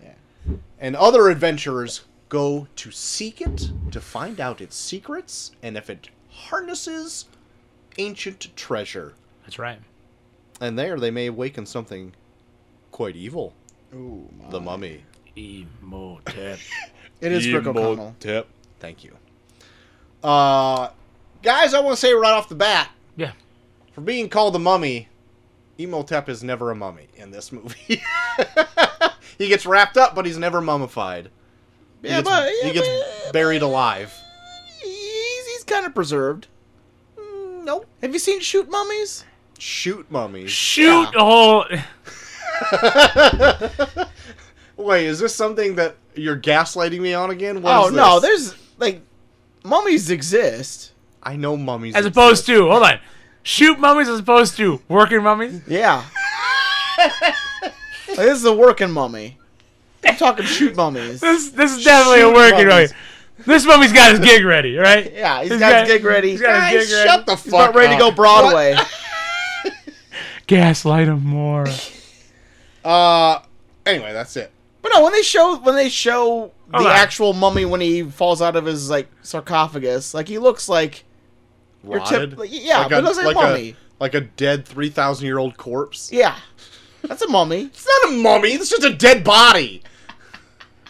[SPEAKER 1] Yeah.
[SPEAKER 2] And other adventurers go to seek it to find out its secrets and if it harnesses ancient treasure.
[SPEAKER 3] That's right.
[SPEAKER 2] And there they may awaken something quite evil
[SPEAKER 1] Ooh, my.
[SPEAKER 2] the mummy.
[SPEAKER 3] Emotep.
[SPEAKER 1] It is Rick O'Connell.
[SPEAKER 4] Tip.
[SPEAKER 2] Thank you. Uh, guys, I want to say right off the bat,
[SPEAKER 3] yeah.
[SPEAKER 2] for being called a mummy, Emotep is never a mummy in this movie. he gets wrapped up, but he's never mummified. He
[SPEAKER 1] Yeah,
[SPEAKER 2] gets,
[SPEAKER 1] but yeah,
[SPEAKER 2] he gets
[SPEAKER 1] but- uh,
[SPEAKER 2] buried alive.
[SPEAKER 1] he's, he's kind of preserved.
[SPEAKER 2] Mm, Nope.
[SPEAKER 1] Have you seen Shoot Mummies?
[SPEAKER 2] Shoot mummies.
[SPEAKER 3] Shoot all.
[SPEAKER 2] Wait, is this something that you're gaslighting me on again? What
[SPEAKER 1] oh
[SPEAKER 2] is
[SPEAKER 1] no,
[SPEAKER 2] this?
[SPEAKER 1] there's like mummies exist.
[SPEAKER 2] I know mummies.
[SPEAKER 3] As opposed
[SPEAKER 2] exist.
[SPEAKER 3] to, hold on. Shoot mummies as opposed to working mummies.
[SPEAKER 1] Yeah. Like, this is a working mummy. I'm talking shoot mummies.
[SPEAKER 3] This this is definitely
[SPEAKER 2] Shoot
[SPEAKER 3] a working
[SPEAKER 2] mummies.
[SPEAKER 3] mummy. This mummy's got his gig ready, right?
[SPEAKER 1] Yeah, he's got his gig ready.
[SPEAKER 3] He's got his
[SPEAKER 2] Guys,
[SPEAKER 3] gig ready.
[SPEAKER 2] shut the fuck
[SPEAKER 1] He's about ready to go
[SPEAKER 2] up.
[SPEAKER 1] Broadway.
[SPEAKER 3] Gaslight him more.
[SPEAKER 2] Uh, anyway, that's it.
[SPEAKER 1] But no, when they show when they show the
[SPEAKER 3] Alright.
[SPEAKER 1] actual mummy when he falls out of his like sarcophagus, like he looks like Your tip-
[SPEAKER 2] Rotted.
[SPEAKER 1] like, yeah, but it looks like a mummy.
[SPEAKER 2] like a dead three thousand year old corpse.
[SPEAKER 1] yeah, that's a mummy.
[SPEAKER 2] It's not a mummy. It's just a dead body.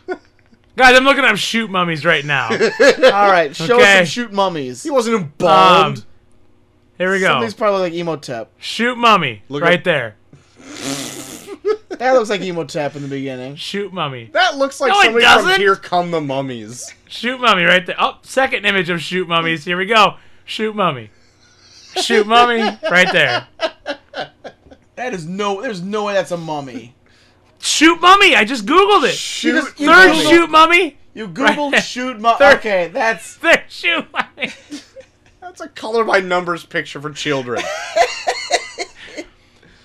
[SPEAKER 3] Guys, I'm looking up shoot mummies right now.
[SPEAKER 1] All right, show us
[SPEAKER 3] Okay.
[SPEAKER 1] some shoot mummies.
[SPEAKER 2] He wasn't embalmed.
[SPEAKER 3] Um, Here we go.
[SPEAKER 1] Somebody's probably like Emotep.
[SPEAKER 3] Shoot mummy.
[SPEAKER 2] Look
[SPEAKER 3] right
[SPEAKER 2] up-
[SPEAKER 3] there.
[SPEAKER 1] That looks like Emotep in the beginning.
[SPEAKER 3] Shoot mummy.
[SPEAKER 2] that looks like
[SPEAKER 3] No, it
[SPEAKER 2] somebody from
[SPEAKER 3] doesn't.
[SPEAKER 2] Here Come the Mummies.
[SPEAKER 3] Shoot mummy right there. Oh, second image of shoot mummies. Here we go. Shoot mummy. Shoot mummy right there.
[SPEAKER 1] That is no. There's no way that's a mummy.
[SPEAKER 3] Shoot mummy. I just googled it.
[SPEAKER 1] You
[SPEAKER 2] Shoot.
[SPEAKER 1] just- you
[SPEAKER 3] Third
[SPEAKER 1] Googled-
[SPEAKER 3] shoot mummy.
[SPEAKER 1] You googled
[SPEAKER 3] Right.
[SPEAKER 1] shoot mummy.
[SPEAKER 3] Third-
[SPEAKER 1] Okay, that's
[SPEAKER 3] Third shoot mummy.
[SPEAKER 2] That's a color by numbers picture for children.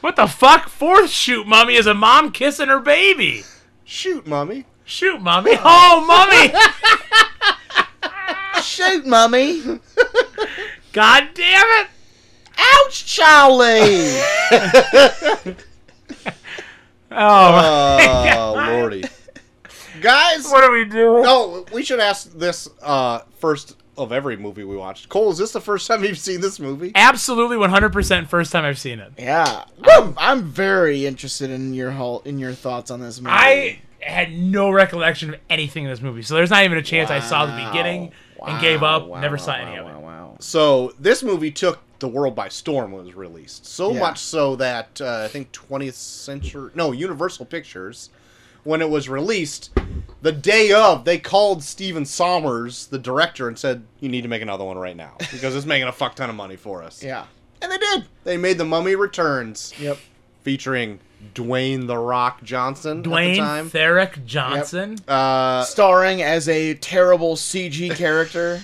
[SPEAKER 3] What the fuck? Fourth shoot mummy is a mom kissing her baby.
[SPEAKER 2] Shoot, mummy.
[SPEAKER 3] Shoot mummy. Oh, mummy.
[SPEAKER 1] shoot mummy.
[SPEAKER 3] God damn it.
[SPEAKER 1] Ouch, Charlie.
[SPEAKER 2] Uh,
[SPEAKER 3] Oh,
[SPEAKER 2] Oh lordy, guys.
[SPEAKER 3] what are we doing?
[SPEAKER 2] No, we should ask this uh, first of every movie we watched. Cole, is this the first time you've seen this movie?
[SPEAKER 3] Absolutely 100% first time I've seen it.
[SPEAKER 1] yeah, I'm, I'm very interested in your whole in your thoughts on this movie.
[SPEAKER 3] I had no recollection of anything in this movie, so there's not even a chance I saw the beginning and gave up. never saw any of it.
[SPEAKER 2] So this movie took the world by storm when it was released. So
[SPEAKER 1] Yeah.
[SPEAKER 2] much so that uh, I think 20th Century, no, Universal Pictures, when it was released, the day of, they called Steven Sommers, the director, and said, "You need to make another one right now because it's making a fuck ton of money for us."
[SPEAKER 1] Yeah.
[SPEAKER 2] and they did. They made The Mummy Returns,
[SPEAKER 1] Yep.
[SPEAKER 2] featuring Dwayne the Rock Johnson at the
[SPEAKER 3] Dwayne
[SPEAKER 2] time.
[SPEAKER 3] Theric Johnson.
[SPEAKER 2] uh,
[SPEAKER 1] Starring as a terrible CG character.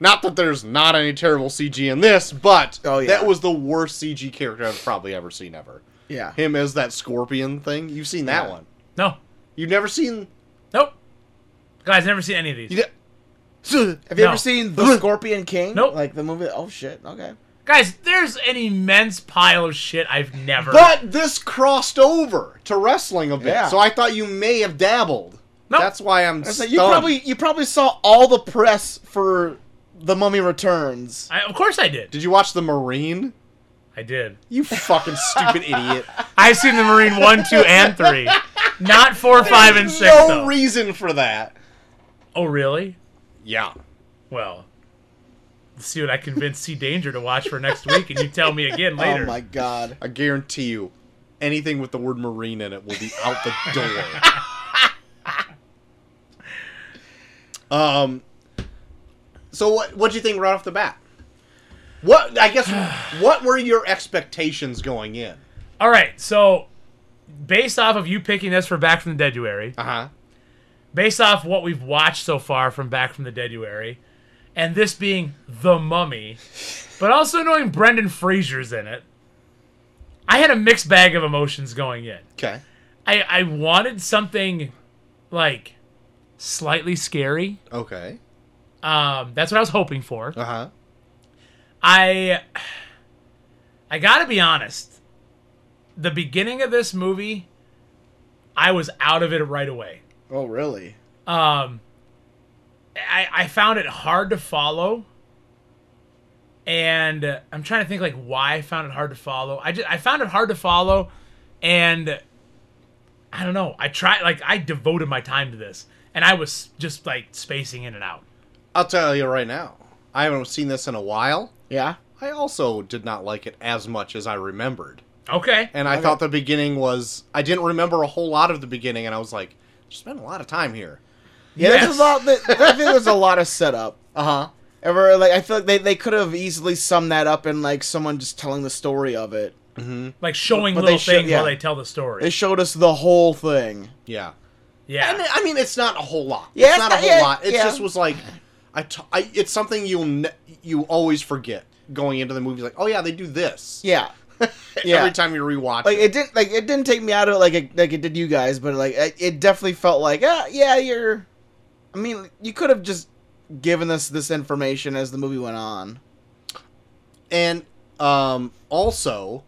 [SPEAKER 2] Not that there's not any terrible CG in this, but
[SPEAKER 1] Oh, yeah.
[SPEAKER 2] that was the worst CG character I've probably ever seen ever.
[SPEAKER 1] Yeah.
[SPEAKER 2] Him as that scorpion thing. You've seen that
[SPEAKER 1] Yeah.
[SPEAKER 2] one.
[SPEAKER 3] No.
[SPEAKER 2] You've never seen.
[SPEAKER 3] Nope. Guys, never seen any of these.
[SPEAKER 2] You ne-
[SPEAKER 1] Have you
[SPEAKER 3] No.
[SPEAKER 1] ever seen The Scorpion King?
[SPEAKER 3] Nope.
[SPEAKER 1] Like the movie? Oh shit. Okay.
[SPEAKER 3] Guys, there's an immense pile of shit I've never.
[SPEAKER 2] but this crossed over to wrestling a bit,
[SPEAKER 1] Yeah.
[SPEAKER 2] so I thought you may have dabbled.
[SPEAKER 3] Nope.
[SPEAKER 2] That's why I'm.
[SPEAKER 1] I was
[SPEAKER 2] stunned.
[SPEAKER 1] like, you probably you probably saw all the press for The Mummy Returns.
[SPEAKER 3] I, of course I did.
[SPEAKER 2] Did you watch the Marine?
[SPEAKER 3] I did.
[SPEAKER 2] You fucking stupid idiot.
[SPEAKER 3] I've seen the Marine one, two, and three, not four, five, and six.
[SPEAKER 2] no
[SPEAKER 3] though.
[SPEAKER 2] reason for that.
[SPEAKER 3] oh really?
[SPEAKER 2] Yeah.
[SPEAKER 3] Well, let's see what I convince C Danger to watch for next week, and you tell me again later.
[SPEAKER 1] Oh my god.
[SPEAKER 2] I guarantee you, anything with the word marine in it will be out the door. um. So what? What do you think right off the bat? What I guess. what were your expectations going in?
[SPEAKER 3] All right, so based off of you picking this for Back from the Deaduary,
[SPEAKER 2] Uh huh.
[SPEAKER 3] based off what we've watched so far from Back from the Deaduary, and this being The Mummy, but also knowing Brendan Fraser's in it, I had a mixed bag of emotions going in.
[SPEAKER 2] Okay.
[SPEAKER 3] I, I wanted something like slightly scary.
[SPEAKER 2] Okay.
[SPEAKER 3] Um, that's what I was hoping for.
[SPEAKER 2] Uh huh.
[SPEAKER 3] I I gotta be honest. The beginning of this movie, I was out of it right away.
[SPEAKER 1] Oh really?
[SPEAKER 3] Um, I I found it hard to follow, and uh, I'm trying to think like why I found it hard to follow. I just I found it hard to follow, and I don't know. I tried like I devoted my time to this, and I was just like spacing in and out.
[SPEAKER 2] I'll tell you right now. I haven't seen this in a while.
[SPEAKER 1] Yeah.
[SPEAKER 2] I also did not like it as much as I remembered.
[SPEAKER 3] Okay.
[SPEAKER 2] And I thought the beginning was I didn't remember a whole lot of the beginning and I was like, spent a lot of time here.
[SPEAKER 1] Yeah.
[SPEAKER 3] Yes.
[SPEAKER 1] There's a lot. That, I think there's a lot of setup.
[SPEAKER 2] Uh-huh.
[SPEAKER 1] Ever like I feel like they, they could have easily summed that up in like someone just telling the story of it.
[SPEAKER 3] Like showing
[SPEAKER 1] But they
[SPEAKER 3] little
[SPEAKER 1] show-
[SPEAKER 3] things
[SPEAKER 1] yeah.
[SPEAKER 3] while they tell the story.
[SPEAKER 1] They showed us the whole thing.
[SPEAKER 2] Yeah.
[SPEAKER 3] yeah.
[SPEAKER 2] I mean, I mean, it's not a whole lot.
[SPEAKER 1] Yeah,
[SPEAKER 2] it's
[SPEAKER 1] it's
[SPEAKER 2] not, a
[SPEAKER 1] not-
[SPEAKER 2] whole
[SPEAKER 1] yeah,
[SPEAKER 2] lot. It
[SPEAKER 1] yeah.
[SPEAKER 2] just was like, I, t- I, it's something you'll ne- you always forget going into the movie. Like, oh yeah, they do this.
[SPEAKER 1] Yeah. yeah.
[SPEAKER 2] Every time you rewatch
[SPEAKER 1] Like
[SPEAKER 2] it.
[SPEAKER 1] it didn't like it didn't take me out of it like it, like it did you guys, but like it, it definitely felt like ah yeah you're. I mean, you could have just given us this information as the movie went on.
[SPEAKER 2] And um, also,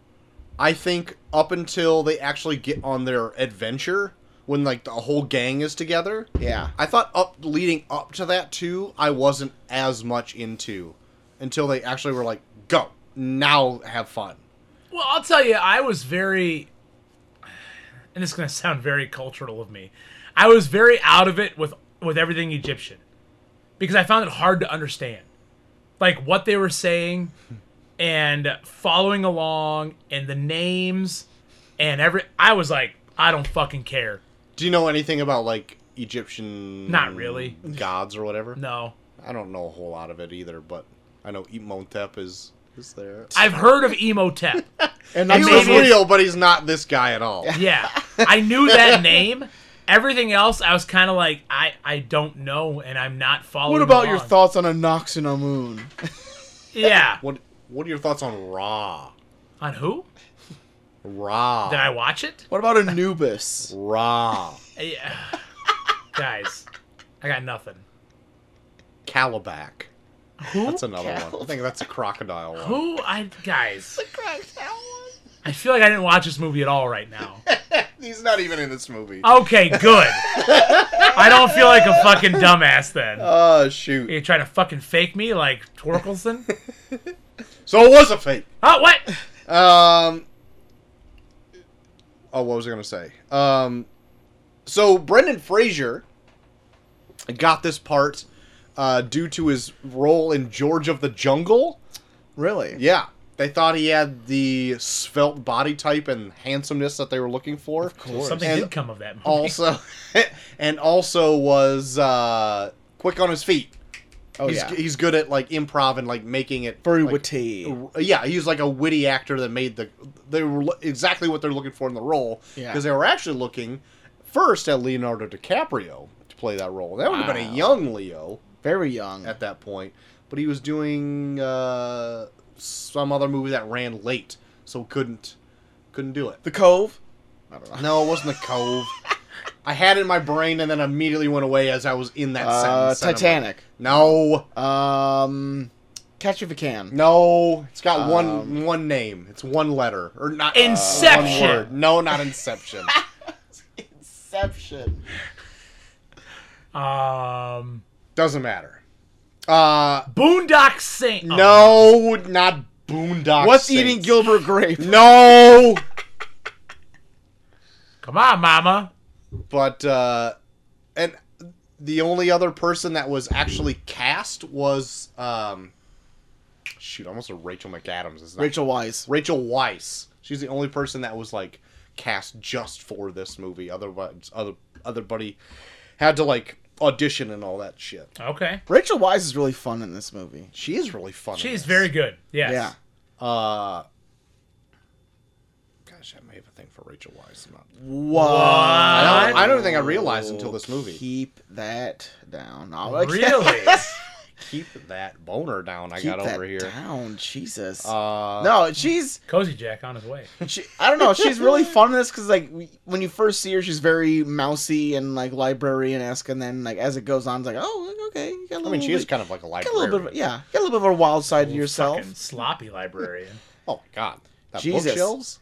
[SPEAKER 2] I think up until they actually get on their adventure, when like the whole gang is together,
[SPEAKER 1] Yeah.
[SPEAKER 2] I thought up leading up to that too, I wasn't as much into until they actually were like, go now, have fun.
[SPEAKER 3] Well, I'll tell you, I was very, and it's going to sound very cultural of me. I was very out of it with with everything Egyptian, because I found it hard to understand, like what they were saying, and following along, and the names, and every. I was like, I don't fucking care.
[SPEAKER 2] Do you know anything about like Egyptian?
[SPEAKER 3] Not really.
[SPEAKER 2] Gods or whatever.
[SPEAKER 3] No,
[SPEAKER 2] I don't know a whole lot of it either, but I know Imhotep is is there.
[SPEAKER 3] I've heard of Emotep.
[SPEAKER 1] And
[SPEAKER 2] he was
[SPEAKER 3] maybe it's-
[SPEAKER 2] real, but he's not this guy at all.
[SPEAKER 3] Yeah, I knew that name. Everything else, I was kind of like, I I don't know, and I'm not following.
[SPEAKER 1] What about your
[SPEAKER 3] along.
[SPEAKER 1] thoughts on a Nox and a Moon?
[SPEAKER 3] Yeah.
[SPEAKER 2] What What are your thoughts on Ra?
[SPEAKER 3] On who?
[SPEAKER 2] Ra.
[SPEAKER 3] Did I watch it?
[SPEAKER 1] What about Anubis?
[SPEAKER 2] Ra.
[SPEAKER 3] Yeah. Guys, I got nothing.
[SPEAKER 2] Calabac. That's another one. I
[SPEAKER 1] Calabac.
[SPEAKER 2] think that's a crocodile one.
[SPEAKER 3] Who? I guys. I feel like I didn't watch this movie at all right now.
[SPEAKER 2] He's not even in this movie. Oh,
[SPEAKER 3] Okay, good. I don't feel like a fucking dumbass then.
[SPEAKER 2] Uh, shoot.
[SPEAKER 3] you trying to fucking fake me like Torkelson?
[SPEAKER 2] So it was a fake.
[SPEAKER 3] Oh, what?
[SPEAKER 2] Um. Oh, what was I gonna say? Um. So Brendan Fraser got this part uh, due to his role in George of the Jungle.
[SPEAKER 1] Really?
[SPEAKER 2] Yeah, they thought he had the svelte body type and handsomeness that they were looking for. Of course.
[SPEAKER 3] Something
[SPEAKER 2] and
[SPEAKER 3] did come of that movie.
[SPEAKER 2] also, and also was uh, quick on his feet.
[SPEAKER 1] Oh
[SPEAKER 2] he's,
[SPEAKER 1] yeah.
[SPEAKER 2] he's good at like improv and like making it
[SPEAKER 1] Very
[SPEAKER 2] like,
[SPEAKER 1] witty.
[SPEAKER 2] yeah, he was like a witty actor that made the they were lo- exactly what they're looking for in the role because
[SPEAKER 1] Yeah.
[SPEAKER 2] they were actually looking first at Leonardo DiCaprio to play that role. That would have been a
[SPEAKER 1] Wow.
[SPEAKER 2] young Leo
[SPEAKER 1] Very young.
[SPEAKER 2] at that point, but he was doing uh, some other movie that ran late, so couldn't couldn't do it.
[SPEAKER 1] The Cove. I don't know.
[SPEAKER 2] No, it wasn't the Cove. I had it in my brain and then immediately went away as I was in that
[SPEAKER 1] Uh,
[SPEAKER 2] sentence. and I'm like,
[SPEAKER 1] Titanic.
[SPEAKER 2] No,
[SPEAKER 1] Um, Catch If You Can.
[SPEAKER 2] no, it's
[SPEAKER 1] Um,
[SPEAKER 2] got one one name. It's one letter or not. uh,
[SPEAKER 3] Inception.
[SPEAKER 2] one word. No, not Inception.
[SPEAKER 1] Inception.
[SPEAKER 3] Um,
[SPEAKER 2] Doesn't matter. Uh,
[SPEAKER 1] Oh.
[SPEAKER 3] Boondock Saint. oh,
[SPEAKER 2] no, not Boondock.
[SPEAKER 1] What's
[SPEAKER 2] Saints.
[SPEAKER 1] eating Gilbert Grape?
[SPEAKER 2] No,
[SPEAKER 3] come on, Mama.
[SPEAKER 2] but uh, and the only other person that was actually cast was um, shoot, almost a Rachel McAdams. It's not
[SPEAKER 1] Rachel Wise.
[SPEAKER 2] Rachel Weisz. She's the only person that was like cast just for this movie. Otherwise, other other buddy had to like audition and all that shit.
[SPEAKER 3] Okay,
[SPEAKER 1] Rachel Wise is really fun in this movie.
[SPEAKER 2] She is really funny.
[SPEAKER 3] she's very good. Yes.
[SPEAKER 1] Yeah.
[SPEAKER 2] Uh, gosh, I may have a thing for Rachel Weisz. I'm not-
[SPEAKER 1] Whoa.
[SPEAKER 2] I, don't, I don't think I realized until this movie.
[SPEAKER 1] Keep that down. No, I can't-
[SPEAKER 3] Really?
[SPEAKER 2] Keep that boner down. I
[SPEAKER 1] Keep
[SPEAKER 2] got
[SPEAKER 1] that
[SPEAKER 2] over here.
[SPEAKER 1] down. Jesus.
[SPEAKER 2] Uh,
[SPEAKER 1] no, she's.
[SPEAKER 3] Cozy Jack on his way.
[SPEAKER 1] She, I don't know. She's really fun in this because, like, we- when you first see her, she's very mousy and like librarian esque, and then like as it goes on, it's like, oh, okay. You got a
[SPEAKER 2] I
[SPEAKER 1] little
[SPEAKER 2] mean, she is
[SPEAKER 1] bit-
[SPEAKER 2] kind of like
[SPEAKER 1] got a
[SPEAKER 2] a librarian.
[SPEAKER 1] little bit, of, yeah, got a little bit of a wild side to yourself.
[SPEAKER 3] Fucking sloppy librarian.
[SPEAKER 2] Oh my god, that
[SPEAKER 1] Jesus.
[SPEAKER 2] bookshelves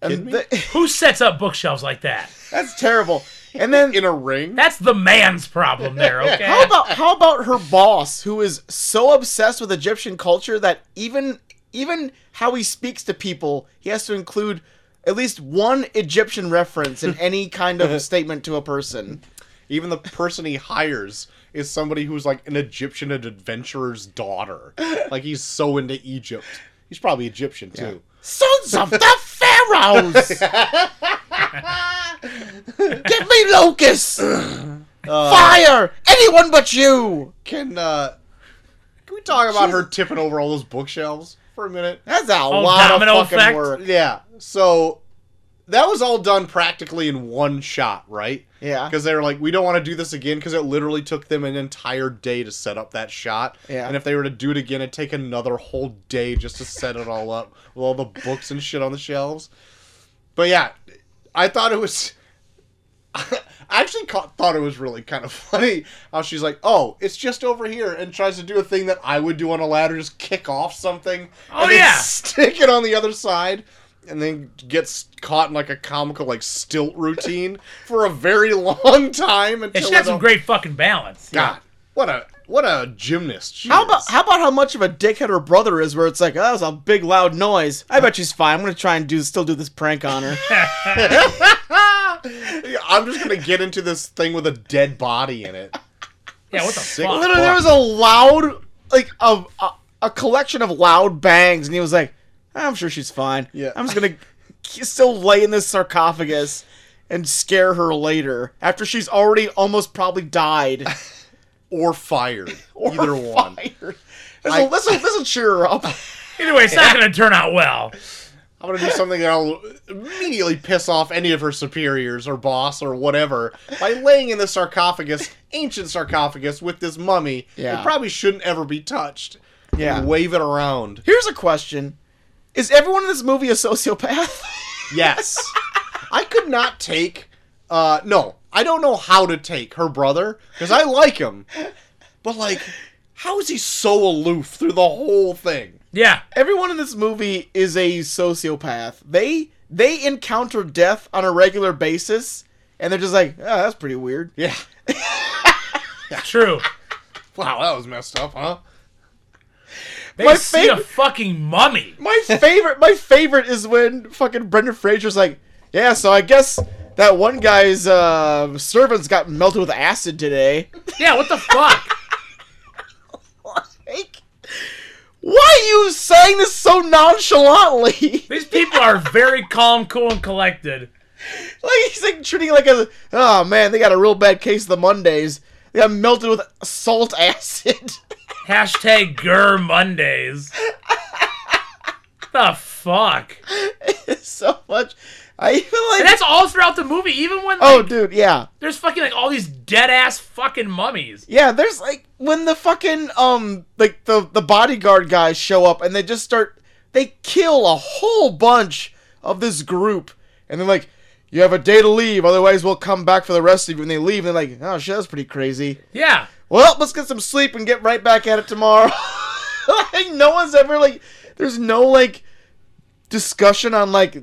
[SPEAKER 1] And
[SPEAKER 2] me?
[SPEAKER 1] the-
[SPEAKER 3] Who sets up bookshelves like that?
[SPEAKER 1] that's terrible. And then
[SPEAKER 2] in a ring.
[SPEAKER 3] That's the man's problem there. Okay.
[SPEAKER 1] How about how about her boss, who is so obsessed with Egyptian culture that even even how he speaks to people, he has to include at least one Egyptian reference in any kind of statement to a person.
[SPEAKER 2] Even the person he hires is somebody who's like an Egyptian adventurer's daughter. Like he's so into Egypt. He's probably Egyptian too.
[SPEAKER 1] Sons of the pharaohs, give me locusts, fire, anyone but you.
[SPEAKER 2] Can uh can we talk about her tipping over all those bookshelves for a minute?
[SPEAKER 1] That's a
[SPEAKER 3] Oh,
[SPEAKER 1] lot of
[SPEAKER 3] domino
[SPEAKER 1] fucking
[SPEAKER 3] effect?
[SPEAKER 1] work.
[SPEAKER 2] Yeah. So that was all done practically in one shot, right?
[SPEAKER 1] Yeah.
[SPEAKER 2] Because they were like, we don't want to do this again because it literally took them an entire day to set up that shot.
[SPEAKER 1] Yeah.
[SPEAKER 2] And if they were to do it again, it'd take another whole day just to set it all up with all the books and shit on the shelves. But yeah, I thought it was. I actually caught, thought it was really kind of funny how she's like, "Oh, it's just over here," and tries to do a thing that I would do on a ladder, just kick off something,
[SPEAKER 3] Oh,
[SPEAKER 2] and then
[SPEAKER 3] yeah.
[SPEAKER 2] stick it on the other side, and then gets caught in like a comical like stilt routine for a very long time
[SPEAKER 3] And
[SPEAKER 2] until
[SPEAKER 3] she had
[SPEAKER 2] it
[SPEAKER 3] some
[SPEAKER 2] all-
[SPEAKER 3] great fucking balance.
[SPEAKER 2] God, what a what a gymnast she
[SPEAKER 1] How about
[SPEAKER 2] is.
[SPEAKER 1] how about how much of a dickhead her brother is? Where it's like, oh, that was a big loud noise. I bet she's fine. I'm gonna try and do still do this prank on her.
[SPEAKER 2] I'm just gonna get into this thing with a dead body in it.
[SPEAKER 3] Yeah. What the
[SPEAKER 2] Sick.
[SPEAKER 3] fuck?
[SPEAKER 1] Literally, there was a loud like a, a a collection of loud bangs, and he was like, I'm sure she's fine.
[SPEAKER 2] Yeah.
[SPEAKER 1] I'm just gonna k- still lay in this sarcophagus and scare her later after she's already almost probably died.
[SPEAKER 2] Or fired. Either one.
[SPEAKER 1] Fired. This'll, this'll, this'll cheer her up.
[SPEAKER 3] Either way, it's not going to turn out well.
[SPEAKER 2] I'm gonna do something that'll immediately piss off any of her superiors or boss or whatever by laying in the sarcophagus, ancient sarcophagus, with this mummy.
[SPEAKER 1] Yeah.
[SPEAKER 2] It probably shouldn't ever be touched.
[SPEAKER 1] Yeah.
[SPEAKER 2] And wave it around.
[SPEAKER 1] Here's a question: Is everyone in this movie a sociopath?
[SPEAKER 2] Yes. I could not take uh no, I don't know how to take her brother, because I like him. But like, how is he so aloof through the whole thing?
[SPEAKER 3] Yeah.
[SPEAKER 1] everyone in this movie is a sociopath. They they encounter death on a regular basis, and they're just like, oh, that's pretty weird.
[SPEAKER 2] Yeah.
[SPEAKER 3] True.
[SPEAKER 2] Wow, that was messed up, huh?
[SPEAKER 3] They
[SPEAKER 1] My
[SPEAKER 3] see a
[SPEAKER 1] favorite-
[SPEAKER 3] fucking mummy.
[SPEAKER 1] My favorite, my favorite is when fucking Brendan Fraser's like, yeah, so I guess that one guy's uh, servants got melted with acid today.
[SPEAKER 3] Yeah. What the fuck?
[SPEAKER 1] Like, why are you saying this so nonchalantly?
[SPEAKER 3] These people are very calm, cool, and collected.
[SPEAKER 1] Like he's like treating it like a oh man, they got a real bad case of the Mondays. They got melted with salt acid.
[SPEAKER 3] Hashtag Gur Mondays. the fuck?
[SPEAKER 1] so much. I even
[SPEAKER 3] And
[SPEAKER 1] like.
[SPEAKER 3] that's all throughout the movie, even when
[SPEAKER 1] Oh,
[SPEAKER 3] like,
[SPEAKER 1] dude, yeah,
[SPEAKER 3] there's fucking like all these dead ass fucking mummies.
[SPEAKER 1] yeah. There's like when the fucking um like the the bodyguard guys show up and they just start they kill a whole bunch of this group and they're like, you have a day to leave, otherwise we'll come back for the rest of you. And they leave and they're like, oh shit, that's pretty crazy.
[SPEAKER 3] Yeah.
[SPEAKER 1] well, let's get some sleep and get right back at it tomorrow. like no one's ever like there's no like discussion on like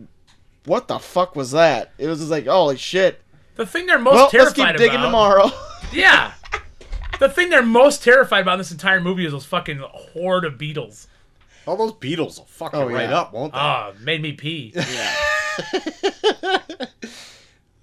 [SPEAKER 1] what the fuck was that? It was just like, holy shit.
[SPEAKER 3] The thing they're most
[SPEAKER 1] Well, let's
[SPEAKER 3] terrified
[SPEAKER 1] keep digging
[SPEAKER 3] about.
[SPEAKER 1] tomorrow.
[SPEAKER 3] Yeah. the thing they're most terrified about in this entire movie is those fucking horde of beetles.
[SPEAKER 2] All those beetles will fuck you
[SPEAKER 1] Oh,
[SPEAKER 2] right
[SPEAKER 1] yeah.
[SPEAKER 2] up, won't they?
[SPEAKER 3] Ah, made me pee.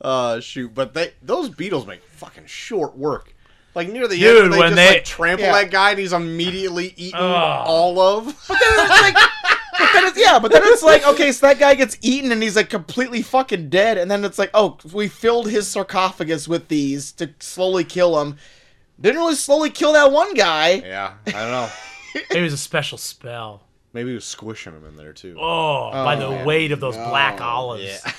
[SPEAKER 2] Uh, shoot, but they those beetles make fucking short work. Like near the
[SPEAKER 3] Dude,
[SPEAKER 2] end, they
[SPEAKER 3] when
[SPEAKER 2] just
[SPEAKER 3] they-
[SPEAKER 2] like trample
[SPEAKER 1] Yeah.
[SPEAKER 2] that guy and he's immediately eaten
[SPEAKER 3] Ugh.
[SPEAKER 2] all of.
[SPEAKER 1] but then it's like but then it's, yeah, but then it's like, okay, so that guy gets eaten and he's like completely fucking dead, and then it's like, oh, we filled his sarcophagus with these to slowly kill him. Didn't really slowly kill that one guy.
[SPEAKER 2] yeah, I don't know.
[SPEAKER 3] It was a special spell.
[SPEAKER 2] Maybe he was squishing him in there too.
[SPEAKER 3] Oh, by the
[SPEAKER 1] man.
[SPEAKER 3] weight of those black
[SPEAKER 1] No.
[SPEAKER 3] olives.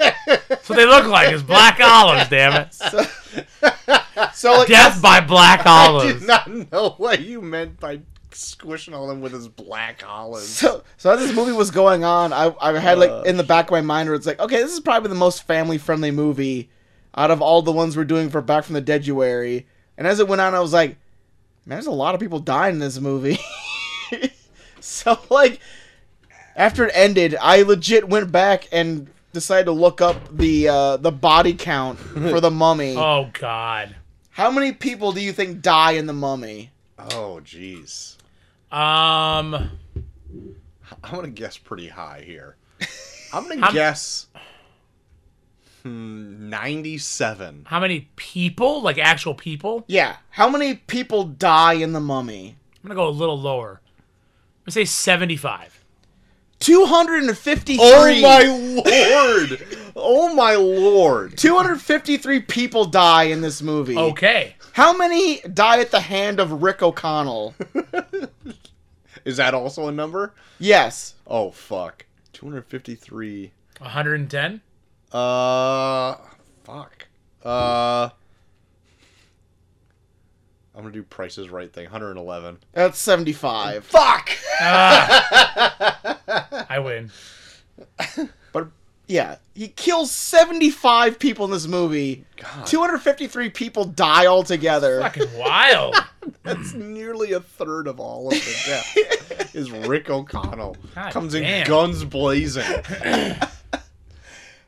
[SPEAKER 3] That's what they look like is black olives, damn it.
[SPEAKER 1] So like
[SPEAKER 3] Death by black
[SPEAKER 2] I did
[SPEAKER 3] olives.
[SPEAKER 2] not know what you meant by squishing all them with his black olives.
[SPEAKER 1] So, so as this movie was going on, I, I had like in the back of my mind where it's like, okay, this is probably the most family friendly movie out of all the ones we're doing for Back from the Deaduary. And as it went on, I was like, man, there's a lot of people dying in this movie. so like, after it ended, I legit went back and decided to look up the uh, the body count for the Mummy.
[SPEAKER 3] Oh god.
[SPEAKER 1] How many people do you think die in the Mummy?
[SPEAKER 2] Oh, jeez.
[SPEAKER 3] Um
[SPEAKER 2] I'm gonna guess pretty high here. I'm gonna
[SPEAKER 3] How-
[SPEAKER 2] guess hmm, 97.
[SPEAKER 3] how many people? Like actual people?
[SPEAKER 1] Yeah, how many people die in the Mummy?
[SPEAKER 3] I'm gonna go a little lower. I'm gonna say 75.
[SPEAKER 1] 253.
[SPEAKER 2] Oh my lord! oh my lord!
[SPEAKER 1] 253 people die in this movie.
[SPEAKER 3] Okay.
[SPEAKER 1] How many die at the hand of Rick O'Connell?
[SPEAKER 2] Is that also a number?
[SPEAKER 1] yes.
[SPEAKER 2] Oh fuck. 253.
[SPEAKER 3] 110?
[SPEAKER 2] Uh fuck. Uh I'm gonna do prices right thing. 111.
[SPEAKER 1] That's 75.
[SPEAKER 2] Fuck!
[SPEAKER 3] I win.
[SPEAKER 2] But
[SPEAKER 1] Yeah. He kills 75 people in this movie.
[SPEAKER 2] God.
[SPEAKER 1] 253 people die altogether.
[SPEAKER 3] Fucking wild.
[SPEAKER 2] That's nearly a third of all of the death. is Rick O'Connell
[SPEAKER 3] God
[SPEAKER 2] comes in
[SPEAKER 3] damn.
[SPEAKER 2] guns blazing.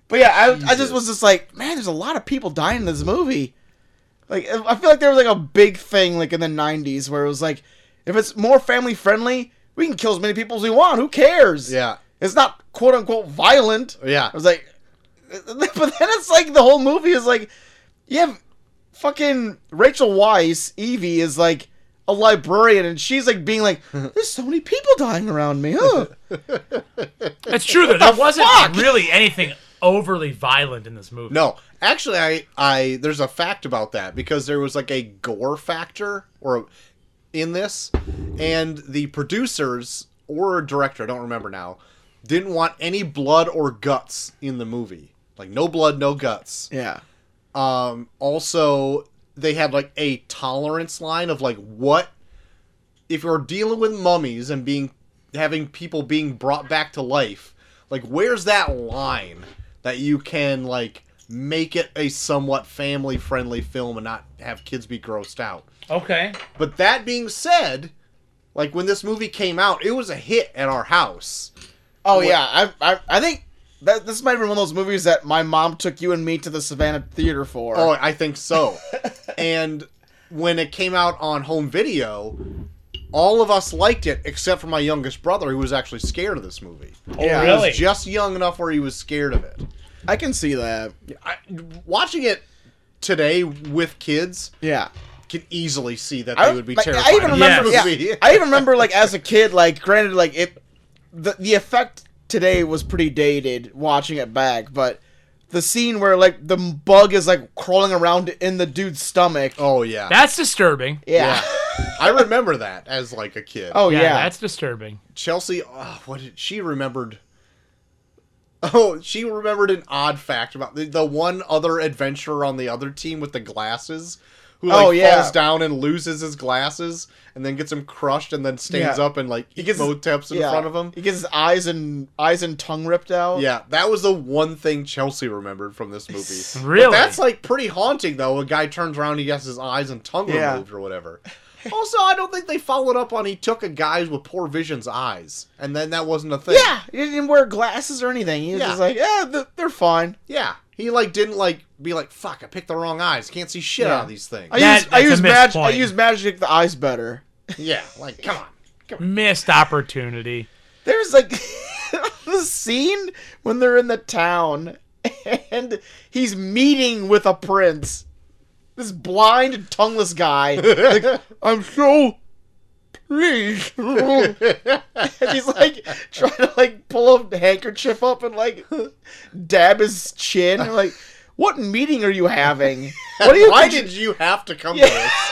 [SPEAKER 1] But yeah, I, I
[SPEAKER 2] Jesus.
[SPEAKER 1] just was just like, man, there's a lot of people dying in this movie. Like, I feel like there was like a big thing like in the 90s where it was like, if it's more family friendly, we can kill as many people as we want. Who cares?
[SPEAKER 2] Yeah,
[SPEAKER 1] It's not quote unquote violent.
[SPEAKER 2] yeah.
[SPEAKER 1] I was like, but then it's like the whole movie is like, you have fucking Rachel Weisz, Evie is like a librarian, and she's like being like, there's so many people dying around me. Huh?
[SPEAKER 3] That's true though. There
[SPEAKER 1] the
[SPEAKER 3] wasn't
[SPEAKER 1] fuck?
[SPEAKER 3] really anything overly violent in this movie.
[SPEAKER 2] No, actually, I, I there's a fact about that because there was like a gore factor or in this, and the producers or director, I don't remember now, didn't want any blood or guts in the movie. Like no blood, no guts.
[SPEAKER 1] yeah.
[SPEAKER 2] Um, also, they had like a tolerance line of like what if you're dealing with mummies and being having people being brought back to life. Like, where's that line that you can like make it a somewhat family friendly film and not have kids be grossed out?
[SPEAKER 3] Okay.
[SPEAKER 2] But that being said, like when this movie came out, it was a hit at our house.
[SPEAKER 1] Oh yeah, I, I I think that this might have been one of those movies that my mom took you and me to the Savannah Theater for.
[SPEAKER 2] Oh, I think so. and when it came out on home video, all of us liked it except for my youngest brother, who was actually scared of this movie.
[SPEAKER 3] Oh,
[SPEAKER 1] Yeah, it
[SPEAKER 2] He was
[SPEAKER 3] really?
[SPEAKER 2] just young enough where he was scared of it.
[SPEAKER 1] I can see that.
[SPEAKER 2] I, watching it today with kids
[SPEAKER 1] Yeah.
[SPEAKER 2] can easily see that
[SPEAKER 1] I
[SPEAKER 2] they would be
[SPEAKER 1] like,
[SPEAKER 2] terrified.
[SPEAKER 1] I even
[SPEAKER 2] of
[SPEAKER 1] remember.
[SPEAKER 2] this
[SPEAKER 3] Yes.
[SPEAKER 1] Yeah,
[SPEAKER 2] movie.
[SPEAKER 1] I even remember like as a kid. Like, granted, like it, the the effect today was pretty dated. Watching it back, but the scene where like the bug is like crawling around in the dude's stomach.
[SPEAKER 2] oh yeah.
[SPEAKER 3] That's disturbing.
[SPEAKER 1] yeah.
[SPEAKER 2] I remember that as like a kid.
[SPEAKER 1] Oh yeah.
[SPEAKER 3] that's disturbing.
[SPEAKER 2] Chelsea, oh, what did, she remembered Oh, she remembered an odd fact about the, the one other adventurer on the other team with the glasses who like
[SPEAKER 1] Oh, yeah.
[SPEAKER 2] falls down and loses his glasses and then gets him crushed and then stands
[SPEAKER 1] Yeah.
[SPEAKER 2] up and like
[SPEAKER 1] He gets his-
[SPEAKER 2] moteps in
[SPEAKER 1] yeah.
[SPEAKER 2] front of him.
[SPEAKER 1] He gets his eyes and eyes and tongue ripped out.
[SPEAKER 2] Yeah, that was the one thing Chelsea remembered from this movie. But
[SPEAKER 3] Really?
[SPEAKER 2] that's like pretty haunting though. A guy turns around, he gets his eyes and tongue
[SPEAKER 1] Yeah.
[SPEAKER 2] removed or whatever. also, I don't think they followed up on he took a guy with poor vision's eyes, and then that wasn't a thing.
[SPEAKER 1] Yeah, he didn't wear glasses or anything. He was
[SPEAKER 2] Yeah.
[SPEAKER 1] just like, yeah, th- they're fine.
[SPEAKER 2] yeah. He like didn't like be like fuck. I picked the wrong eyes. Can't see shit out of these things.
[SPEAKER 1] I
[SPEAKER 3] That-
[SPEAKER 1] use I
[SPEAKER 3] that's a
[SPEAKER 1] use
[SPEAKER 3] missed
[SPEAKER 1] magic. I
[SPEAKER 3] point.
[SPEAKER 1] use magic the eyes better.
[SPEAKER 2] yeah, like come on.
[SPEAKER 3] Missed opportunity.
[SPEAKER 1] There's like the scene when they're in the town and he's meeting with a prince. This blind, tongueless guy. Like, oh. I'm so pleased. and he's like trying to like pull a handkerchief up and like dab his chin. And, like, what meeting are you having? What are you?
[SPEAKER 2] Why
[SPEAKER 1] contri-
[SPEAKER 2] did you have to come to
[SPEAKER 1] Yeah.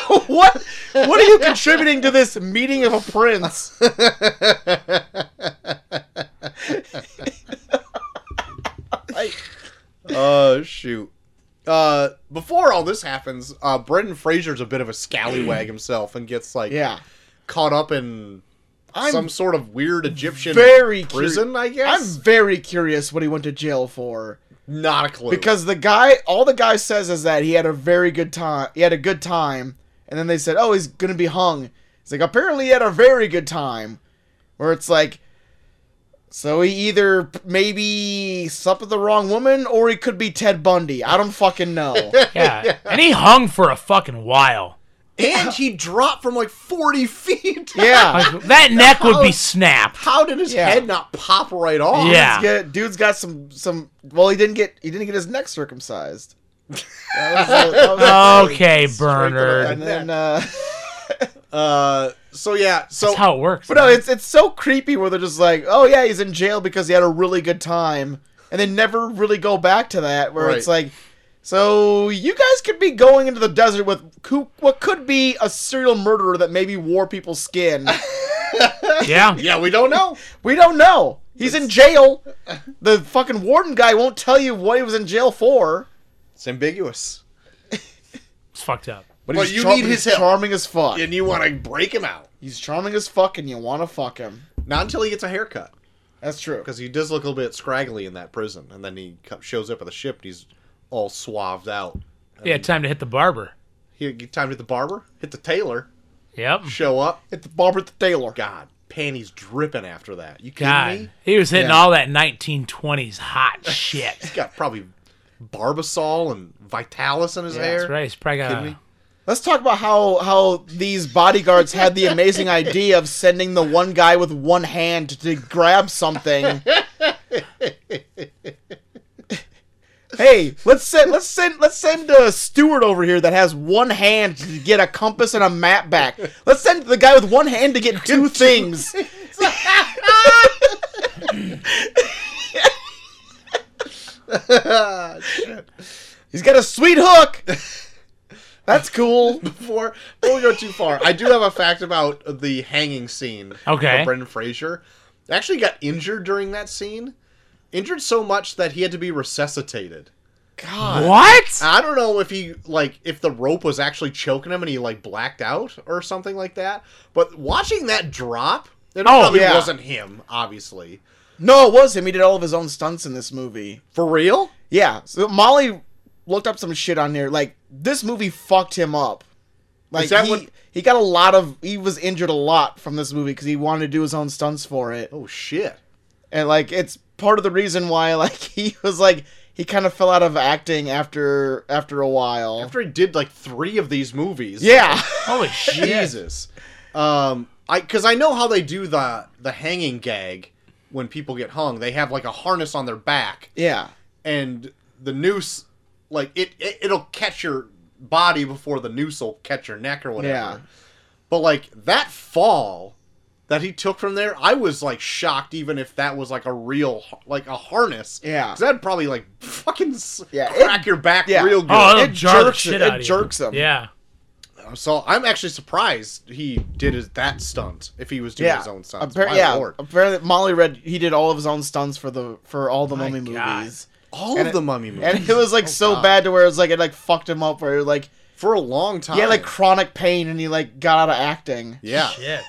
[SPEAKER 2] this?
[SPEAKER 1] what? What are you contributing to this meeting of a prince?
[SPEAKER 2] Oh shoot. Uh, before all this happens, uh, Brendan Fraser's a bit of a scallywag himself and gets like
[SPEAKER 1] Yeah.
[SPEAKER 2] caught up in
[SPEAKER 1] I'm
[SPEAKER 2] some sort of weird Egyptian
[SPEAKER 1] very curi-
[SPEAKER 2] prison, I guess.
[SPEAKER 1] I'm very curious what he went to jail for
[SPEAKER 2] not a clue.
[SPEAKER 1] because the guy, all the guy says is that he had a very good time. He had a good time, and then they said, "Oh, he's gonna be hung." It's like apparently he had a very good time, where it's like, so he either p- maybe slept with the wrong woman or he could be Ted Bundy. I don't fucking know.
[SPEAKER 3] Yeah. And he hung for a fucking while.
[SPEAKER 2] and he dropped from like forty feet.
[SPEAKER 1] yeah,
[SPEAKER 3] Like, that neck would be snapped.
[SPEAKER 2] How did his
[SPEAKER 1] Yeah.
[SPEAKER 2] head not pop right off?
[SPEAKER 3] Yeah.
[SPEAKER 1] Get- dude's got some some. Well, he didn't get he didn't get his neck circumcised. That was a- that was
[SPEAKER 3] Oh,
[SPEAKER 1] a-
[SPEAKER 3] Okay,
[SPEAKER 1] and
[SPEAKER 3] Bernard.
[SPEAKER 1] then uh,
[SPEAKER 2] Uh. So yeah. So
[SPEAKER 3] That's how it works.
[SPEAKER 1] but uh, no, it's it's so creepy where they're just like, oh yeah, he's in jail because he had a really good time, and they never really go back to that. Where it's
[SPEAKER 2] Right.
[SPEAKER 1] like, so you guys could be going into the desert with coo- what could be a serial murderer that maybe wore people's skin.
[SPEAKER 3] yeah.
[SPEAKER 2] yeah, we don't know.
[SPEAKER 1] we don't know. He's in jail. The fucking warden guy won't tell you what he was in jail for.
[SPEAKER 2] It's ambiguous.
[SPEAKER 3] It's fucked up.
[SPEAKER 1] But,
[SPEAKER 2] But
[SPEAKER 1] he's
[SPEAKER 2] you
[SPEAKER 1] char-
[SPEAKER 2] need
[SPEAKER 1] but
[SPEAKER 2] his
[SPEAKER 1] he's
[SPEAKER 2] help.
[SPEAKER 1] charming as fuck.
[SPEAKER 2] And you want to break him out?
[SPEAKER 1] He's charming as fuck, and you want to fuck him.
[SPEAKER 2] Not until he gets a haircut.
[SPEAKER 1] That's true.
[SPEAKER 2] because he does look a little bit scraggly in that prison, and then he co- shows up at the ship. And he's all suaved out.
[SPEAKER 3] Yeah, time to hit the barber.
[SPEAKER 2] He he- time to hit the barber, hit the tailor,
[SPEAKER 3] Yep.
[SPEAKER 2] show up.
[SPEAKER 1] It's Barbara the Taylor.
[SPEAKER 2] God, panties dripping after that. You kidding me?
[SPEAKER 3] God. He was hitting
[SPEAKER 1] Yeah.
[SPEAKER 3] all that 1920s hot shit.
[SPEAKER 2] He's got probably Barbasol and Vitalis in his hair.
[SPEAKER 3] That's right. He's probably got
[SPEAKER 2] Kidding
[SPEAKER 3] a-
[SPEAKER 2] me?
[SPEAKER 1] Let's talk about how how these bodyguards had the amazing idea of sending the one guy with one hand to grab something. hey, let's send let's send let's send uh, Stewart over here that has one hand to get a compass and a map back. Let's send the guy with one hand to get two things. He's got a sweet hook. That's cool.
[SPEAKER 2] Before, before we go too far, I do have a fact about the hanging scene.
[SPEAKER 3] Okay.
[SPEAKER 2] Of Brendan Fraser actually got injured during that scene. Injured so much that he had to be resuscitated.
[SPEAKER 1] God.
[SPEAKER 3] What?
[SPEAKER 1] Uh,
[SPEAKER 2] I don't know if he like if the rope was actually choking him and he like blacked out or something like that. But watching that drop, it
[SPEAKER 3] Oh,
[SPEAKER 2] probably
[SPEAKER 1] yeah.
[SPEAKER 2] wasn't him, obviously.
[SPEAKER 1] No, it was him. He did all of his own stunts in this movie.
[SPEAKER 2] For real?
[SPEAKER 1] Yeah. So Molly looked up some shit on there. Like this movie fucked him up. Like
[SPEAKER 2] Is that
[SPEAKER 1] he,
[SPEAKER 2] what-
[SPEAKER 1] he got a lot of he was injured a lot from this movie because he wanted to do his own stunts for it.
[SPEAKER 2] Oh shit.
[SPEAKER 1] And like it's part of the reason why like he was like he kind of fell out of acting after after a while.
[SPEAKER 2] After he did like three of these movies.
[SPEAKER 1] yeah.
[SPEAKER 3] Holy shit.
[SPEAKER 2] Jesus. Um I cuz I know how they do the the hanging gag when people get hung. They have like a harness on their back
[SPEAKER 1] yeah.
[SPEAKER 2] and the noose like it, it it'll catch your body before the noose will catch your neck or whatever.
[SPEAKER 1] Yeah.
[SPEAKER 2] But like that fall that he took from there, I was like shocked even if that was like a real h- like a harness.
[SPEAKER 1] Yeah.
[SPEAKER 2] Cuz that'd probably like fucking s
[SPEAKER 1] Yeah, it-
[SPEAKER 2] crack your back
[SPEAKER 1] yeah.
[SPEAKER 2] real good.
[SPEAKER 3] Oh, it'll
[SPEAKER 1] It
[SPEAKER 3] jar the
[SPEAKER 1] jerks-
[SPEAKER 3] shit
[SPEAKER 1] it
[SPEAKER 3] out of you.
[SPEAKER 1] jerks 'em.
[SPEAKER 3] Yeah.
[SPEAKER 2] So I'm actually surprised he did his, that stunt. If he was doing
[SPEAKER 1] yeah,
[SPEAKER 2] his own stunts,
[SPEAKER 1] Appar-
[SPEAKER 2] my
[SPEAKER 1] yeah.
[SPEAKER 2] lord,
[SPEAKER 1] Apparently, Molly Red he did all of his own stunts for the for all the Mummy
[SPEAKER 3] God.
[SPEAKER 1] movies,
[SPEAKER 2] all
[SPEAKER 1] and
[SPEAKER 2] of
[SPEAKER 1] it-
[SPEAKER 2] the mummy movies
[SPEAKER 1] and it was like so
[SPEAKER 2] Oh, God.
[SPEAKER 1] bad to where it was like it like fucked him up, where like
[SPEAKER 2] for a long time.
[SPEAKER 1] he had like chronic pain and he like got out of acting.
[SPEAKER 2] yeah,
[SPEAKER 3] Shit.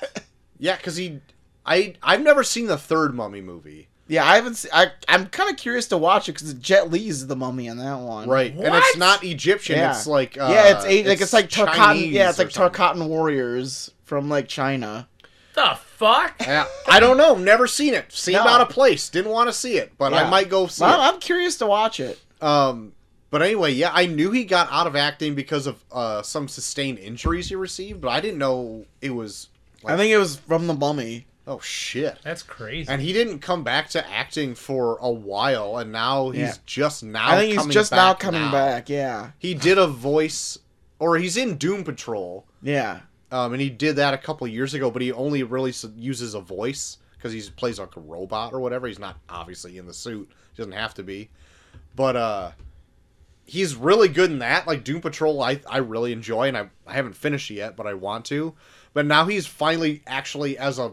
[SPEAKER 2] yeah, because he, I, I've never seen the third mummy movie,
[SPEAKER 1] Yeah, I haven't. Se- I I'm kind of curious to watch it because Jet Li's the mummy in that one.
[SPEAKER 2] right? And it's
[SPEAKER 3] What?
[SPEAKER 2] not Egyptian.
[SPEAKER 1] Yeah.
[SPEAKER 2] It's like uh,
[SPEAKER 1] yeah, it's, a- like it's like Tarkatan.
[SPEAKER 2] Chinese
[SPEAKER 1] Yeah, it's
[SPEAKER 2] or
[SPEAKER 1] like
[SPEAKER 2] something.
[SPEAKER 1] Tarkatan warriors from like China.
[SPEAKER 3] the fuck?
[SPEAKER 2] Yeah, I don't know. Never seen it. Seemed
[SPEAKER 1] No.
[SPEAKER 2] out of place. Didn't want to see it, but
[SPEAKER 1] Yeah.
[SPEAKER 2] I might go see
[SPEAKER 1] Well,
[SPEAKER 2] it.
[SPEAKER 1] I'm curious to watch it.
[SPEAKER 2] Um, but anyway, yeah, I knew he got out of acting because of uh, some sustained injuries he received, but I didn't know it was. Like,
[SPEAKER 1] I think it was from the mummy.
[SPEAKER 2] oh shit!
[SPEAKER 3] That's crazy.
[SPEAKER 2] And he didn't come back to acting for a while, and now he's
[SPEAKER 1] Yeah.
[SPEAKER 2] just now.
[SPEAKER 1] I think he's
[SPEAKER 2] coming
[SPEAKER 1] just
[SPEAKER 2] back
[SPEAKER 1] now coming back. Yeah,
[SPEAKER 2] He did a voice, or he's in Doom Patrol,
[SPEAKER 1] yeah,
[SPEAKER 2] um, and he did that a couple years ago, but he only really s- uses a voice because he plays like a robot or whatever. He's not obviously in the suit; he doesn't have to be. But uh, he's really good in that. Like Doom Patrol, I I really enjoy, and I I haven't finished it yet, but I want to. But now he's finally actually as a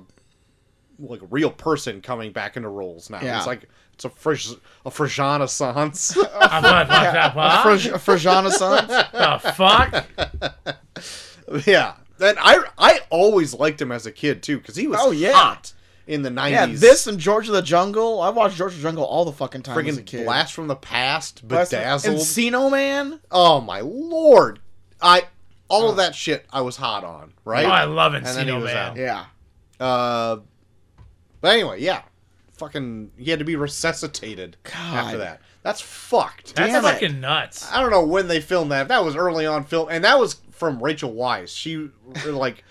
[SPEAKER 2] like a real person coming back into roles now.
[SPEAKER 1] Yeah.
[SPEAKER 2] It's like it's a fresh a frejana sans.
[SPEAKER 3] I'm like, what the fuck?
[SPEAKER 1] Fraj- Frajana Sons.
[SPEAKER 3] The fuck?
[SPEAKER 2] yeah. And I I always liked him as a kid too because he was
[SPEAKER 1] Oh, yeah.
[SPEAKER 2] hot in the nineties.
[SPEAKER 1] Yeah, this and George of the Jungle. I watched George of the Jungle all the fucking time as a
[SPEAKER 2] freaking
[SPEAKER 1] kid.
[SPEAKER 2] blast from the past,
[SPEAKER 1] Blast-
[SPEAKER 2] bedazzled.
[SPEAKER 1] Encino Man.
[SPEAKER 2] oh my lord! I all of that shit I was hot on, right?
[SPEAKER 3] Oh, I love
[SPEAKER 2] then he
[SPEAKER 3] Encino
[SPEAKER 2] was
[SPEAKER 3] Man.
[SPEAKER 1] Yeah,
[SPEAKER 2] Uh, but anyway, yeah, fucking, he had to be resuscitated after
[SPEAKER 1] God.
[SPEAKER 2] that. That's fucked.
[SPEAKER 3] That's
[SPEAKER 1] Damn it.
[SPEAKER 3] fucking nuts.
[SPEAKER 2] I don't know when they filmed that. That was early on film, and that was from Rachel Weisz. She like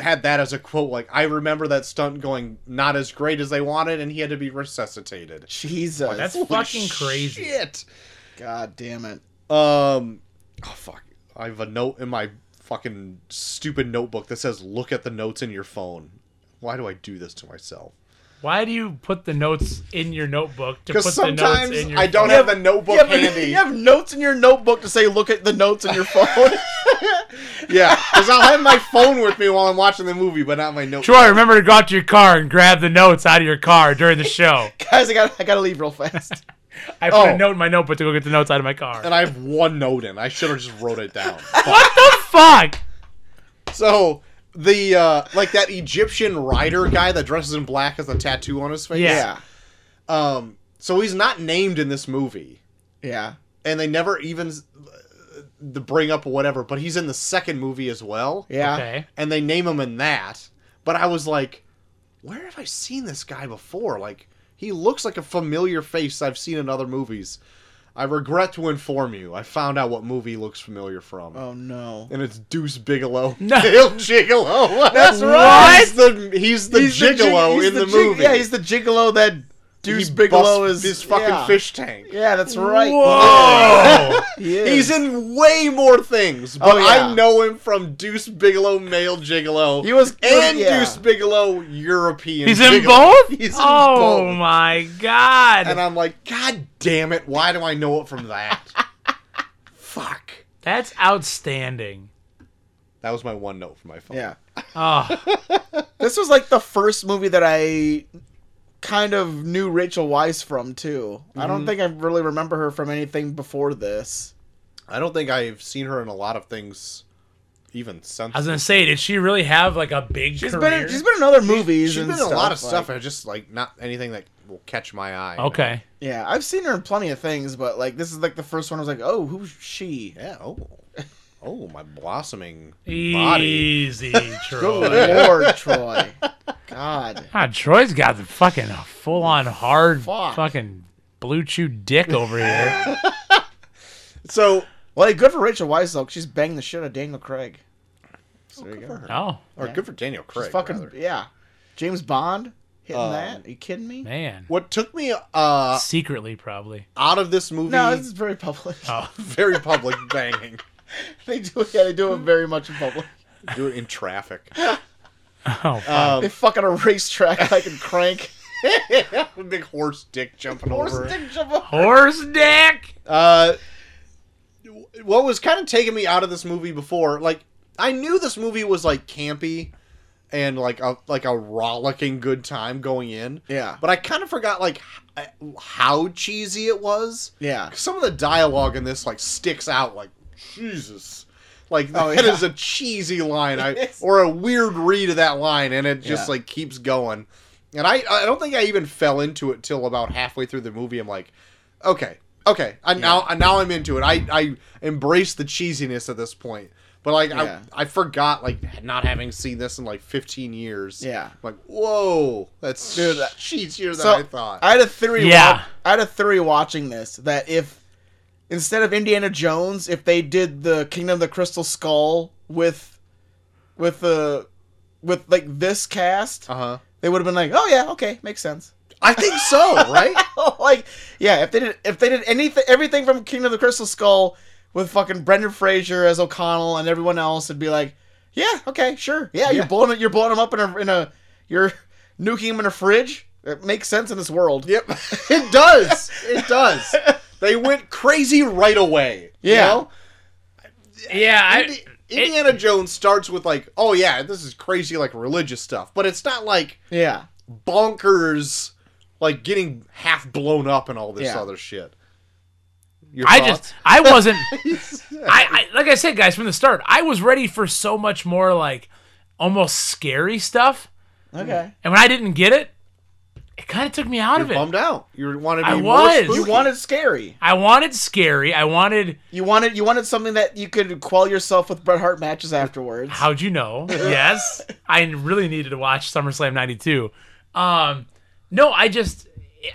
[SPEAKER 2] had that as a quote. Like I remember that stunt going not as great as they wanted, and he had to be resuscitated.
[SPEAKER 1] Jesus.
[SPEAKER 3] That's
[SPEAKER 2] Holy
[SPEAKER 3] fucking crazy.
[SPEAKER 2] Shit.
[SPEAKER 1] God damn it.
[SPEAKER 2] Um, oh fuck! I have a note in my fucking stupid notebook that says "Look at the notes in your phone." Why do I do this to myself?
[SPEAKER 3] Why do you put the notes in your notebook to put
[SPEAKER 2] Because
[SPEAKER 3] the notes
[SPEAKER 2] sometimes
[SPEAKER 3] in your
[SPEAKER 2] I don't
[SPEAKER 3] phone?
[SPEAKER 2] have the notebook
[SPEAKER 1] You have,
[SPEAKER 2] handy.
[SPEAKER 1] you have notes in your notebook to say, look at the notes in your phone.
[SPEAKER 2] Yeah, because I'll have my phone with me while I'm watching the movie, but not my notebook.
[SPEAKER 3] Troy, remember to go out to your car and grab the notes out of your car during the show.
[SPEAKER 1] Guys, I got I gotta leave real fast.
[SPEAKER 3] I put
[SPEAKER 2] Oh.
[SPEAKER 3] a note in my notebook to go get the notes out of my car.
[SPEAKER 2] And I have one note in. I should have just wrote it down.
[SPEAKER 3] what the fuck?
[SPEAKER 2] so the uh like that Egyptian rider guy that dresses in black has a tattoo on his face.
[SPEAKER 3] Yeah.
[SPEAKER 2] Um. So he's not named in this movie.
[SPEAKER 1] Yeah.
[SPEAKER 2] and they never even uh, the bring up whatever but he's in the second movie as well
[SPEAKER 1] Yeah.
[SPEAKER 3] Okay.
[SPEAKER 2] and they name him in that but i was like where have i seen this guy before like he looks like a familiar face i've seen in other movies i regret to inform you i found out what movie he looks familiar from
[SPEAKER 1] Oh no.
[SPEAKER 2] and it's deuce bigelow
[SPEAKER 3] No.
[SPEAKER 2] Dale gigolo
[SPEAKER 1] That's
[SPEAKER 3] right.
[SPEAKER 2] he's the, he's the
[SPEAKER 1] jig-
[SPEAKER 2] gigolo
[SPEAKER 1] he's
[SPEAKER 2] in the,
[SPEAKER 1] jig-
[SPEAKER 2] movie
[SPEAKER 1] Yeah, he's the gigolo that Deuce
[SPEAKER 2] He
[SPEAKER 1] Bigelow
[SPEAKER 2] busts
[SPEAKER 1] is
[SPEAKER 2] his fucking
[SPEAKER 1] yeah.
[SPEAKER 2] fish tank
[SPEAKER 1] Yeah, that's right.
[SPEAKER 3] Whoa.
[SPEAKER 1] He is.
[SPEAKER 2] He's in way more things, but
[SPEAKER 1] Oh, yeah.
[SPEAKER 2] I know him from Deuce Bigelow, male gigolo.
[SPEAKER 1] He was-
[SPEAKER 2] and
[SPEAKER 1] yeah.
[SPEAKER 2] Deuce Bigelow, European.
[SPEAKER 3] He's in
[SPEAKER 2] gigolo.
[SPEAKER 3] both?
[SPEAKER 2] He's in
[SPEAKER 3] oh
[SPEAKER 2] both.
[SPEAKER 3] my god.
[SPEAKER 2] And I'm like, God damn it! Why do I know it from that? Fuck.
[SPEAKER 3] That's outstanding.
[SPEAKER 2] That was my one note from my phone.
[SPEAKER 1] Yeah.
[SPEAKER 3] Oh,
[SPEAKER 1] This was like the first movie that I kind of knew Rachel Weisz from too. I
[SPEAKER 2] Mm-hmm.
[SPEAKER 1] don't think I really remember her from anything before this.
[SPEAKER 2] I don't think I've seen her in a lot of things, even since.
[SPEAKER 3] I was gonna say, did she really have like a big
[SPEAKER 1] She's
[SPEAKER 3] career?
[SPEAKER 1] been she's been in other movies.
[SPEAKER 2] She's been
[SPEAKER 1] and
[SPEAKER 2] in a lot of
[SPEAKER 1] like-
[SPEAKER 2] stuff. and just like not anything that will catch my eye. you know?
[SPEAKER 3] okay.
[SPEAKER 1] Yeah, I've seen her in plenty of things, but like this is like the first one. I was like, oh, who's she?
[SPEAKER 2] Yeah. Oh. Oh, my blossoming
[SPEAKER 3] E
[SPEAKER 2] body.
[SPEAKER 3] Easy,
[SPEAKER 2] Oh,
[SPEAKER 3] Troy.
[SPEAKER 1] Good Lord, Troy. God.
[SPEAKER 3] God, Troy's got the fucking full on hard
[SPEAKER 1] Fuck.
[SPEAKER 3] fucking blue chew dick over here.
[SPEAKER 2] So
[SPEAKER 1] Well, hey, good for Rachel Weisz though. 'cause She's banging the shit out of Daniel Craig. So there you go.
[SPEAKER 2] for her.
[SPEAKER 3] oh
[SPEAKER 2] Or good for Daniel Craig.
[SPEAKER 1] She's fucking
[SPEAKER 2] rather.
[SPEAKER 1] yeah. James Bond hitting
[SPEAKER 2] Um,
[SPEAKER 1] that? Are you kidding me?
[SPEAKER 3] man,
[SPEAKER 2] What took me uh,
[SPEAKER 3] secretly probably.
[SPEAKER 2] out of this movie?
[SPEAKER 1] No, this is very public.
[SPEAKER 3] Oh,
[SPEAKER 2] very public banging.
[SPEAKER 1] they do yeah, they do it very much in public.
[SPEAKER 2] Do it in traffic.
[SPEAKER 3] oh, fuck.
[SPEAKER 1] They
[SPEAKER 2] Um,
[SPEAKER 1] fuck on a racetrack like in Crank.
[SPEAKER 2] big horse dick jumping over.
[SPEAKER 1] Horse
[SPEAKER 2] it.
[SPEAKER 1] dick jump up.
[SPEAKER 3] horse dick.
[SPEAKER 2] Uh, what was kind of taking me out of this movie before, like I knew this movie was like campy and like a like a rollicking good time going in.
[SPEAKER 1] Yeah.
[SPEAKER 2] But I kind of forgot like h- uh, how cheesy it was.
[SPEAKER 1] Yeah.
[SPEAKER 2] Some of the dialogue in this like sticks out like Jesus. Like that
[SPEAKER 1] Oh,
[SPEAKER 2] is
[SPEAKER 1] yeah.
[SPEAKER 2] a cheesy line I,
[SPEAKER 1] It is.
[SPEAKER 2] or a weird read of that line and it just
[SPEAKER 1] Yeah.
[SPEAKER 2] like keeps going. And I I don't think I even fell into it till about halfway through the movie. I'm like, okay, okay, I now I, now I'm into it. I I embrace the cheesiness at this point. But like
[SPEAKER 1] Yeah.
[SPEAKER 2] I I forgot like not having seen this in like 15 years.
[SPEAKER 1] Yeah.
[SPEAKER 2] Like whoa, that's
[SPEAKER 1] Dude, I-
[SPEAKER 2] cheesier than
[SPEAKER 1] So
[SPEAKER 2] I thought.
[SPEAKER 1] I had a theory.
[SPEAKER 3] Yeah.
[SPEAKER 1] wa- I had a theory watching this that if instead of Indiana Jones, if they did the Kingdom of the Crystal Skull with with the with like this cast,
[SPEAKER 2] uh huh.
[SPEAKER 1] they would have been like, oh yeah, okay, makes sense.
[SPEAKER 2] I think so, right?
[SPEAKER 1] like yeah, if they did if they did anything everything from Kingdom of the Crystal Skull with fucking Brendan Fraser as O'Connell and everyone else, it'd be like, yeah, okay, sure, yeah,
[SPEAKER 2] Yeah.
[SPEAKER 1] you're blowing it, you're blowing them up in a in a you're nuking them in a fridge. It makes sense in this world.
[SPEAKER 2] Yep. It does. It does. They went crazy right away.
[SPEAKER 1] Yeah.
[SPEAKER 2] You know?
[SPEAKER 3] Yeah, I,
[SPEAKER 2] Indi- Indiana Jones starts with like, oh yeah, this is crazy like religious stuff, but it's not like
[SPEAKER 1] Yeah.
[SPEAKER 2] bonkers, like getting half blown up and all this
[SPEAKER 1] Yeah.
[SPEAKER 2] other shit. Your
[SPEAKER 3] I just,
[SPEAKER 2] thoughts?
[SPEAKER 3] I wasn't. I, I like I said, guys, from the start, I was ready for so much more like almost scary stuff,
[SPEAKER 1] Okay.
[SPEAKER 3] and when I didn't get it, it kind of took me out
[SPEAKER 2] You're
[SPEAKER 3] of it.
[SPEAKER 2] bummed out. You want to be
[SPEAKER 3] I
[SPEAKER 2] more
[SPEAKER 3] was.
[SPEAKER 2] spooky.
[SPEAKER 1] You wanted scary.
[SPEAKER 3] I wanted scary. I wanted.
[SPEAKER 1] You wanted you wanted something that you could quell yourself with Bret Hart matches afterwards.
[SPEAKER 3] How'd you know? yes, I really needed to watch SummerSlam '92. Um, no, I just,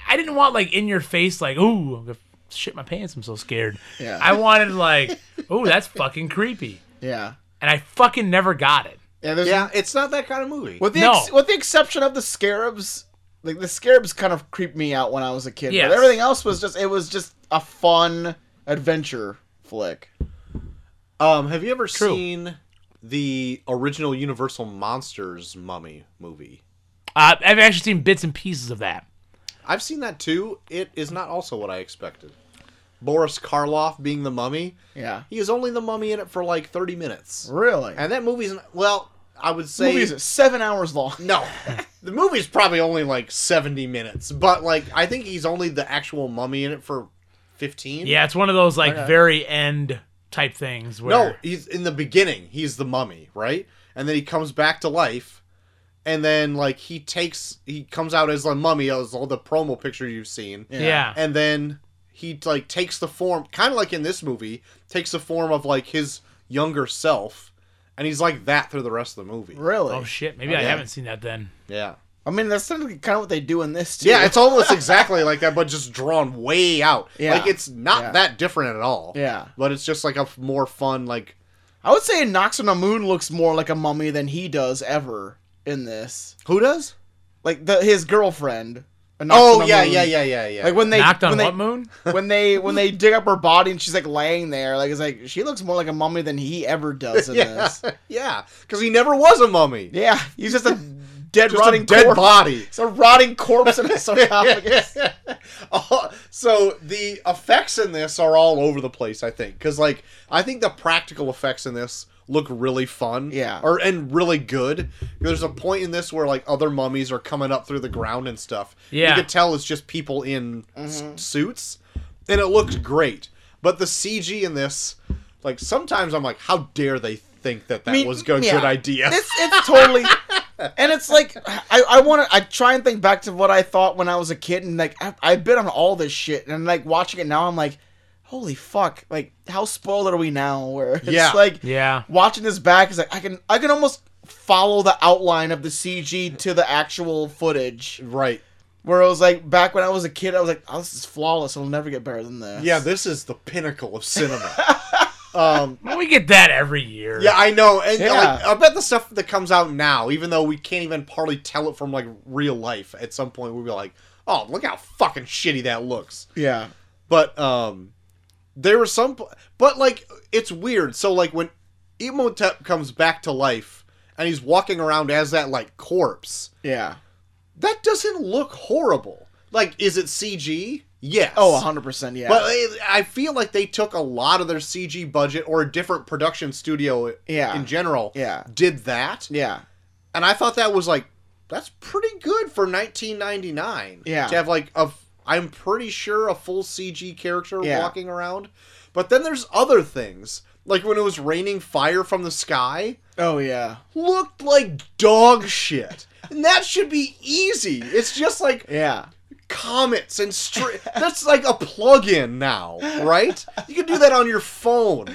[SPEAKER 3] I didn't want like in your face, like, ooh, I'm gonna shit my pants. I'm so scared.
[SPEAKER 1] Yeah.
[SPEAKER 3] I wanted like, ooh, that's fucking creepy,
[SPEAKER 1] yeah.
[SPEAKER 3] and I fucking never got it.
[SPEAKER 1] Yeah. There's,
[SPEAKER 2] Yeah, it's not that kind of movie.
[SPEAKER 1] With the
[SPEAKER 3] No.
[SPEAKER 1] ex- with the exception of the scarabs, like the scarabs kind of creeped me out when I was a kid.
[SPEAKER 3] Yes.
[SPEAKER 1] But everything else was just it was just a fun adventure flick.
[SPEAKER 2] Um, have you ever
[SPEAKER 3] True.
[SPEAKER 2] seen the original Universal Monsters Mummy movie?
[SPEAKER 3] Uh, I've actually seen bits and pieces of that.
[SPEAKER 2] I've seen that too. It is not also what I expected. Boris Karloff being the mummy.
[SPEAKER 1] Yeah.
[SPEAKER 2] He is only the mummy in it for like 30 minutes.
[SPEAKER 1] Really.
[SPEAKER 2] And that movie's not- well, I would
[SPEAKER 1] the
[SPEAKER 2] say
[SPEAKER 1] movie is seven hours long.
[SPEAKER 2] no. the movie's probably only like 70 minutes, but like I think he's only the actual mummy in it for 15.
[SPEAKER 3] Yeah, it's one of those like very end type things where
[SPEAKER 2] No, he's in the beginning. He's the mummy, right? And then he comes back to life, and then like he takes he comes out as a mummy as all the promo picture you've seen.
[SPEAKER 3] Yeah.
[SPEAKER 2] And then he like takes the form, kind of like in this movie, takes the form of like his younger self, and he's like that through the rest of the movie.
[SPEAKER 1] Really.
[SPEAKER 3] Oh shit! Maybe I
[SPEAKER 2] yeah.
[SPEAKER 3] haven't seen that then.
[SPEAKER 2] Yeah.
[SPEAKER 1] I mean that's kind of what they do in this too.
[SPEAKER 2] Yeah, it's almost exactly like that, but just drawn way out.
[SPEAKER 1] Yeah.
[SPEAKER 2] Like it's not
[SPEAKER 1] Yeah.
[SPEAKER 2] that different at all.
[SPEAKER 1] Yeah.
[SPEAKER 2] But it's just like a f- more fun like
[SPEAKER 1] I would say Nox on the Moon looks more like a mummy than he does ever in this.
[SPEAKER 2] who does?
[SPEAKER 1] Like the his girlfriend. Nox on
[SPEAKER 2] Oh
[SPEAKER 1] the
[SPEAKER 2] yeah,
[SPEAKER 1] Moon.
[SPEAKER 2] yeah, yeah, yeah, yeah.
[SPEAKER 1] Like when they
[SPEAKER 3] Knocked on
[SPEAKER 1] when they-
[SPEAKER 3] what moon?
[SPEAKER 1] when they when they dig up her body and she's like laying there, like it's like she looks more like a mummy than he ever does in
[SPEAKER 2] yeah,
[SPEAKER 1] this.
[SPEAKER 2] yeah, because he never was a mummy.
[SPEAKER 1] Yeah, he's just a dead
[SPEAKER 2] Just
[SPEAKER 1] rotting
[SPEAKER 2] a dead
[SPEAKER 1] corpse.
[SPEAKER 2] body.
[SPEAKER 1] It's a rotting corpse in a sarcophagus.
[SPEAKER 2] Oh, so the effects in this are all over the place. I think because like I think the practical effects in this look really fun.
[SPEAKER 1] Yeah.
[SPEAKER 2] or and really good. There's a point in this where like other mummies are coming up through the ground and stuff.
[SPEAKER 3] Yeah.
[SPEAKER 2] you could tell it's just people in s-
[SPEAKER 1] Mm-hmm.
[SPEAKER 2] suits, and it looks great. But the CG in this, like sometimes I'm like, how dare they think that that
[SPEAKER 1] I mean,
[SPEAKER 2] was a good,
[SPEAKER 1] yeah.
[SPEAKER 2] good idea?
[SPEAKER 1] It's it's totally, and it's like I I want to I try and think back to what I thought when I was a kid and like I I've been on all this shit and like watching it now I'm like, holy fuck! Like how spoiled are we now? Where it's
[SPEAKER 2] Yeah.
[SPEAKER 1] like
[SPEAKER 3] Yeah.
[SPEAKER 1] watching this back is like I can I can almost follow the outline of the CG to the actual footage.
[SPEAKER 2] right.
[SPEAKER 1] Where it was like back when I was a kid, I was like, "Oh, this is flawless. It'll never get better than this."
[SPEAKER 2] Yeah, this is the pinnacle of cinema. um,
[SPEAKER 3] Well, we get that every year.
[SPEAKER 2] yeah, I know, and
[SPEAKER 1] Yeah.
[SPEAKER 2] like, I bet the stuff that comes out now, even though we can't even partly tell it from like real life, at some point we'll be like, "Oh, look how fucking shitty that looks."
[SPEAKER 1] yeah,
[SPEAKER 2] But um, there was some, but like it's weird. So like when Imhotep comes back to life and he's walking around as that like corpse,
[SPEAKER 1] yeah.
[SPEAKER 2] that doesn't look horrible. Like, is it CG? Yes.
[SPEAKER 1] Oh, 100%, yeah.
[SPEAKER 2] But I- I feel like they took a lot of their CG budget or a different production studio
[SPEAKER 1] Yeah.
[SPEAKER 2] in general
[SPEAKER 1] Yeah.
[SPEAKER 2] did that.
[SPEAKER 1] yeah.
[SPEAKER 2] And I thought that was like, that's pretty good for 1999.
[SPEAKER 1] Yeah.
[SPEAKER 2] To have like a, f- I'm pretty sure a full CG character
[SPEAKER 1] Yeah.
[SPEAKER 2] walking around. But then there's other things. Like when it was raining fire from the sky,
[SPEAKER 1] Oh, yeah.
[SPEAKER 2] looked like dog shit. And that should be easy. It's just like
[SPEAKER 1] Yeah.
[SPEAKER 2] comets and stri- that's like a plug-in now, right? You can do that on your phone.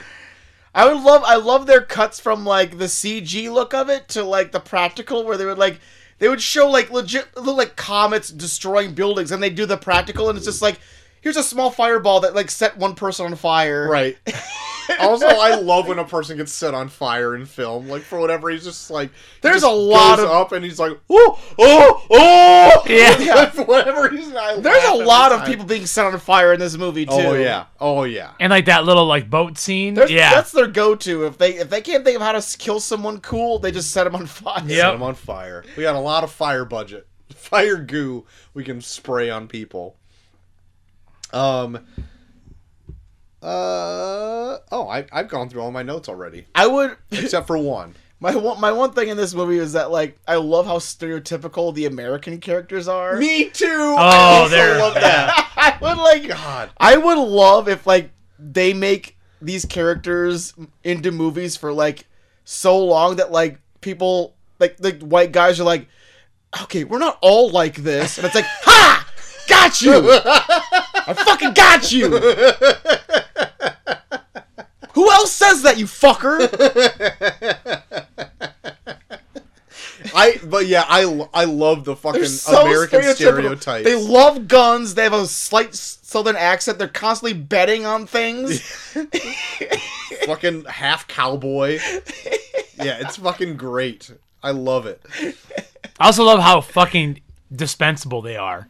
[SPEAKER 1] I would love I love their cuts from like the CG look of it to like the practical where they would like they would show like legit look like comets destroying buildings and they do the practical and it's just like here's a small fireball that like set one person on fire.
[SPEAKER 2] Right. also, I love when a person gets set on fire in film. Like for whatever, he's just like
[SPEAKER 1] There's
[SPEAKER 2] just
[SPEAKER 1] a lot
[SPEAKER 2] goes
[SPEAKER 1] of-
[SPEAKER 2] up, and he's like, oh, oh, oh,
[SPEAKER 3] Yeah.
[SPEAKER 2] for whatever reason, I
[SPEAKER 1] There's
[SPEAKER 2] laugh
[SPEAKER 1] a
[SPEAKER 2] every
[SPEAKER 1] lot of
[SPEAKER 2] time.
[SPEAKER 1] people being set on fire in this movie too.
[SPEAKER 2] Oh yeah, oh yeah.
[SPEAKER 3] And like that little like boat scene.
[SPEAKER 1] There's-
[SPEAKER 3] yeah.
[SPEAKER 1] That's their go-to if they if they can't think of how to s- kill someone cool, they just set them on fire.
[SPEAKER 3] Yep.
[SPEAKER 2] Set them on fire. We got a lot of fire budget, fire goo we can spray on people. Um. Uh oh, I I've gone through all my notes already
[SPEAKER 1] I would
[SPEAKER 2] except for one.
[SPEAKER 1] my one my one thing in this movie is that like I love how stereotypical the American characters are.
[SPEAKER 2] Me too. Oh,
[SPEAKER 3] I also there- love
[SPEAKER 2] that.
[SPEAKER 1] I would like
[SPEAKER 2] Oh God.
[SPEAKER 1] I would love if like they make these characters into movies for like so long that like people like the white guys are like, okay, we're not all like this, and it's like, ha, got you, I fucking got you. Who else says that, you fucker?
[SPEAKER 2] I but yeah, I lo- I love the fucking
[SPEAKER 1] They're so
[SPEAKER 2] American
[SPEAKER 1] stereotypical.
[SPEAKER 2] stereotypes.
[SPEAKER 1] They love guns. They have a slight s- southern accent. They're constantly betting on things.
[SPEAKER 2] fucking half cowboy. yeah, it's fucking great. I love it.
[SPEAKER 3] I also love how fucking dispensable they are.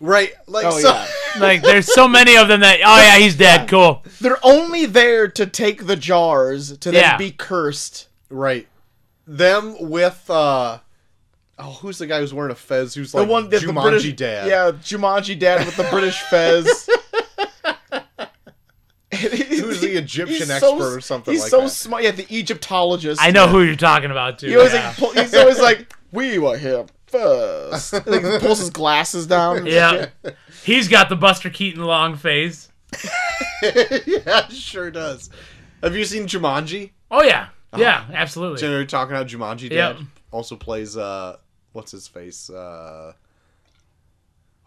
[SPEAKER 2] Right, like
[SPEAKER 1] Oh
[SPEAKER 2] so,
[SPEAKER 1] yeah.
[SPEAKER 3] Like there's so many of them that oh yeah, he's dead. Cool.
[SPEAKER 1] They're only there to take the jars to then
[SPEAKER 3] Yeah.
[SPEAKER 1] be cursed.
[SPEAKER 2] Right. Them with uh oh, who's the guy who's wearing a fez who's like
[SPEAKER 1] the one that
[SPEAKER 2] Jumanji
[SPEAKER 1] the British
[SPEAKER 2] dad.
[SPEAKER 1] Yeah, Jumanji dad with the British fez.
[SPEAKER 2] Who's the Egyptian
[SPEAKER 1] he's
[SPEAKER 2] expert or something
[SPEAKER 1] He's
[SPEAKER 2] like
[SPEAKER 1] so
[SPEAKER 2] that.
[SPEAKER 1] smart. Yeah, the Egyptologist.
[SPEAKER 3] I know who you're talking about too.
[SPEAKER 1] He always
[SPEAKER 3] yeah.
[SPEAKER 1] like pull, he's always like we were here first. And, like, he pulls his glasses down. and
[SPEAKER 3] yeah.
[SPEAKER 1] shit.
[SPEAKER 3] He's got the Buster Keaton long face.
[SPEAKER 2] yeah, sure does. Have you seen Jumanji?
[SPEAKER 3] Oh yeah. Yeah, absolutely.
[SPEAKER 2] So you're talking about Jumanji
[SPEAKER 3] Yep.
[SPEAKER 2] dad also plays uh what's his face? Uh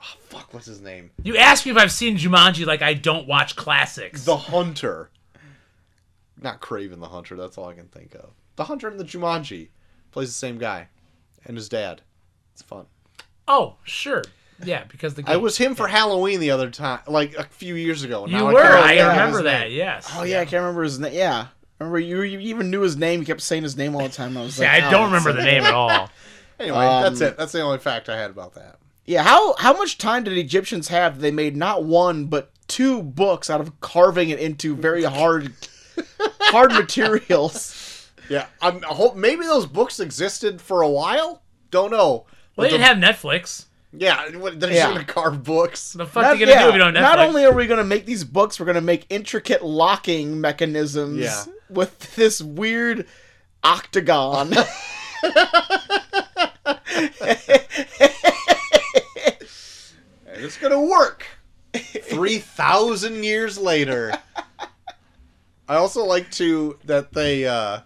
[SPEAKER 2] oh, fuck, what's his name?
[SPEAKER 3] You ask me if I've seen Jumanji like I don't watch classics.
[SPEAKER 2] The Hunter. Not Craven the Hunter, that's all I can think of. The Hunter and the Jumanji plays the same guy and his dad. It's fun.
[SPEAKER 3] oh, sure. Yeah, because the
[SPEAKER 2] I was him for Halloween the other time, like a few years ago. and
[SPEAKER 3] You
[SPEAKER 2] now
[SPEAKER 3] were.
[SPEAKER 2] can't
[SPEAKER 3] I,
[SPEAKER 1] yeah,
[SPEAKER 3] remember
[SPEAKER 2] his
[SPEAKER 3] that.
[SPEAKER 2] name.
[SPEAKER 3] Yes.
[SPEAKER 1] Oh yeah, I can't remember his name. Yeah, remember you, you even knew his name. You kept saying his name all the time. I was
[SPEAKER 3] Yeah,
[SPEAKER 1] like,
[SPEAKER 3] I
[SPEAKER 1] oh,
[SPEAKER 3] don't
[SPEAKER 1] it's-
[SPEAKER 3] remember the name at all.
[SPEAKER 2] Anyway,
[SPEAKER 1] Um,
[SPEAKER 2] that's it. That's the only fact I had about that.
[SPEAKER 1] Yeah, how how much time did Egyptians have? They made not one but two books out of carving it into very hard hard materials.
[SPEAKER 2] Yeah, I'm, I hope maybe those books existed for a while. Don't know.
[SPEAKER 3] Well, they
[SPEAKER 2] But
[SPEAKER 3] didn't have Netflix.
[SPEAKER 2] the- yeah, what, they're
[SPEAKER 1] Yeah.
[SPEAKER 2] just gonna carve books.
[SPEAKER 3] The fuck are you
[SPEAKER 1] Not-
[SPEAKER 3] gonna
[SPEAKER 1] yeah,
[SPEAKER 3] do if you don't have Netflix?
[SPEAKER 1] not only are we gonna make these books, we're gonna make intricate locking mechanisms
[SPEAKER 2] Yeah.
[SPEAKER 1] with this weird octagon.
[SPEAKER 2] And it's gonna work. Three thousand years later. I also like to that they uh,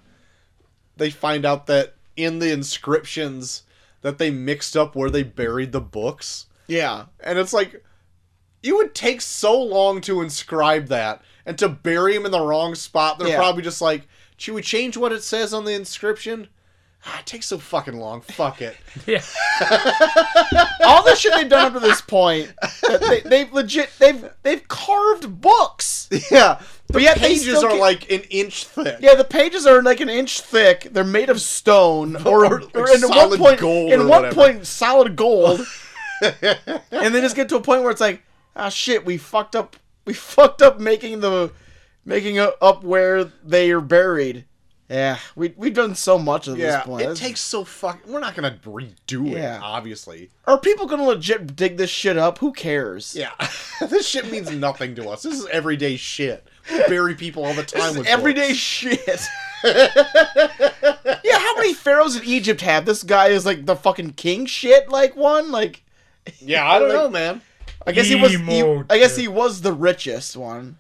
[SPEAKER 2] they find out that in the inscriptions that they mixed up where they buried the books.
[SPEAKER 1] yeah.
[SPEAKER 2] And it's like, you would take so long to inscribe that and to bury him in the wrong spot. They're
[SPEAKER 1] Yeah.
[SPEAKER 2] probably just like, should we change what it says on the inscription? Ah, it takes so fucking long. Fuck it.
[SPEAKER 3] Yeah.
[SPEAKER 1] All the shit they've done up to this point, that they, they've legit they've they've carved books.
[SPEAKER 2] yeah. The
[SPEAKER 1] But yet they
[SPEAKER 2] pages
[SPEAKER 1] still
[SPEAKER 2] are
[SPEAKER 1] ca-
[SPEAKER 2] like an inch thick.
[SPEAKER 1] Yeah, the pages are like an inch thick. They're made of stone or,
[SPEAKER 2] Or,
[SPEAKER 1] or,
[SPEAKER 2] like,
[SPEAKER 1] in one
[SPEAKER 2] solid
[SPEAKER 1] point,
[SPEAKER 2] gold or
[SPEAKER 1] in one
[SPEAKER 2] whatever.
[SPEAKER 1] point, solid gold. and they just get to a point where it's like, ah, shit, we fucked up. We fucked up making the making u- up where they are buried. Yeah, we we've done so much at this point.
[SPEAKER 2] it
[SPEAKER 1] This-
[SPEAKER 2] takes so fuck. We're not gonna redo
[SPEAKER 1] Yeah.
[SPEAKER 2] it, obviously.
[SPEAKER 1] Are people gonna legit dig this shit up? Who cares?
[SPEAKER 2] Yeah, this shit means nothing to us. This is everyday shit. We bury people all the time
[SPEAKER 1] This is
[SPEAKER 2] with
[SPEAKER 1] everyday
[SPEAKER 2] books.
[SPEAKER 1] shit. yeah, how many pharaohs in Egypt have this guy is like the fucking king shit like one? Like
[SPEAKER 2] Yeah, I don't
[SPEAKER 1] Like-
[SPEAKER 2] know, man.
[SPEAKER 1] I guess he was he,
[SPEAKER 3] Emo
[SPEAKER 1] I guess
[SPEAKER 3] dude.
[SPEAKER 1] he was the richest one.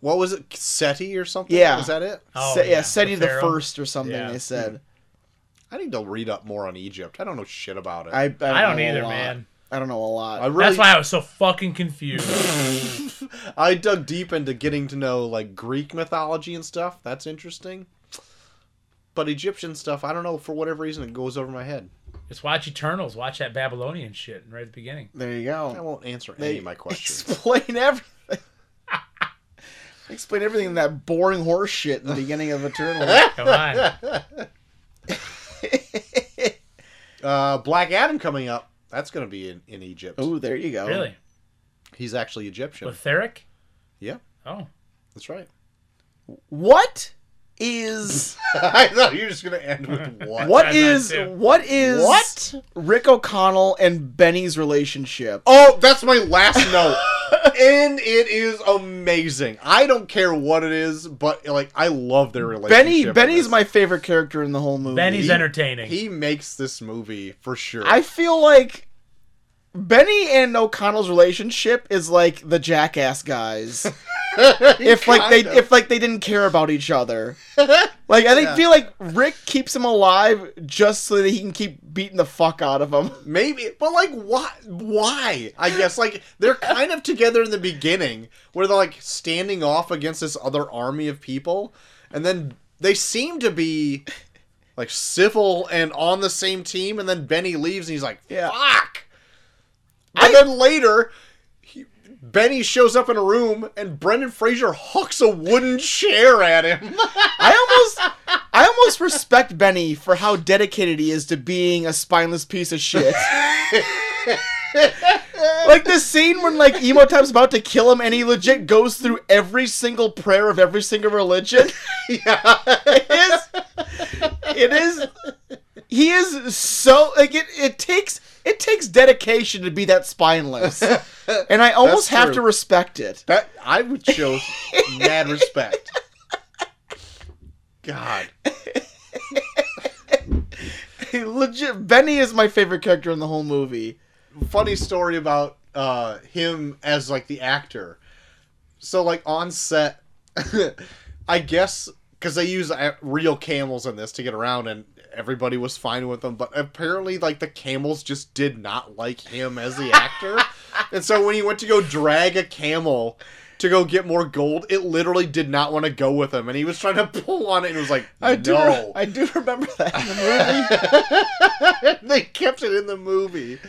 [SPEAKER 2] What was it, Seti or something?
[SPEAKER 1] Yeah.
[SPEAKER 2] is that it?
[SPEAKER 3] Oh,
[SPEAKER 1] Se- yeah,
[SPEAKER 3] yeah,
[SPEAKER 1] Seti
[SPEAKER 3] the
[SPEAKER 1] the,
[SPEAKER 3] pharaoh.
[SPEAKER 1] first or something
[SPEAKER 2] Yeah.
[SPEAKER 1] they said.
[SPEAKER 2] I need to read up more on Egypt. I don't know shit about it.
[SPEAKER 1] I I don't,
[SPEAKER 3] I don't
[SPEAKER 1] know a
[SPEAKER 3] either,
[SPEAKER 1] lot.
[SPEAKER 3] man.
[SPEAKER 1] I don't know a lot.
[SPEAKER 2] I really,
[SPEAKER 3] That's why I was so fucking confused.
[SPEAKER 2] I dug deep into getting to know like Greek mythology and stuff. That's interesting. But Egyptian stuff, I don't know. For whatever reason, it goes over my head.
[SPEAKER 3] Just watch Eternals. Watch that Babylonian shit right at the beginning.
[SPEAKER 1] there you
[SPEAKER 2] I
[SPEAKER 1] go.
[SPEAKER 2] won't answer
[SPEAKER 1] They
[SPEAKER 2] any of my questions.
[SPEAKER 1] Explain everything. explain everything in that boring horse shit in the beginning of Eternal.
[SPEAKER 3] Come on.
[SPEAKER 2] Uh, Black Adam coming up. That's going to be in, in Egypt.
[SPEAKER 1] oh, there you go.
[SPEAKER 3] really?
[SPEAKER 2] He's actually Egyptian.
[SPEAKER 3] Lotharic?
[SPEAKER 2] Yeah,
[SPEAKER 3] Oh.
[SPEAKER 2] that's right.
[SPEAKER 1] What is
[SPEAKER 2] I thought you were just going to end with what?
[SPEAKER 1] what
[SPEAKER 3] tried
[SPEAKER 1] is
[SPEAKER 3] mine too.
[SPEAKER 1] what is
[SPEAKER 2] What?
[SPEAKER 1] Rick O'Connell and Benny's relationship?
[SPEAKER 2] Oh, that's my last note. and it is amazing. I don't care what it is, but like I love their relationship.
[SPEAKER 1] Benny
[SPEAKER 2] in
[SPEAKER 1] Benny's
[SPEAKER 2] this.
[SPEAKER 1] my favorite character in the whole movie.
[SPEAKER 3] Benny's
[SPEAKER 2] He-
[SPEAKER 3] entertaining.
[SPEAKER 2] He makes this movie for sure.
[SPEAKER 1] I feel like Benny and O'Connell's relationship is like the jackass guys. if like they
[SPEAKER 2] Kind of.
[SPEAKER 1] if like they didn't care about each other. Like I think
[SPEAKER 2] Yeah.
[SPEAKER 1] feel like Rick keeps him alive just so that he can keep beating the fuck out of him.
[SPEAKER 2] Maybe, but like, why? Why? I guess like they're kind of together in the beginning, where they're like standing off against this other army of people, and then they seem to be like civil and on the same team, and then Benny leaves, and he's like,
[SPEAKER 1] Yeah.
[SPEAKER 2] "Fuck!" And then later, he, Benny shows up in a room, and Brendan Fraser hooks a wooden chair at him.
[SPEAKER 1] I almost I almost respect Benny for how dedicated he is to being a spineless piece of shit. like the scene when like Emotime's about to kill him and he legit goes through every single prayer of every single religion. it is it is he is so like it, it takes it takes dedication to be that spineless. And I almost have
[SPEAKER 2] That's true.
[SPEAKER 1] to respect it.
[SPEAKER 2] That I would show mad respect. God.
[SPEAKER 1] Legit Benny is my favorite character in the whole movie.
[SPEAKER 2] funny story about uh, him as like the actor. So like on set, I guess because they use uh, real camels in this to get around, and everybody was fine with them. But apparently, like the camels just did not like him as the actor, and so when he went to go drag a camel. To go get more gold, it literally did not want to go with him, and he was trying to pull on it, and it was like,
[SPEAKER 1] I do.
[SPEAKER 2] "No!"
[SPEAKER 1] I do remember that in the movie.
[SPEAKER 2] they kept it in the movie,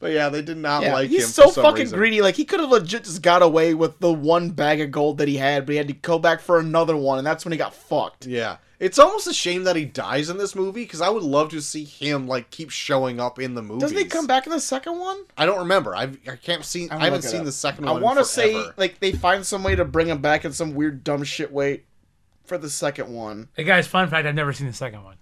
[SPEAKER 2] but yeah, they did not
[SPEAKER 1] Yeah,
[SPEAKER 2] like him.
[SPEAKER 1] he's
[SPEAKER 2] for
[SPEAKER 1] so
[SPEAKER 2] some
[SPEAKER 1] fucking
[SPEAKER 2] reason.
[SPEAKER 1] greedy. Like he could have legit just got away with the one bag of gold that he had, but he had to go back for another one, and that's when he got fucked.
[SPEAKER 2] Yeah. It's almost a shame that he dies in this movie because I would love to see him like keep showing up in the movies.
[SPEAKER 1] Doesn't he come back in the second one?
[SPEAKER 2] I don't remember. I've I can't see.
[SPEAKER 1] I'm
[SPEAKER 2] I haven't
[SPEAKER 1] looking
[SPEAKER 2] seen
[SPEAKER 1] up.
[SPEAKER 2] the second
[SPEAKER 1] I
[SPEAKER 2] one.
[SPEAKER 1] want to say
[SPEAKER 2] forever.
[SPEAKER 1] like they find some way to bring him back in some weird dumb shit way for the second one.
[SPEAKER 3] Hey guys, fun fact, I've never seen the second one.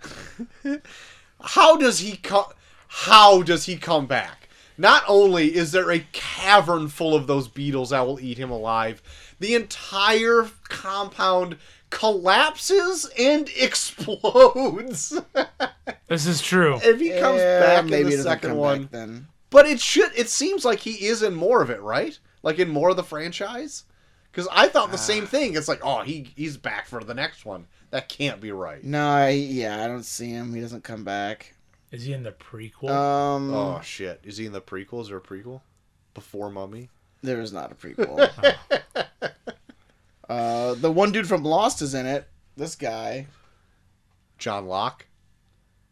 [SPEAKER 2] how does he come? How does he come back? Not only is there a cavern full of those beetles that will eat him alive, the entire compound collapses and explodes.
[SPEAKER 3] This is true.
[SPEAKER 2] if he comes
[SPEAKER 1] Yeah,
[SPEAKER 2] back in
[SPEAKER 1] maybe
[SPEAKER 2] the
[SPEAKER 1] it doesn't
[SPEAKER 2] second
[SPEAKER 1] come
[SPEAKER 2] one,
[SPEAKER 1] back then.
[SPEAKER 2] But it should. It seems like he is in more of it, right? Like in more of the franchise. Because I thought the
[SPEAKER 1] Ah.
[SPEAKER 2] same thing. It's like, oh, he he's back for the next one. That can't be right.
[SPEAKER 1] No, I, yeah, I don't see him. He doesn't come back.
[SPEAKER 3] Is he in the prequel?
[SPEAKER 1] Um,
[SPEAKER 2] Oh shit! Is he in the prequel? Is there a prequel before Mummy?
[SPEAKER 1] there is not a prequel. uh, the one dude from Lost is in it. This guy.
[SPEAKER 2] John Locke.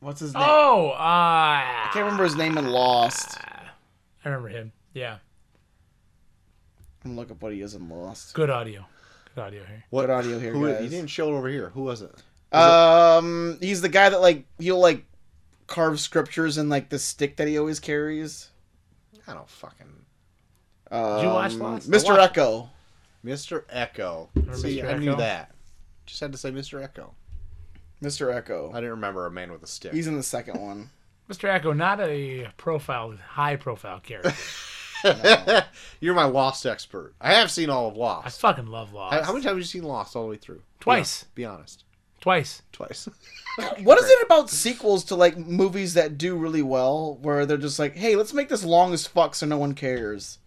[SPEAKER 1] What's his name?
[SPEAKER 3] oh, uh, I
[SPEAKER 1] I can't remember his name in Lost.
[SPEAKER 3] I remember him. Yeah.
[SPEAKER 1] I'm gonna look up what he is in Lost.
[SPEAKER 3] Good audio. Good audio here.
[SPEAKER 2] What
[SPEAKER 1] Good audio here,
[SPEAKER 2] Who, You
[SPEAKER 1] guys.
[SPEAKER 2] didn't show it over here. Who was it?
[SPEAKER 1] Um, he's the guy that like he'll like carve scriptures in like the stick that he always carries.
[SPEAKER 2] I don't fucking.
[SPEAKER 1] Um,
[SPEAKER 3] you watch Lost? I
[SPEAKER 1] Mr.
[SPEAKER 3] watched-
[SPEAKER 1] Echo.
[SPEAKER 2] Mr. Echo.
[SPEAKER 3] Remember
[SPEAKER 2] See,
[SPEAKER 3] Mr.
[SPEAKER 2] I knew
[SPEAKER 3] Echo?
[SPEAKER 2] that. Just had to say Mr. Echo.
[SPEAKER 1] Mr. Echo.
[SPEAKER 2] I didn't remember a man with a stick.
[SPEAKER 1] He's in the second one.
[SPEAKER 3] Mr. Echo, not a profile, high profile character.
[SPEAKER 2] You're my Lost expert. I have seen all of
[SPEAKER 3] I
[SPEAKER 2] Lost.
[SPEAKER 3] fucking love Lost.
[SPEAKER 2] How, how many times have you seen Lost all the way through?
[SPEAKER 3] Twice.
[SPEAKER 2] Be honest.
[SPEAKER 3] Twice.
[SPEAKER 2] Twice.
[SPEAKER 1] What is it about sequels to like movies that do really well where they're just like, hey, let's make this long as fuck so no one cares?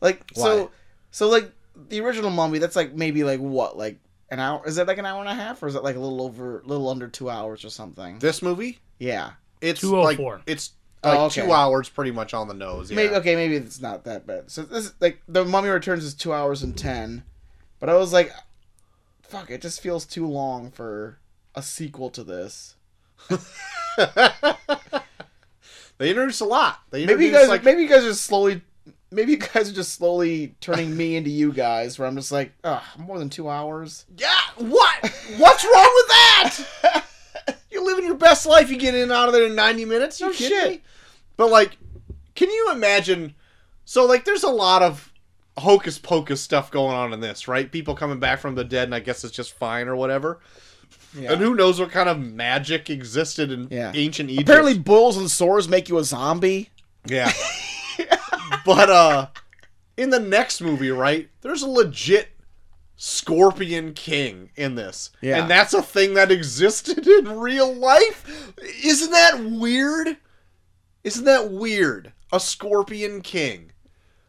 [SPEAKER 1] Like
[SPEAKER 2] Why?
[SPEAKER 1] so so like the original movie, that's like maybe like what, like an hour is it like an hour and a half or is it like a little over little under two hours or something?
[SPEAKER 2] this movie,
[SPEAKER 1] Yeah.
[SPEAKER 2] it's
[SPEAKER 3] 204.
[SPEAKER 2] like it's
[SPEAKER 1] Oh,
[SPEAKER 2] like
[SPEAKER 1] okay.
[SPEAKER 2] two hours, pretty much on the nose. Yeah.
[SPEAKER 1] Maybe okay, maybe it's not that bad. So this is like the Mummy Returns is two hours and ten, but I was like, fuck, it just feels too long for a sequel to this.
[SPEAKER 2] They introduced a lot. They
[SPEAKER 1] Maybe you
[SPEAKER 2] introduced
[SPEAKER 1] guys,
[SPEAKER 2] like
[SPEAKER 1] maybe you guys are slowly, maybe you guys are just slowly turning me into you guys, where I'm just like, ugh, more than two hours.
[SPEAKER 2] yeah. What? What's wrong with that? You're living your best life. You get in and out of there in 90 minutes. You
[SPEAKER 1] No
[SPEAKER 2] kidding
[SPEAKER 1] shit.
[SPEAKER 2] me? But like, can you imagine? So like, there's a lot of hocus pocus stuff going on in this, right? People coming back from the dead, and I guess it's just fine or whatever.
[SPEAKER 1] Yeah.
[SPEAKER 2] And who knows what kind of magic existed in
[SPEAKER 1] Yeah.
[SPEAKER 2] ancient Egypt?
[SPEAKER 1] Apparently, boils and sores make you a zombie.
[SPEAKER 2] Yeah. but uh in the next movie, right? There's a legit Scorpion King in this.
[SPEAKER 1] Yeah.
[SPEAKER 2] And that's a thing that existed in real life. Isn't that weird? Isn't that weird? A Scorpion King.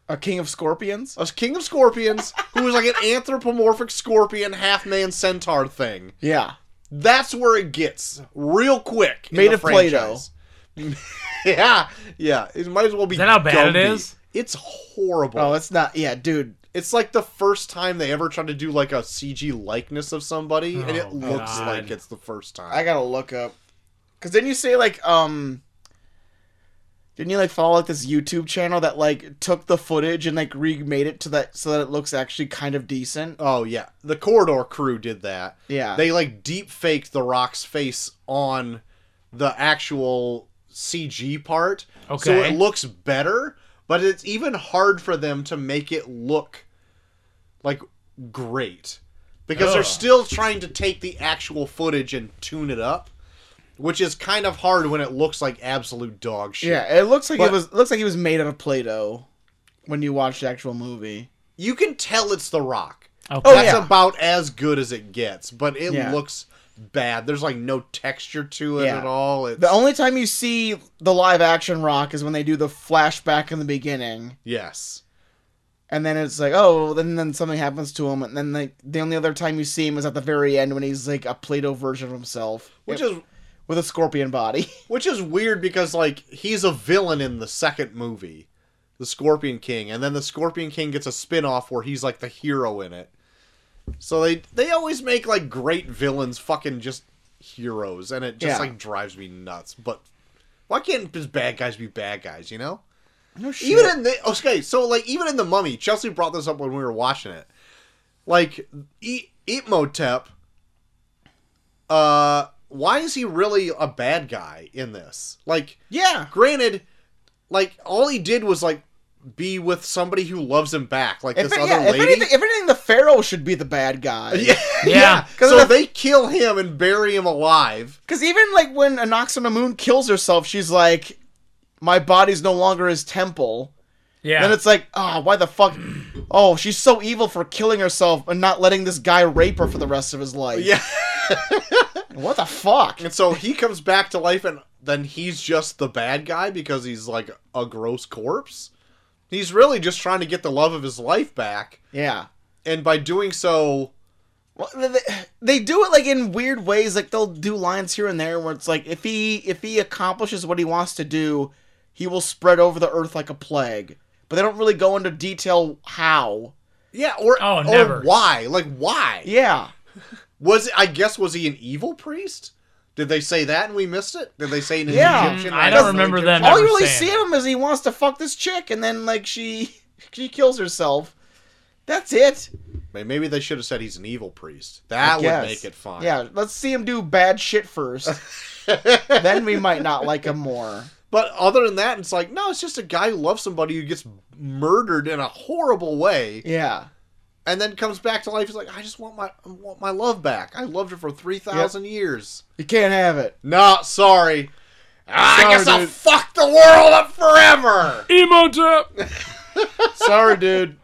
[SPEAKER 1] A king of scorpions.
[SPEAKER 2] A king of scorpions who was like an anthropomorphic scorpion half man centaur thing.
[SPEAKER 1] Yeah,
[SPEAKER 2] That's where it gets real quick. in
[SPEAKER 1] Made
[SPEAKER 2] the
[SPEAKER 1] of Play-Doh.
[SPEAKER 2] franchise. yeah, yeah. It might as well be.
[SPEAKER 3] Is that how bad it
[SPEAKER 2] Gumby.
[SPEAKER 3] is?
[SPEAKER 2] It's horrible.
[SPEAKER 1] Oh, it's not. Yeah, dude.
[SPEAKER 2] It's like the first time they ever tried to do like a CG likeness of somebody, and it
[SPEAKER 3] Oh,
[SPEAKER 2] looks
[SPEAKER 3] God.
[SPEAKER 2] like it's the first time.
[SPEAKER 1] I gotta look up. Cause didn't you say like um didn't you like follow like this YouTube channel that like took the footage and like remade it to that so that it looks actually kind of decent?
[SPEAKER 2] oh yeah, the Corridor Crew did that.
[SPEAKER 1] Yeah.
[SPEAKER 2] they like deep faked the Rock's face on the actual CG part, so
[SPEAKER 3] Okay.
[SPEAKER 2] it looks better. But it's even hard for them to make it look like great because they're
[SPEAKER 3] Ugh.
[SPEAKER 2] still trying to take the actual footage and tune it up, which is kind of hard when it looks like absolute dog shit.
[SPEAKER 1] yeah, it looks like
[SPEAKER 2] But-
[SPEAKER 1] it was looks like it was made out of Play-Doh when you watch the actual movie.
[SPEAKER 2] you can tell it's The Rock.
[SPEAKER 3] Okay.
[SPEAKER 1] Oh,
[SPEAKER 2] That's
[SPEAKER 1] yeah.
[SPEAKER 2] about as good as it gets, but it
[SPEAKER 1] Yeah.
[SPEAKER 2] looks bad. There's like no texture to it
[SPEAKER 1] Yeah.
[SPEAKER 2] at all. It's,
[SPEAKER 1] The only time you see the live action rock is when they do the flashback in the beginning.
[SPEAKER 2] yes,
[SPEAKER 1] And then it's like, oh, then then something happens to him, and then like the only other time you see him is at the very end when he's like a Play-Doh version of himself,
[SPEAKER 2] which is
[SPEAKER 1] with a scorpion body.
[SPEAKER 2] which is weird because like he's a villain in the second movie, the Scorpion King, and then the Scorpion King gets a spin-off where he's like the hero in it. So they they always make like great villains fucking just heroes, and it just
[SPEAKER 1] Yeah.
[SPEAKER 2] like drives me nuts. But why can't just bad guys be bad guys? You know.
[SPEAKER 1] no shit.
[SPEAKER 2] even in the okay, so like even in the Mummy, Chelsea brought this up when we were watching it. Like I- Imhotep, uh, why is he really a bad guy in this? Like,
[SPEAKER 1] yeah,
[SPEAKER 2] granted, like all he did was like be with somebody who loves him back, like
[SPEAKER 1] If,
[SPEAKER 2] this
[SPEAKER 1] it-
[SPEAKER 2] other
[SPEAKER 1] yeah, if
[SPEAKER 2] lady.
[SPEAKER 1] anything, if anything, the Pharaoh should be the bad guy.
[SPEAKER 2] yeah,
[SPEAKER 3] Yeah.
[SPEAKER 2] So
[SPEAKER 1] the-
[SPEAKER 2] they kill him and bury him alive.
[SPEAKER 1] Because even like when Anox on the Moon kills herself, she's like, "My body's no longer his temple."
[SPEAKER 3] Yeah.
[SPEAKER 1] Then it's like, oh, why the fuck? Oh, she's so evil for killing herself and not letting this guy rape her for the rest of his life.
[SPEAKER 2] Yeah.
[SPEAKER 1] What the fuck?
[SPEAKER 2] And so he comes back to life, and then he's just the bad guy because he's like a gross corpse. He's really just trying to get the love of his life back,
[SPEAKER 1] Yeah.
[SPEAKER 2] and by doing so,
[SPEAKER 1] Well, they- they- they do it like in weird ways. Like they'll do lines here and there where it's like, if he if he accomplishes what he wants to do, he will spread over the earth like a plague. But they don't really go into detail how.
[SPEAKER 2] yeah, or
[SPEAKER 3] Oh,
[SPEAKER 2] or
[SPEAKER 3] never.
[SPEAKER 2] why? Like why?
[SPEAKER 1] Yeah.
[SPEAKER 2] Was I guess was he an evil priest? Did they say that and we missed it? Did they say an
[SPEAKER 1] Yeah.
[SPEAKER 2] Egyptian?
[SPEAKER 3] Mm, I don't
[SPEAKER 2] or an
[SPEAKER 3] remember
[SPEAKER 2] Egyptian?
[SPEAKER 3] them.
[SPEAKER 1] all you
[SPEAKER 3] never
[SPEAKER 1] really
[SPEAKER 3] saying
[SPEAKER 1] see
[SPEAKER 3] it.
[SPEAKER 1] of him is he wants to fuck this chick and then like she she kills herself that's it
[SPEAKER 2] May- Maybe they should have said he's an evil priest. That would
[SPEAKER 1] Yes.
[SPEAKER 2] make it fine.
[SPEAKER 1] yeah let's see him do bad shit first then we might not like him more
[SPEAKER 2] But other than that, it's like no, it's just a guy who loves somebody who gets murdered in a horrible way.
[SPEAKER 1] yeah
[SPEAKER 2] and then comes back to life. He's like, I just want my I want my love back. I loved her for three thousand years.
[SPEAKER 1] You can't have it.
[SPEAKER 2] Nah, sorry. Ah, I
[SPEAKER 1] Sorry,
[SPEAKER 2] guess I'll
[SPEAKER 1] dude.
[SPEAKER 2] fuck the world up forever.
[SPEAKER 3] Emotep.
[SPEAKER 1] Sorry, dude.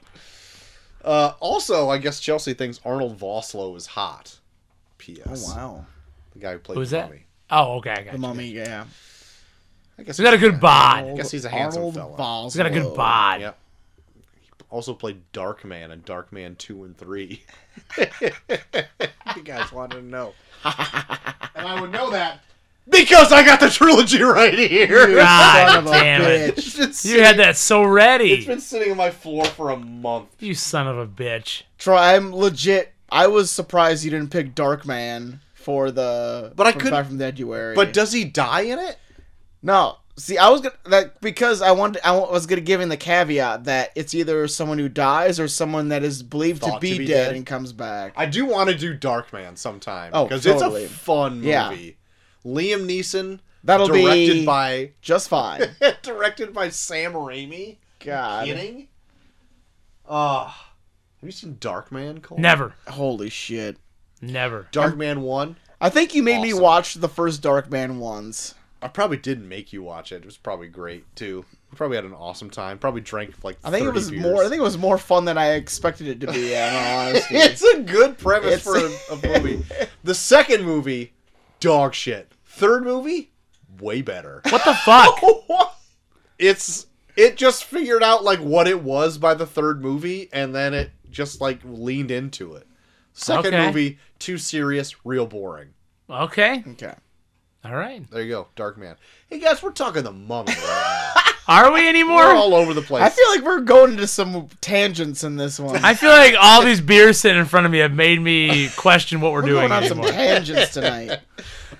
[SPEAKER 2] Uh, also, I guess Chelsea thinks Arnold Vosloo is hot. P.S.
[SPEAKER 1] Oh, wow.
[SPEAKER 2] The guy who played
[SPEAKER 3] Who's
[SPEAKER 2] the
[SPEAKER 3] that?
[SPEAKER 2] Mummy.
[SPEAKER 3] Oh, okay. I got
[SPEAKER 1] The
[SPEAKER 3] you.
[SPEAKER 1] mummy, yeah.
[SPEAKER 2] I guess
[SPEAKER 3] He's got a good bod.
[SPEAKER 1] Oh,
[SPEAKER 2] guess he's a handsome fella.
[SPEAKER 3] He's got a good bod.
[SPEAKER 2] Yep. He also played Darkman and Darkman two and three. you guys wanted to know, and I would know that because I got the trilogy right here.
[SPEAKER 3] God
[SPEAKER 1] Son of a
[SPEAKER 3] damn
[SPEAKER 1] bitch.
[SPEAKER 3] it.
[SPEAKER 2] It's been
[SPEAKER 3] You
[SPEAKER 2] sitting-
[SPEAKER 3] had that so
[SPEAKER 2] It's
[SPEAKER 3] ready.
[SPEAKER 2] been sitting on my floor for a month.
[SPEAKER 3] You son of a bitch.
[SPEAKER 1] Troy, I'm legit. I was surprised you didn't pick Darkman for the.
[SPEAKER 2] But I
[SPEAKER 1] for
[SPEAKER 2] could-
[SPEAKER 1] Back from the Deaduary.
[SPEAKER 2] But does he die in it?
[SPEAKER 1] no. See, I was gonna that because I wanted. I was gonna give him the caveat that it's either someone who dies or someone that is believed to
[SPEAKER 2] Thought
[SPEAKER 1] be,
[SPEAKER 2] to be
[SPEAKER 1] dead,
[SPEAKER 2] dead.
[SPEAKER 1] and comes back.
[SPEAKER 2] I do want to do Darkman sometime.
[SPEAKER 1] Oh,
[SPEAKER 2] because
[SPEAKER 1] totally.
[SPEAKER 2] it's a fun movie.
[SPEAKER 1] Yeah.
[SPEAKER 2] Liam Neeson.
[SPEAKER 1] That'll be-
[SPEAKER 2] directed by
[SPEAKER 1] Just fine.
[SPEAKER 2] directed by Sam Raimi.
[SPEAKER 1] God.
[SPEAKER 2] Kidding? Ah, have you seen Darkman? Cole?
[SPEAKER 3] Never.
[SPEAKER 1] Holy shit.
[SPEAKER 3] Never.
[SPEAKER 2] Darkman one.
[SPEAKER 1] I think you made me
[SPEAKER 2] Awesome.
[SPEAKER 1] watch the first Darkman ones.
[SPEAKER 2] I probably didn't make you watch it. It was probably great too. We probably had an awesome time. Probably drank like.
[SPEAKER 1] I think it
[SPEAKER 2] 30
[SPEAKER 1] was
[SPEAKER 2] beers.
[SPEAKER 1] more. I think it was more fun than I expected it to be. In all honesty,
[SPEAKER 2] it's a good
[SPEAKER 1] It's-
[SPEAKER 2] premise for a, a movie. The second movie, dog shit. Third movie, way better.
[SPEAKER 3] What the fuck?
[SPEAKER 2] it's it just figured out like what it was by the third movie and then it just like leaned into it second
[SPEAKER 3] Okay.
[SPEAKER 2] movie too serious real boring
[SPEAKER 3] Okay.
[SPEAKER 1] okay.
[SPEAKER 3] All right.
[SPEAKER 2] there you go dark man hey guys we're talking the mummy right now
[SPEAKER 3] Are we anymore?
[SPEAKER 2] we're all over the place
[SPEAKER 1] I feel like we're going into some tangents in this one.
[SPEAKER 3] I feel like all these beers sitting in front of me have made me question what we're,
[SPEAKER 1] we're
[SPEAKER 3] doing
[SPEAKER 1] going on some
[SPEAKER 3] anymore.
[SPEAKER 1] tangents tonight.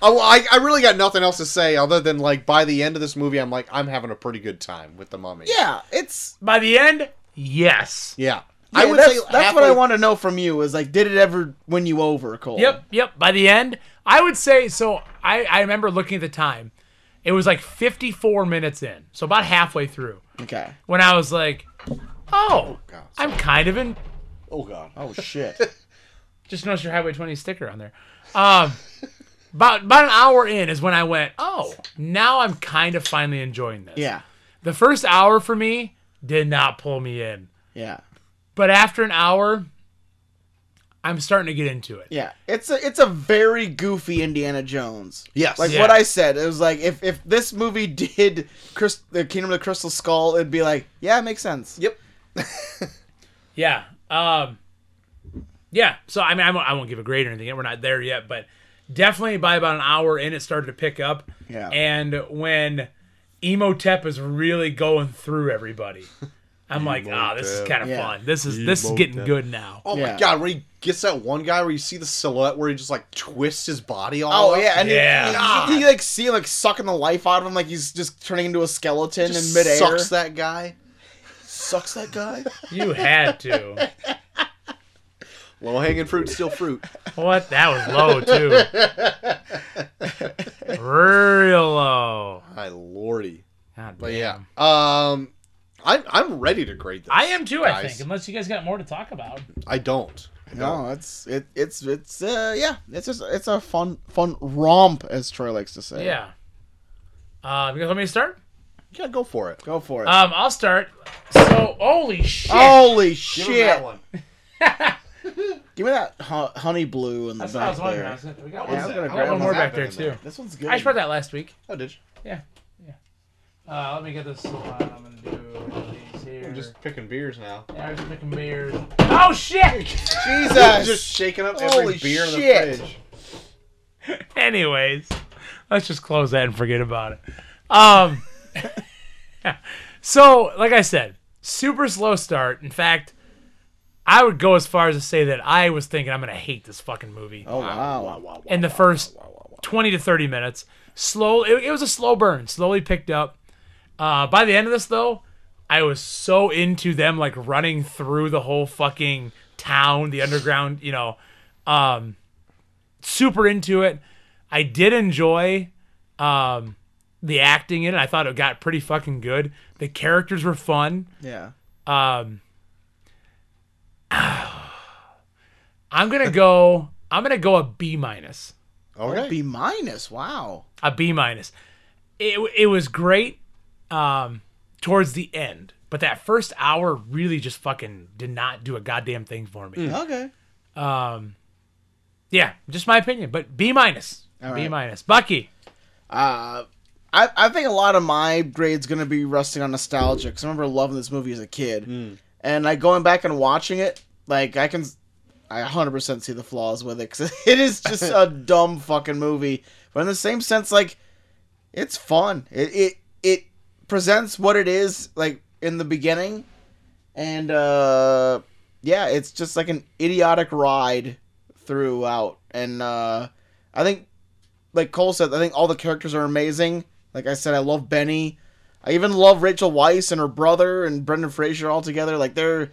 [SPEAKER 2] oh, I, I really got nothing else to say other than like by the end of this movie i'm like i'm having a pretty good time with the mummy
[SPEAKER 1] Yeah, it's.
[SPEAKER 3] By the end, yes.
[SPEAKER 2] yeah,
[SPEAKER 1] I
[SPEAKER 2] i would
[SPEAKER 1] that's,
[SPEAKER 2] say
[SPEAKER 1] that's what I
[SPEAKER 2] halfway-
[SPEAKER 1] want to know from you is like, did it ever win you over, Cole?
[SPEAKER 3] Yep, yep. By the end, I would say so. I, I remember looking at the time. It was like 54 minutes in, so about halfway through,
[SPEAKER 1] Okay.
[SPEAKER 3] when I was like, oh,
[SPEAKER 2] God,
[SPEAKER 3] I'm kind of in.
[SPEAKER 2] oh god
[SPEAKER 1] Oh shit.
[SPEAKER 3] Just notice your Highway 20 sticker on there. Um, about, about an hour in is when I went, oh, now I'm kind of finally enjoying this.
[SPEAKER 1] yeah.
[SPEAKER 3] The first hour for me did not pull me in.
[SPEAKER 1] Yeah.
[SPEAKER 3] But after an hour, I'm starting to get into it.
[SPEAKER 1] Yeah. It's a it's a very goofy Indiana Jones.
[SPEAKER 2] yes
[SPEAKER 1] Like
[SPEAKER 3] Yeah.
[SPEAKER 1] what I said, it was like if if this movie did Chris, the Kingdom of the Crystal Skull, it'd be like, yeah, it makes sense.
[SPEAKER 2] yep
[SPEAKER 3] Yeah. Um, yeah. So I mean, I won't, I won't give a grade or anything. We're not there yet, but definitely by about an hour in, it started to pick up.
[SPEAKER 1] Yeah.
[SPEAKER 3] And when Emotep is really going through everybody, I'm like, ah, this is
[SPEAKER 2] Emotep.
[SPEAKER 3] kind of
[SPEAKER 1] Yeah.
[SPEAKER 3] fun. This is this is getting good now.
[SPEAKER 2] Oh my
[SPEAKER 1] Yeah.
[SPEAKER 2] god, where he gets that one guy where you see the silhouette where he just like twists his body all
[SPEAKER 1] Oh
[SPEAKER 2] up.
[SPEAKER 1] yeah, and
[SPEAKER 3] Yeah.
[SPEAKER 1] yeah. You, like see him like sucking the life out of him, like he's just turning into a skeleton
[SPEAKER 2] Just
[SPEAKER 1] in midair.
[SPEAKER 2] sucks that guy.
[SPEAKER 1] sucks that guy.
[SPEAKER 3] You had to.
[SPEAKER 2] Low hanging fruit, still fruit.
[SPEAKER 3] What? That was low too. Real low.
[SPEAKER 2] My lordy.
[SPEAKER 3] God
[SPEAKER 2] But
[SPEAKER 3] damn.
[SPEAKER 2] yeah. Um I'm I'm ready to grade this.
[SPEAKER 3] I am too. I
[SPEAKER 2] Guys.
[SPEAKER 3] think, unless you guys got more to talk about.
[SPEAKER 2] I don't. I don't.
[SPEAKER 1] No, it's it it's it's uh yeah, it's just it's a fun fun romp as Troy likes to say.
[SPEAKER 3] Yeah. Uh, you guys want me to start?
[SPEAKER 2] Yeah, go for it.
[SPEAKER 1] go for it.
[SPEAKER 3] Um, I'll start. So, holy shit!
[SPEAKER 1] Holy shit!
[SPEAKER 2] Give him that one.
[SPEAKER 1] Give me that hu- honey blue in the
[SPEAKER 3] That's what I
[SPEAKER 1] back
[SPEAKER 3] was wondering. I
[SPEAKER 1] there.
[SPEAKER 3] was gonna- we got
[SPEAKER 1] Yeah,
[SPEAKER 3] one,
[SPEAKER 1] I'm gonna
[SPEAKER 3] I got
[SPEAKER 1] grab
[SPEAKER 3] one more
[SPEAKER 1] one.
[SPEAKER 3] back there
[SPEAKER 2] Happened in
[SPEAKER 3] too.
[SPEAKER 2] there.
[SPEAKER 1] This one's
[SPEAKER 3] I
[SPEAKER 1] good.
[SPEAKER 3] just brought that last week.
[SPEAKER 2] Oh did you?
[SPEAKER 3] Yeah, yeah. Uh, let me get this. Uh, I'm gonna do these here.
[SPEAKER 2] I'm just picking beers now.
[SPEAKER 3] yeah, I was picking beers. Oh shit!
[SPEAKER 1] Jesus!
[SPEAKER 2] Just shaking up
[SPEAKER 1] Holy
[SPEAKER 2] every beer in
[SPEAKER 1] shit.
[SPEAKER 2] the fridge.
[SPEAKER 3] Anyways, let's just close that and forget about it. Um, so like I said, super slow start. In fact, I would go as far as to say that I was thinking I'm gonna hate this fucking movie.
[SPEAKER 1] oh wow!
[SPEAKER 3] in the first 20 to 30 minutes. Slow, it, it was a slow burn, slowly picked up. Uh, by the end of this, though, I was so into them like running through the whole fucking town, the underground, you know, um, super into it. I did enjoy um, the acting in it. I thought it got pretty fucking good. The characters were fun
[SPEAKER 1] Yeah.
[SPEAKER 3] um I'm gonna go. I'm gonna go a B minus.
[SPEAKER 2] Okay.
[SPEAKER 1] B minus. Wow.
[SPEAKER 3] a B minus. It it was great um, towards the end, but that first hour really just fucking did not do a goddamn thing for me.
[SPEAKER 1] Okay.
[SPEAKER 3] Yeah, just my opinion, but B minus.
[SPEAKER 1] All
[SPEAKER 3] B
[SPEAKER 1] right.
[SPEAKER 3] minus. Bucky.
[SPEAKER 1] Uh, I, I think a lot of my grade's gonna be resting on nostalgia because I remember loving this movie as a kid, and like going back and watching it, like I can, I 100% see the flaws with it because it is just a dumb fucking movie. But in the same sense, like it's fun. It it it presents what it is like in the beginning, and uh yeah, it's just like an idiotic ride throughout, and uh I think like Cole said, I think all the characters are amazing. Like I said, I love Benny. I even love Rachel Weisz and her brother and Brendan Fraser all together. Like they're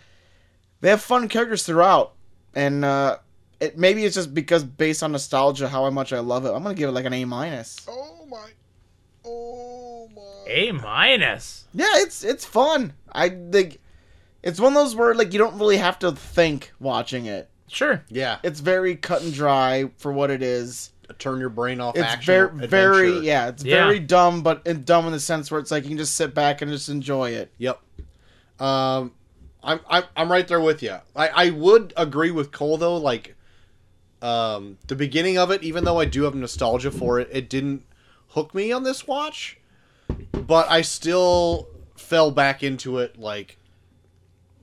[SPEAKER 1] they have fun characters throughout, and uh, it maybe it's just because based on nostalgia how much I love it. I'm gonna give it like an A minus.
[SPEAKER 2] Oh my. Oh my.
[SPEAKER 3] A minus.
[SPEAKER 1] Yeah, it's it's fun. I think it's one of those where like you don't really have to think watching it.
[SPEAKER 3] Sure.
[SPEAKER 2] Yeah.
[SPEAKER 1] It's very cut and dry for what it is.
[SPEAKER 2] Turn your brain off.
[SPEAKER 1] it's
[SPEAKER 2] action,
[SPEAKER 1] very very
[SPEAKER 2] adventure.
[SPEAKER 1] yeah it's
[SPEAKER 3] Yeah.
[SPEAKER 1] very dumb but and dumb in the sense where it's like you can just sit back and just enjoy it
[SPEAKER 2] Yep. Um, I'm I'm I'm right there with you. I I would agree with Cole though. Like, um, the beginning of it, even though I do have nostalgia for it, it didn't hook me on this watch, but I still fell back into it. Like,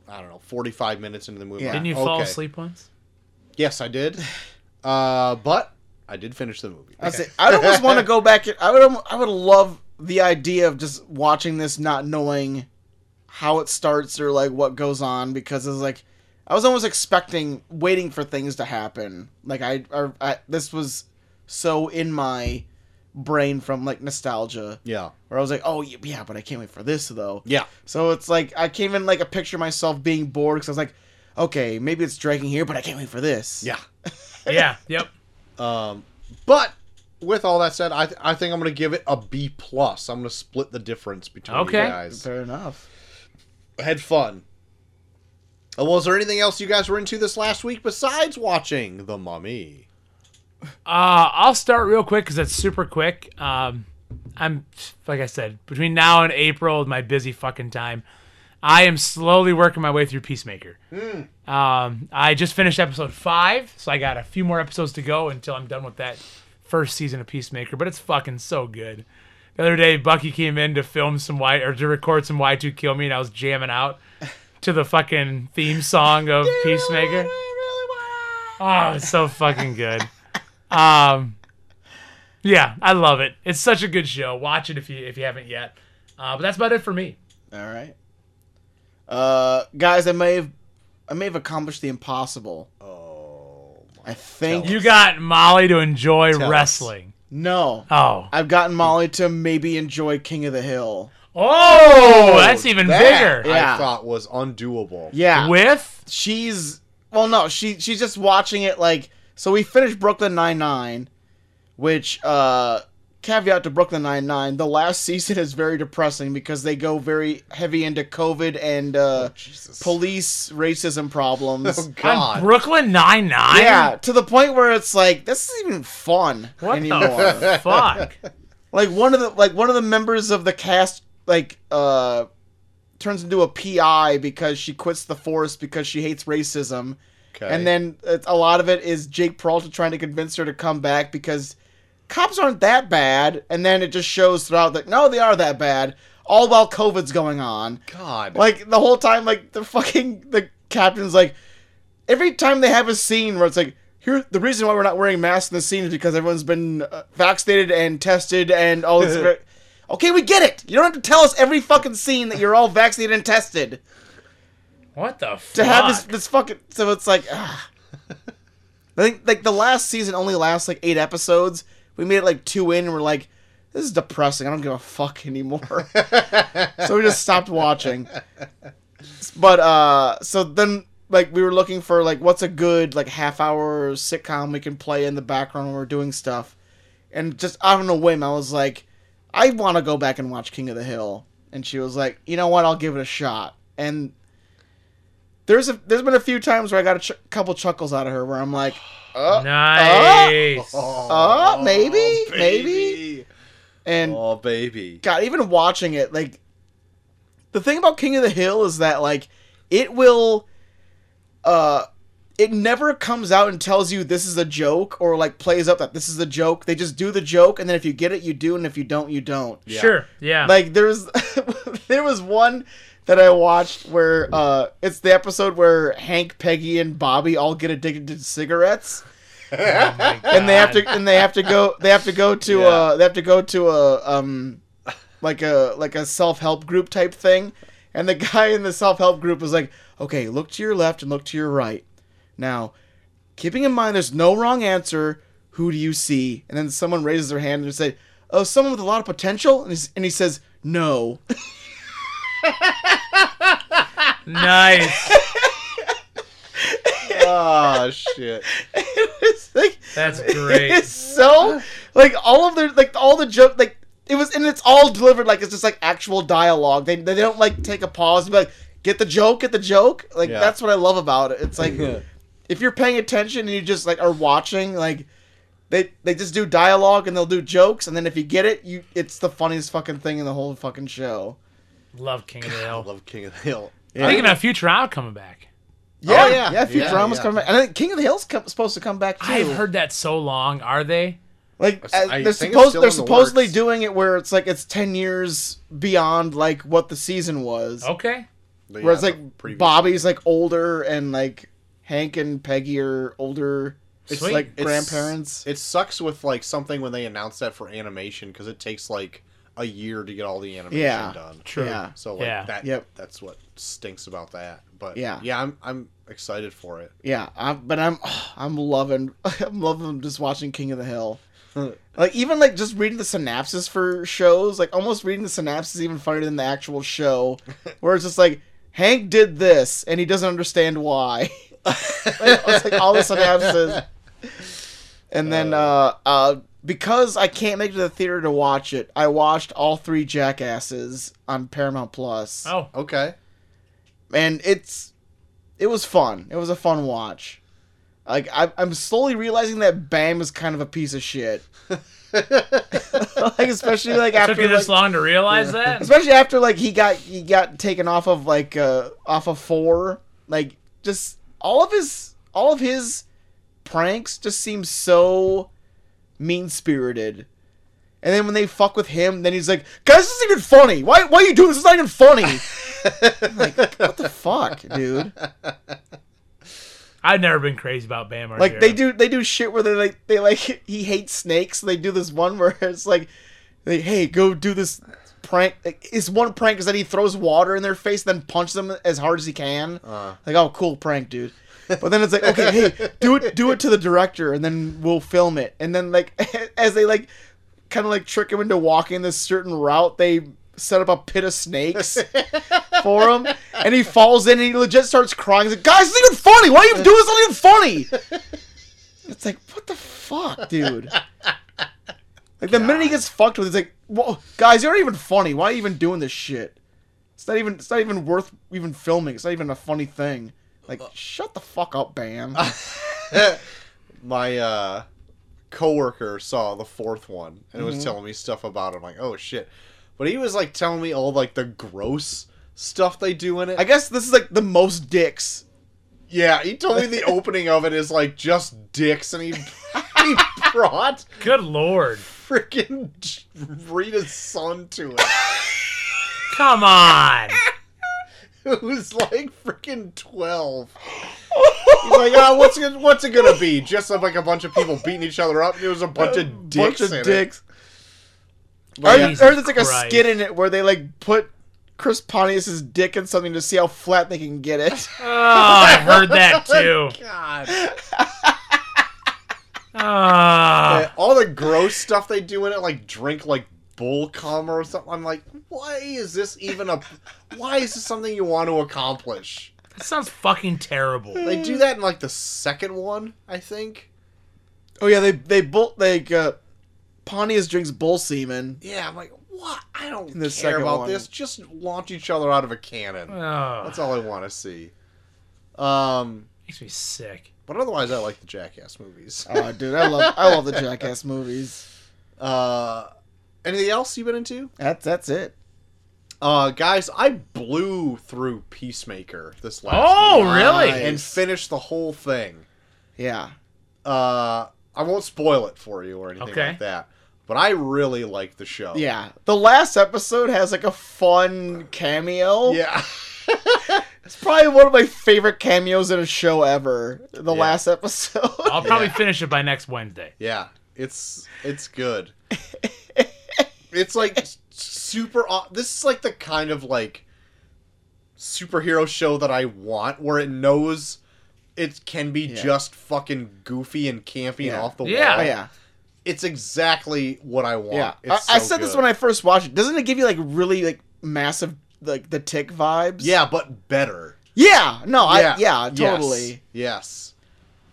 [SPEAKER 2] I don't know, 45 minutes into the movie.
[SPEAKER 1] Yeah.
[SPEAKER 3] Didn't you fall asleep once?
[SPEAKER 2] Yes, I did. Uh, but I did finish the movie.
[SPEAKER 1] i say i almost want to go back and- i would almo- i would love the idea of just watching this not knowing how it starts or like what goes on because it's like i was almost expecting waiting for things to happen like i, I, I this was so in my brain from like nostalgia
[SPEAKER 2] Yeah.
[SPEAKER 1] where i was like oh yeah but i can't wait for this though
[SPEAKER 2] Yeah.
[SPEAKER 1] So it's like I can't even like a picture myself being bored because I was like, okay, maybe it's dragging here, but I can't wait for this.
[SPEAKER 2] Yeah.
[SPEAKER 3] Yeah. Yep.
[SPEAKER 2] But with all that said, I, th- I think I'm gonna give it a B plus. I'm gonna split the difference between
[SPEAKER 3] Okay.
[SPEAKER 2] you guys.
[SPEAKER 1] fair enough.
[SPEAKER 2] I had fun. Uh, Was there anything else you guys were into this last week besides watching The Mummy?
[SPEAKER 3] Uh, I'll start real quick because it's super quick. Um, I'm like I said, between now and April, my busy fucking time, I am slowly working my way through Peacemaker. Um, I just finished episode five, so I got a few more episodes to go until I'm done with that first season of Peacemaker. But it's fucking so good. The other day, Bucky came in to film some Y or to record some Y2 Kill Me, and I was jamming out to the fucking theme song of Peacemaker. Oh, it's so fucking good. Um, yeah, I love it. It's such a good show. Watch it if you if you haven't yet. Uh, but that's about it for me.
[SPEAKER 1] All right, uh, guys, I may have I may have accomplished the impossible. Oh, I think
[SPEAKER 3] You got Molly to enjoy
[SPEAKER 2] us.
[SPEAKER 3] wrestling.
[SPEAKER 1] no.
[SPEAKER 3] Oh,
[SPEAKER 1] I've gotten Molly to maybe enjoy King of the Hill.
[SPEAKER 3] oh, that's even
[SPEAKER 2] That
[SPEAKER 3] bigger.
[SPEAKER 1] Yeah.
[SPEAKER 2] I thought was undoable.
[SPEAKER 1] Yeah,
[SPEAKER 3] With
[SPEAKER 1] she's well, no, she she's just watching it like so. We finished Brooklyn Nine Nine, which uh, caveat to Brooklyn Nine Nine, the last season is very depressing because they go very heavy into COVID and uh,
[SPEAKER 2] Jesus.
[SPEAKER 1] police racism problems.
[SPEAKER 2] Oh
[SPEAKER 3] on
[SPEAKER 2] God.
[SPEAKER 3] Brooklyn Nine Nine.
[SPEAKER 1] yeah, to the point where it's like this isn't even fun
[SPEAKER 3] What
[SPEAKER 1] anymore.
[SPEAKER 3] the fuck?
[SPEAKER 1] like one of the like one of the members of the cast like uh turns into a PI because she quits the force because she hates racism.
[SPEAKER 2] Okay.
[SPEAKER 1] And then it's, a lot of it is Jake Peralta trying to convince her to come back because cops aren't that bad. And then it just shows throughout that no, they are that bad. All while COVID's going on.
[SPEAKER 2] God.
[SPEAKER 1] Like the whole time, like the fucking the captain's like every time they have a scene where it's like here the reason why we're not wearing masks in the scene is because everyone's been uh, vaccinated and tested and all this. ver- okay, we get it. You don't have to tell us every fucking scene that you're all vaccinated and tested
[SPEAKER 3] What the fuck?
[SPEAKER 1] to have this this fucking so it's like ah. I think like the last season only lasts like eight episodes. We made it like two in and we're like, this is depressing. I don't give a fuck anymore. so we just stopped watching. But uh so then like we were looking for like what's a good like half hour sitcom we can play in the background when we're doing stuff. And just out on a whim, I was like, I wanna go back and watch King of the Hill. And she was like, you know what, I'll give it a shot. And There's a there's been a few times where I got a ch- couple chuckles out of her where I'm like,
[SPEAKER 3] nice.
[SPEAKER 1] oh, maybe, maybe,
[SPEAKER 2] baby.
[SPEAKER 1] and
[SPEAKER 2] Oh, baby.
[SPEAKER 1] God, even watching it, like the thing about King of the Hill is that like it will uh it never comes out and tells you this is a joke or like plays up that this is a joke. They just do the joke and then if you get it you do and if you don't you don't.
[SPEAKER 3] Sure. Yeah.
[SPEAKER 1] Like there's there was one that I watched where uh it's the episode where Hank, Peggy, and Bobby all get addicted to cigarettes and they have to and they have to go they have to go to uh
[SPEAKER 2] Yeah.
[SPEAKER 1] they have to go to a um like a like a self-help group type thing and the guy in the self-help group was like okay look to your left and look to your right now keeping in mind there's no wrong answer who do you see and then someone raises their hand and said oh someone with a lot of potential and, he's, and he says no
[SPEAKER 3] nice.
[SPEAKER 2] Oh, shit.
[SPEAKER 1] it's like
[SPEAKER 3] That's
[SPEAKER 1] it's
[SPEAKER 3] great.
[SPEAKER 1] so like all of their like all the joke like it was and it's all delivered like it's just like actual dialogue. They they don't like take a pause and be like get the joke, get the joke. Like
[SPEAKER 2] Yeah.
[SPEAKER 1] that's what I love about it. It's like if you're paying attention and you just like are watching like they they just do dialogue and they'll do jokes and then if you get it you it's the funniest fucking thing in the whole fucking show.
[SPEAKER 3] Love King of the
[SPEAKER 2] I
[SPEAKER 3] Hill.
[SPEAKER 2] love King of the Hill.
[SPEAKER 3] Thinking about Futurama coming back.
[SPEAKER 1] Yeah,
[SPEAKER 2] Oh,
[SPEAKER 1] yeah,
[SPEAKER 2] yeah.
[SPEAKER 1] yeah.
[SPEAKER 2] Yeah,
[SPEAKER 1] Futurama's
[SPEAKER 2] yeah.
[SPEAKER 1] coming back, and I think King of the Hill's co- supposed to come back too.
[SPEAKER 3] I've heard that so long. Are they?
[SPEAKER 1] Like
[SPEAKER 2] I
[SPEAKER 1] uh,
[SPEAKER 2] think
[SPEAKER 1] they're
[SPEAKER 2] it's
[SPEAKER 1] supposed
[SPEAKER 2] still
[SPEAKER 1] they're
[SPEAKER 2] in the
[SPEAKER 1] supposedly
[SPEAKER 2] works.
[SPEAKER 1] doing it where it's like it's ten years beyond like what the season was.
[SPEAKER 3] Okay.
[SPEAKER 2] But
[SPEAKER 1] Where it's
[SPEAKER 2] Oh, yeah, the
[SPEAKER 1] like
[SPEAKER 2] previous-
[SPEAKER 1] Bobby's like older and like Hank and Peggy are older. It's
[SPEAKER 3] Sweet.
[SPEAKER 1] like
[SPEAKER 2] It's-
[SPEAKER 1] grandparents.
[SPEAKER 2] It sucks with like something when they announce that for animation because it takes like a year to get all the animation
[SPEAKER 1] Yeah.
[SPEAKER 2] done.
[SPEAKER 3] True.
[SPEAKER 1] Yeah.
[SPEAKER 2] So like
[SPEAKER 3] Yeah.
[SPEAKER 2] that.
[SPEAKER 1] Yep.
[SPEAKER 2] That's what stinks about that. But
[SPEAKER 1] Yeah.
[SPEAKER 2] yeah, I'm I'm excited for it.
[SPEAKER 1] Yeah, I'm, but I'm I'm loving I'm loving just watching King of the Hill. like even like just reading the synopsis for shows, like almost reading the synopsis is even funnier than the actual show, where it's just like Hank did this and he doesn't understand why. like, it's like all the synopsis, and then uh, uh, because I can't make it to the theater to watch it, I watched all three Jackasses on Paramount Plus,
[SPEAKER 3] Oh,
[SPEAKER 2] Okay.
[SPEAKER 1] and it's it was fun. It was a fun watch. Like I, I'm slowly realizing that Bam is kind of a piece of shit. like especially like after
[SPEAKER 3] took you this
[SPEAKER 1] like-
[SPEAKER 3] long to realize that.
[SPEAKER 1] especially after like he got he got taken off of like uh off of four like just all of his all of his pranks just seem so mean spirited and then when they fuck with him then he's like guys this isn't even funny why why are you doing this it's not even funny I'm like what the fuck dude
[SPEAKER 3] I've never been crazy about Bam.
[SPEAKER 1] like
[SPEAKER 3] Margera.
[SPEAKER 1] they do they do shit where they like they like he hates snakes so they do this one where it's like they hey go do this prank like, his one prank is that he throws water in their face then punches them as hard as he can like oh cool prank dude but then it's like okay hey do it do it to the director and then we'll film it and then like as they like kind of like trick him into walking this certain route they set up a pit of snakes for him and he falls in and he legit starts crying he's like guys it's not even funny why are you doing this it's not even funny it's like, what the fuck, dude? like the minute he gets fucked with, it's like, whoa, guys, you're not even funny. Why are you even doing this shit? It's not even. It's not even worth even filming. It's not even a funny thing. Like, shut the fuck up, Bam.
[SPEAKER 2] my uh coworker saw the fourth one and
[SPEAKER 1] Mm-hmm.
[SPEAKER 2] was telling me stuff about it. I'm like, oh shit. But he was like telling me all like the gross stuff they do in it.
[SPEAKER 1] I guess this is like the most dicks.
[SPEAKER 2] yeah, he told me the opening of it is like just dicks and he, he brought
[SPEAKER 3] Good lord.
[SPEAKER 2] freaking Rita's son to it.
[SPEAKER 3] Come on.
[SPEAKER 2] Who's like freaking twelve. He's like, oh, what's it, what's it gonna be? Just like a bunch of people beating each other up. There was a bunch of dicks.
[SPEAKER 1] Bunch
[SPEAKER 2] in
[SPEAKER 1] of
[SPEAKER 2] it.
[SPEAKER 1] dicks. Or,
[SPEAKER 3] Yeah.
[SPEAKER 1] or there's like a
[SPEAKER 3] Christ.
[SPEAKER 1] skit in it where they like put Chris Pontius's dick in something to see how flat they can get it.
[SPEAKER 3] Oh, I heard that too.
[SPEAKER 2] God.
[SPEAKER 3] Oh,
[SPEAKER 2] Yeah, all the gross stuff they do in it, like drink like bull cum or something. I'm like, why is this even a? Why is this something you want to accomplish?
[SPEAKER 3] that sounds fucking terrible.
[SPEAKER 2] They do that in like the second one, I think.
[SPEAKER 1] Oh yeah, they they both like uh, Pontius drinks bull semen.
[SPEAKER 2] Yeah, I'm like, what? I don't
[SPEAKER 1] the
[SPEAKER 2] care
[SPEAKER 1] second
[SPEAKER 2] about
[SPEAKER 1] one.
[SPEAKER 2] this. Just launch each other out of a cannon.
[SPEAKER 3] Oh.
[SPEAKER 2] That's all I want to see. Um,
[SPEAKER 3] Makes me sick.
[SPEAKER 2] but otherwise, I like the Jackass movies.
[SPEAKER 1] Oh, dude, I love I love the Jackass movies.
[SPEAKER 2] Uh, anything else you've been into?
[SPEAKER 1] That's that's it.
[SPEAKER 2] Uh, guys, I blew through Peacemaker this last
[SPEAKER 3] Oh,
[SPEAKER 2] week
[SPEAKER 3] really?
[SPEAKER 2] and finished the whole thing.
[SPEAKER 1] Yeah.
[SPEAKER 2] Uh, I won't spoil it for you or anything
[SPEAKER 3] Okay.
[SPEAKER 2] like that. But I really like the show.
[SPEAKER 1] Yeah. The last episode has like a fun cameo.
[SPEAKER 2] Yeah.
[SPEAKER 1] It's probably one of my favorite cameos in a show ever. The
[SPEAKER 2] Yeah.
[SPEAKER 1] last episode. Oh,
[SPEAKER 3] I'll probably finish it by next Wednesday.
[SPEAKER 2] Yeah, it's it's good. it's like s- super. au- This is like the kind of like superhero show that I want, where it knows it can be
[SPEAKER 1] Yeah.
[SPEAKER 2] just fucking goofy and campy and
[SPEAKER 1] Yeah.
[SPEAKER 2] off the
[SPEAKER 3] Yeah.
[SPEAKER 1] Oh
[SPEAKER 2] wall.
[SPEAKER 1] yeah,
[SPEAKER 2] It's exactly what I want.
[SPEAKER 1] yeah.
[SPEAKER 2] It's
[SPEAKER 1] I, I
[SPEAKER 2] so
[SPEAKER 1] said this
[SPEAKER 2] good.
[SPEAKER 1] when I first watched it. Doesn't it give you like really like massive like the tick vibes?
[SPEAKER 2] Yeah, but better.
[SPEAKER 1] Yeah. No. I. Yeah.
[SPEAKER 2] Yes.
[SPEAKER 1] Totally.
[SPEAKER 2] Yes.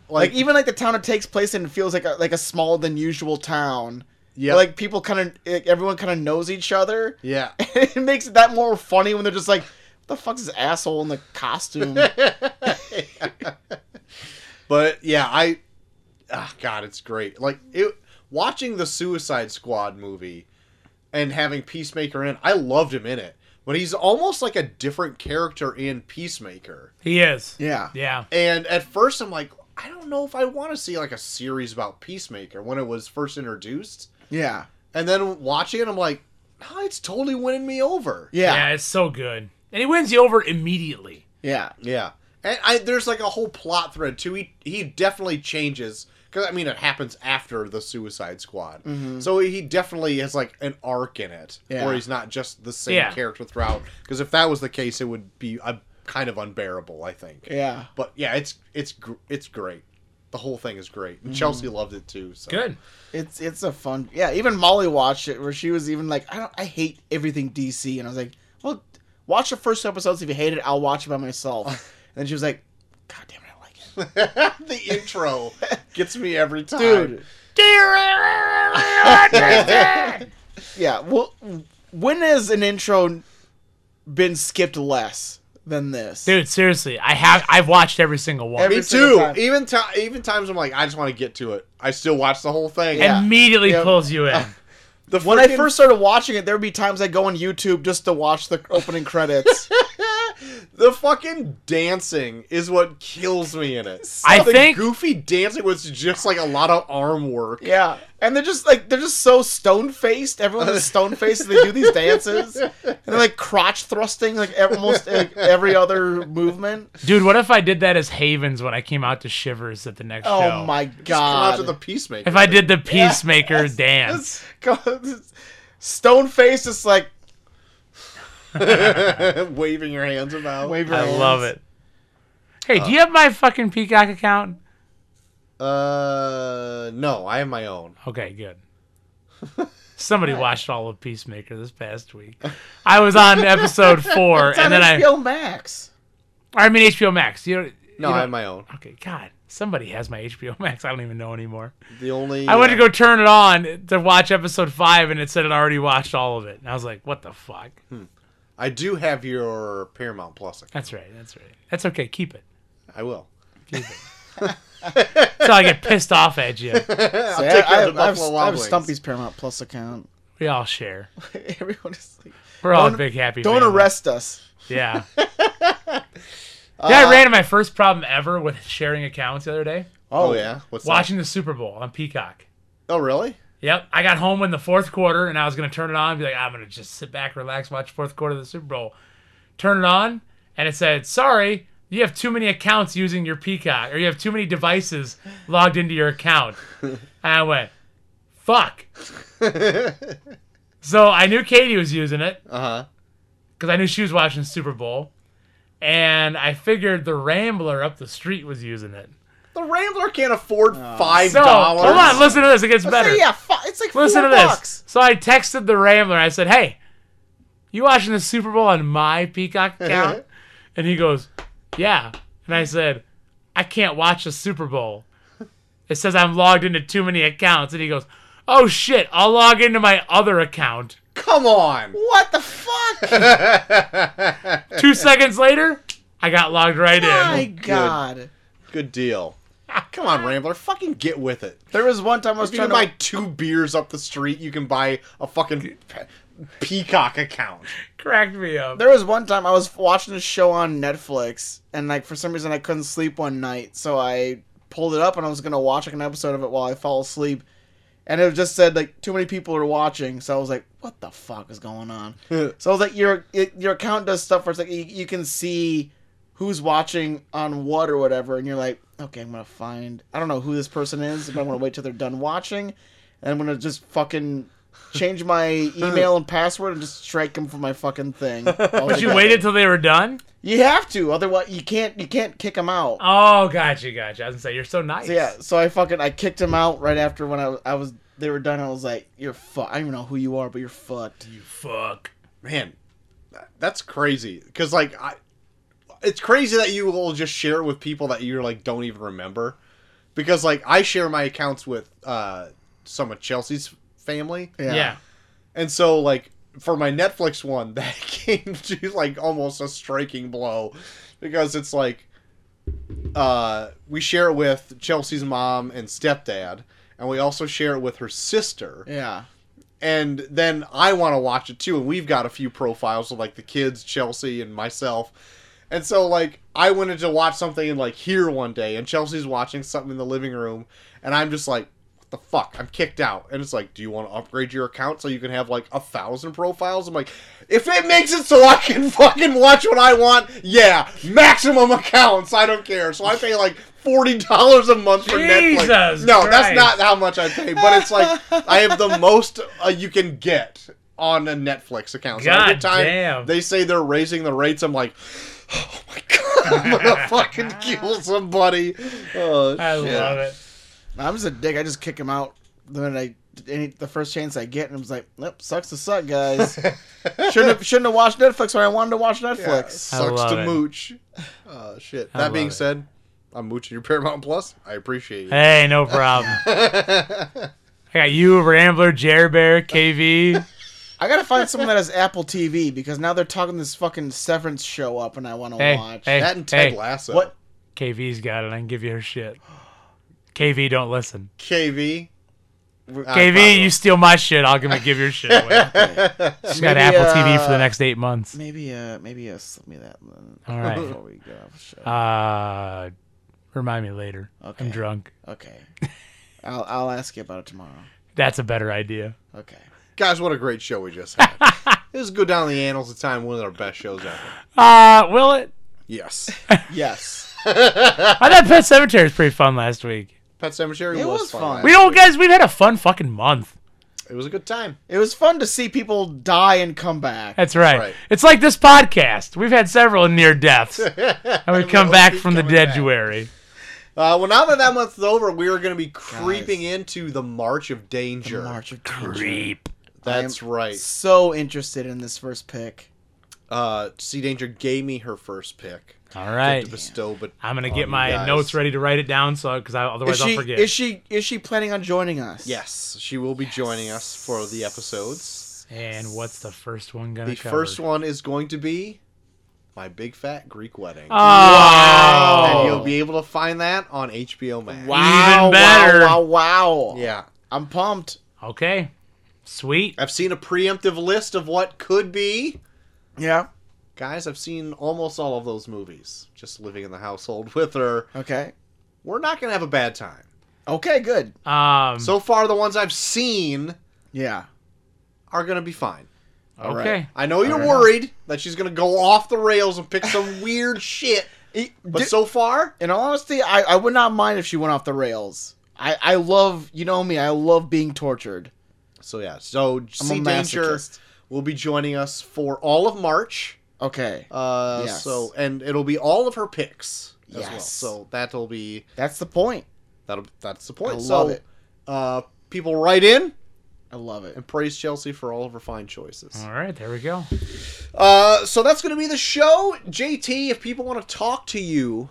[SPEAKER 1] Like, e, even like the town it takes place in feels like a, like a smaller than usual town.
[SPEAKER 2] yeah,
[SPEAKER 1] Like people kind of like, everyone kind of knows each other.
[SPEAKER 2] yeah.
[SPEAKER 1] it makes it that more funny when they're just like, "What the fuck's this asshole in the costume?"
[SPEAKER 2] But yeah, I ah, God, it's great. Like it watching the Suicide Squad movie and having Peacemaker in, it, I loved him in it. But he's almost like a different character in Peacemaker.
[SPEAKER 3] He is.
[SPEAKER 1] yeah.
[SPEAKER 3] Yeah.
[SPEAKER 2] And at first I'm like, I don't know if I want to see like a series about Peacemaker when it was first introduced.
[SPEAKER 1] Yeah.
[SPEAKER 2] And then watching it, I'm like, nah, it's totally winning me over.
[SPEAKER 3] Yeah.
[SPEAKER 1] Yeah.
[SPEAKER 3] it's so good. And he wins you over immediately.
[SPEAKER 1] Yeah.
[SPEAKER 2] Yeah, and I, there's like a whole plot thread too. He he definitely changes because I mean it happens after the Suicide Squad, so he definitely has like an arc in it
[SPEAKER 1] Mm-hmm. Yeah.
[SPEAKER 2] where he's not just the same
[SPEAKER 3] Yeah.
[SPEAKER 2] character throughout. Because if that was the case, it would be uh, kind of unbearable, I think.
[SPEAKER 1] Yeah.
[SPEAKER 2] But yeah, it's it's gr- it's great. The whole thing is great,
[SPEAKER 1] Mm-hmm.
[SPEAKER 2] and Chelsea loved it too. So.
[SPEAKER 3] Good.
[SPEAKER 1] It's it's a fun. Yeah. Even Molly watched it, where she was even like, "I don't. I hate everything DC," and I was like, "Well, watch the first two episodes. If you hate it, I'll watch it by myself." and then she was like, "God damn it, I like it,
[SPEAKER 2] the intro gets me every time.
[SPEAKER 1] dude." Yeah. Well, when has an intro been skipped less than this?
[SPEAKER 3] Dude, seriously, I have I've watched every single one.
[SPEAKER 1] Every-
[SPEAKER 2] me
[SPEAKER 1] single
[SPEAKER 2] too.
[SPEAKER 1] time.
[SPEAKER 2] Even ti even times I'm like, I just want to get to it. I still watch the whole thing.
[SPEAKER 1] Yeah.
[SPEAKER 3] immediately
[SPEAKER 1] Yeah.
[SPEAKER 3] pulls you in.
[SPEAKER 2] The
[SPEAKER 1] When I
[SPEAKER 2] freaking-
[SPEAKER 1] first started watching it, there would be times I'd go on YouTube just to watch the opening credits.
[SPEAKER 2] the fucking dancing is what kills me in it.
[SPEAKER 3] I
[SPEAKER 2] the
[SPEAKER 3] think-
[SPEAKER 2] goofy dancing was just like a lot of arm work.
[SPEAKER 1] yeah, and they're just like they're just so stone faced. Everyone is stone faced. and They do these dances, and they're like crotch thrusting like ev- almost like every other movement.
[SPEAKER 3] Dude, what if I did that as Havens when I came out to Shivers at the next
[SPEAKER 1] Oh
[SPEAKER 3] show?
[SPEAKER 1] my
[SPEAKER 2] Come out
[SPEAKER 1] god!
[SPEAKER 2] to the peacemaker.
[SPEAKER 3] If I did the Peacemaker dance.
[SPEAKER 1] stone faced, just like
[SPEAKER 2] waving your hands about.
[SPEAKER 1] wave your
[SPEAKER 3] I
[SPEAKER 1] hands.
[SPEAKER 3] love it. Hey,
[SPEAKER 1] Uh.
[SPEAKER 3] do you have my fucking Peacock account?
[SPEAKER 2] Uh, no, I have my own.
[SPEAKER 3] Okay, good. Somebody watched all of Peacemaker this past week. I was on episode four,
[SPEAKER 1] It's
[SPEAKER 3] and
[SPEAKER 1] on
[SPEAKER 3] then I,
[SPEAKER 1] HBO Max.
[SPEAKER 3] I mean HBO Max. You know,
[SPEAKER 2] No,
[SPEAKER 3] you
[SPEAKER 2] I
[SPEAKER 3] know-
[SPEAKER 2] have my own.
[SPEAKER 3] okay, God, somebody has my HBO Max. I don't even know anymore.
[SPEAKER 2] The only
[SPEAKER 3] I went to go turn it on to watch episode five, and it said it already watched all of it. And I was like, "What the fuck?"
[SPEAKER 1] Hmm.
[SPEAKER 2] I do have your Paramount Plus account.
[SPEAKER 3] That's right. That's right. That's okay. Keep it.
[SPEAKER 2] I will.
[SPEAKER 3] So I get pissed off at you.
[SPEAKER 1] See, I,
[SPEAKER 2] take care
[SPEAKER 1] I,
[SPEAKER 2] of the
[SPEAKER 1] I have,
[SPEAKER 2] Buffalo
[SPEAKER 1] I have
[SPEAKER 2] Wild Wings.
[SPEAKER 1] Stumpy's Paramount Plus account.
[SPEAKER 3] We all share.
[SPEAKER 1] Everyone is like,
[SPEAKER 3] We're all a
[SPEAKER 1] Don't-
[SPEAKER 3] big happy.
[SPEAKER 1] don't
[SPEAKER 3] family.
[SPEAKER 1] arrest us.
[SPEAKER 3] Yeah. yeah,
[SPEAKER 1] Uh,
[SPEAKER 3] I ran into my first problem ever with sharing accounts the other day.
[SPEAKER 2] Oh, yeah. What's that?
[SPEAKER 3] Watching the Super Bowl on Peacock.
[SPEAKER 2] Oh really?
[SPEAKER 3] Yep, I got home in the fourth quarter and I was gonna turn it on and be like, I'm gonna just sit back, relax, watch fourth quarter of the Super Bowl. Turn it on, and it said, "Sorry, you have too many accounts using your Peacock, or you have too many devices logged into your account." and I went, "Fuck."
[SPEAKER 2] Uh-huh.
[SPEAKER 3] so I knew Katie was using it
[SPEAKER 2] Uh huh.
[SPEAKER 3] because I knew she was watching Super Bowl, and I figured the Rambler up the street was using it.
[SPEAKER 2] The Rambler can't afford five
[SPEAKER 3] So
[SPEAKER 2] dollars.
[SPEAKER 3] hold on, listen to this. It gets better.
[SPEAKER 1] Yeah, fi- it's like
[SPEAKER 3] Listen
[SPEAKER 1] four
[SPEAKER 3] to this.
[SPEAKER 1] bucks.
[SPEAKER 3] So I texted the Rambler. I said, "Hey, you watching the Super Bowl on my Peacock account?" and he goes, "Yeah." And I said, "I can't watch the Super Bowl. It says I'm logged into too many accounts." And he goes, "Oh shit! I'll log into my other account."
[SPEAKER 2] Come on.
[SPEAKER 1] What the fuck?
[SPEAKER 3] Two seconds later, I got logged right
[SPEAKER 1] My
[SPEAKER 3] in.
[SPEAKER 1] God.
[SPEAKER 2] Good deal. Come on, Rambler. Fucking get with it.
[SPEAKER 1] There was one time I was
[SPEAKER 2] If you can
[SPEAKER 1] trying
[SPEAKER 2] buy
[SPEAKER 1] to.
[SPEAKER 2] two beers up the street, you can buy a fucking pe- peacock account.
[SPEAKER 3] Cracked me up.
[SPEAKER 1] There was one time I was watching a show on Netflix, and like for some reason I couldn't sleep one night, so I pulled it up and I was gonna watch like an episode of it while I fell asleep, and it just said like too many people are watching, so I was like, what the fuck is going on? so I was like, your it, your account does stuff where it's like you, you can see who's watching on what or whatever, and you're like, okay, I'm gonna find I don't know who this person is, but I'm gonna wait till they're done watching, and I'm gonna just fucking. Change my email and password and just strike them from my fucking thing.
[SPEAKER 3] But you waited till they were done.
[SPEAKER 1] You have to, otherwise you can't you can't kick him out.
[SPEAKER 3] Oh, gotcha, gotcha. I was gonna say you're so nice.
[SPEAKER 1] So yeah, so I fucking I kicked him out right after when I was, I was they were done. I was like, "You're fucked. I don't even know who you are, but you're fucked."
[SPEAKER 3] You fuck.
[SPEAKER 2] Man, that- that's crazy. Because like, I, it's crazy that you will just share it with people that you like don't even remember. Because like, I share my accounts with uh, some of Chelsea's family.
[SPEAKER 3] Yeah.
[SPEAKER 2] And so like for my Netflix one, that came to like almost a striking blow because it's like uh we share it with Chelsea's mom and stepdad and we also share it with her sister.
[SPEAKER 1] yeah,
[SPEAKER 2] And then I want to watch it too and we've got a few profiles of like the kids, Chelsea and myself. And so like I wanted to watch something in like here one day and Chelsea's watching something in the living room and I'm just like what the fuck? I'm kicked out. And it's like, do you want to upgrade your account so you can have like a thousand profiles? I'm like, if it makes it so I can fucking watch what I want, yeah, maximum accounts. I don't care. So I pay like forty dollars a month for Netflix.
[SPEAKER 3] Jesus
[SPEAKER 2] No, that's
[SPEAKER 3] Christ.
[SPEAKER 2] not how much I pay, but it's like I have the most uh, you can get on a Netflix account. So every
[SPEAKER 3] God
[SPEAKER 2] time
[SPEAKER 3] damn.
[SPEAKER 2] they say they're raising the rates, I'm like, oh my god, I'm gonna fucking kill somebody. Oh,
[SPEAKER 3] I
[SPEAKER 2] shit.
[SPEAKER 3] love it.
[SPEAKER 1] I'm just a dick. I just kick him out the minute I any the first chance I get, and I was like, "Nope, sucks to suck, guys." shouldn't have, shouldn't have watched Netflix when I wanted to watch
[SPEAKER 2] Yeah,
[SPEAKER 1] Netflix.
[SPEAKER 3] I
[SPEAKER 2] sucks to
[SPEAKER 3] love it.
[SPEAKER 2] mooch. Oh shit.
[SPEAKER 3] I
[SPEAKER 2] that
[SPEAKER 3] love
[SPEAKER 2] being
[SPEAKER 3] it.
[SPEAKER 2] said, I'm mooching your Paramount Plus. I appreciate it.
[SPEAKER 3] Hey, no problem. I got you, Rambler, Jer Bear, KV.
[SPEAKER 1] I gotta find someone that has Apple TV because now they're talking this fucking Severance show up, and I want to
[SPEAKER 3] Hey,
[SPEAKER 1] watch.
[SPEAKER 3] hey.
[SPEAKER 2] That and Ted
[SPEAKER 3] Hey.
[SPEAKER 2] Lasso.
[SPEAKER 1] What?
[SPEAKER 3] KV's got it. I can give you her shit. KV, don't listen.
[SPEAKER 2] KV?
[SPEAKER 3] KV, you steal my shit. I'll give, give your shit away. She's got
[SPEAKER 1] Maybe,
[SPEAKER 3] Apple TV for
[SPEAKER 1] uh,
[SPEAKER 3] the next eight months.
[SPEAKER 1] Maybe uh maybe uh slip me that one
[SPEAKER 3] All right.
[SPEAKER 1] before we get off the show.
[SPEAKER 3] Uh, remind me later.
[SPEAKER 1] Okay.
[SPEAKER 3] I'm drunk.
[SPEAKER 1] Okay. I'll I'll ask you about it tomorrow.
[SPEAKER 3] That's a better idea.
[SPEAKER 1] Okay.
[SPEAKER 2] Guys, what a great show we just had. this is go down the annals of time, one of our best shows ever.
[SPEAKER 3] Uh, will it?
[SPEAKER 2] Yes.
[SPEAKER 1] Yes.
[SPEAKER 3] I thought Pet Cemetery was pretty fun last week.
[SPEAKER 2] Pet Cemetery
[SPEAKER 1] It
[SPEAKER 2] was,
[SPEAKER 1] was
[SPEAKER 2] fun.
[SPEAKER 1] fun.
[SPEAKER 3] We don't, guys. We've had a fun fucking month.
[SPEAKER 2] It was a good time.
[SPEAKER 1] It was fun to see people die and come back.
[SPEAKER 3] That's right.
[SPEAKER 2] right.
[SPEAKER 3] It's like this podcast. We've had several near deaths, and we come
[SPEAKER 2] we'll
[SPEAKER 3] back
[SPEAKER 2] keep
[SPEAKER 3] from the
[SPEAKER 2] coming back.
[SPEAKER 3] deaduary.
[SPEAKER 2] Uh, well, now that that month's over, we are going to be creeping into the March of Danger.
[SPEAKER 1] March of Danger.
[SPEAKER 3] Reap.
[SPEAKER 2] That's right.
[SPEAKER 1] So interested in this first pick.
[SPEAKER 2] Uh, sea Danger gave me her first pick
[SPEAKER 3] All right.
[SPEAKER 2] to bestow, but
[SPEAKER 3] I'm gonna
[SPEAKER 2] on
[SPEAKER 3] get
[SPEAKER 2] Oh, you
[SPEAKER 3] my
[SPEAKER 2] guys.
[SPEAKER 3] notes ready to write it down, so because
[SPEAKER 1] Is
[SPEAKER 3] otherwise
[SPEAKER 1] she
[SPEAKER 3] I'll forget.
[SPEAKER 1] is she is she planning on joining us?
[SPEAKER 2] Yes, she will be joining us for the episodes.
[SPEAKER 3] and what's the first one gonna?
[SPEAKER 2] The first one is going to be my big fat Greek wedding.
[SPEAKER 3] Oh,
[SPEAKER 2] And you'll be able to find that on HBO Max.
[SPEAKER 1] Wow,
[SPEAKER 3] Even better.
[SPEAKER 1] wow, wow, wow.
[SPEAKER 2] Yeah.
[SPEAKER 1] I'm pumped.
[SPEAKER 3] okay. Sweet.
[SPEAKER 2] I've seen a preemptive list of what could be.
[SPEAKER 1] Yeah.
[SPEAKER 2] Guys, I've seen almost all of those movies. Just living in the household with her.
[SPEAKER 1] Okay.
[SPEAKER 2] We're not going to have a bad time.
[SPEAKER 1] Okay, good. Hmm.
[SPEAKER 3] Um.
[SPEAKER 2] So far, the ones I've seen
[SPEAKER 1] Yeah.
[SPEAKER 2] are going to be fine.
[SPEAKER 1] all right.
[SPEAKER 3] okay.
[SPEAKER 2] I know you're worried that she's going to go off the rails and pick some weird shit.
[SPEAKER 1] E-
[SPEAKER 2] But
[SPEAKER 1] di-
[SPEAKER 2] so far,
[SPEAKER 1] in all honesty, I, I would not mind if she went off the rails. I, I love you know me, I love being tortured.
[SPEAKER 2] So yeah, so Sea Danger
[SPEAKER 1] masochist.
[SPEAKER 2] will be joining us for all of March.
[SPEAKER 1] Okay.
[SPEAKER 2] Uh,
[SPEAKER 1] Yes.
[SPEAKER 2] So and it'll be all of her picks as well.
[SPEAKER 1] Yes.
[SPEAKER 2] So that'll be
[SPEAKER 1] That's the point.
[SPEAKER 2] that'll that's the point.
[SPEAKER 1] I
[SPEAKER 2] so
[SPEAKER 1] love it.
[SPEAKER 2] uh, people write in
[SPEAKER 1] I love it.
[SPEAKER 2] and praise Chelsea for all of her fine choices.
[SPEAKER 3] All right. There we go.
[SPEAKER 2] Uh, so that's gonna be the show, JT. If people want to talk to you,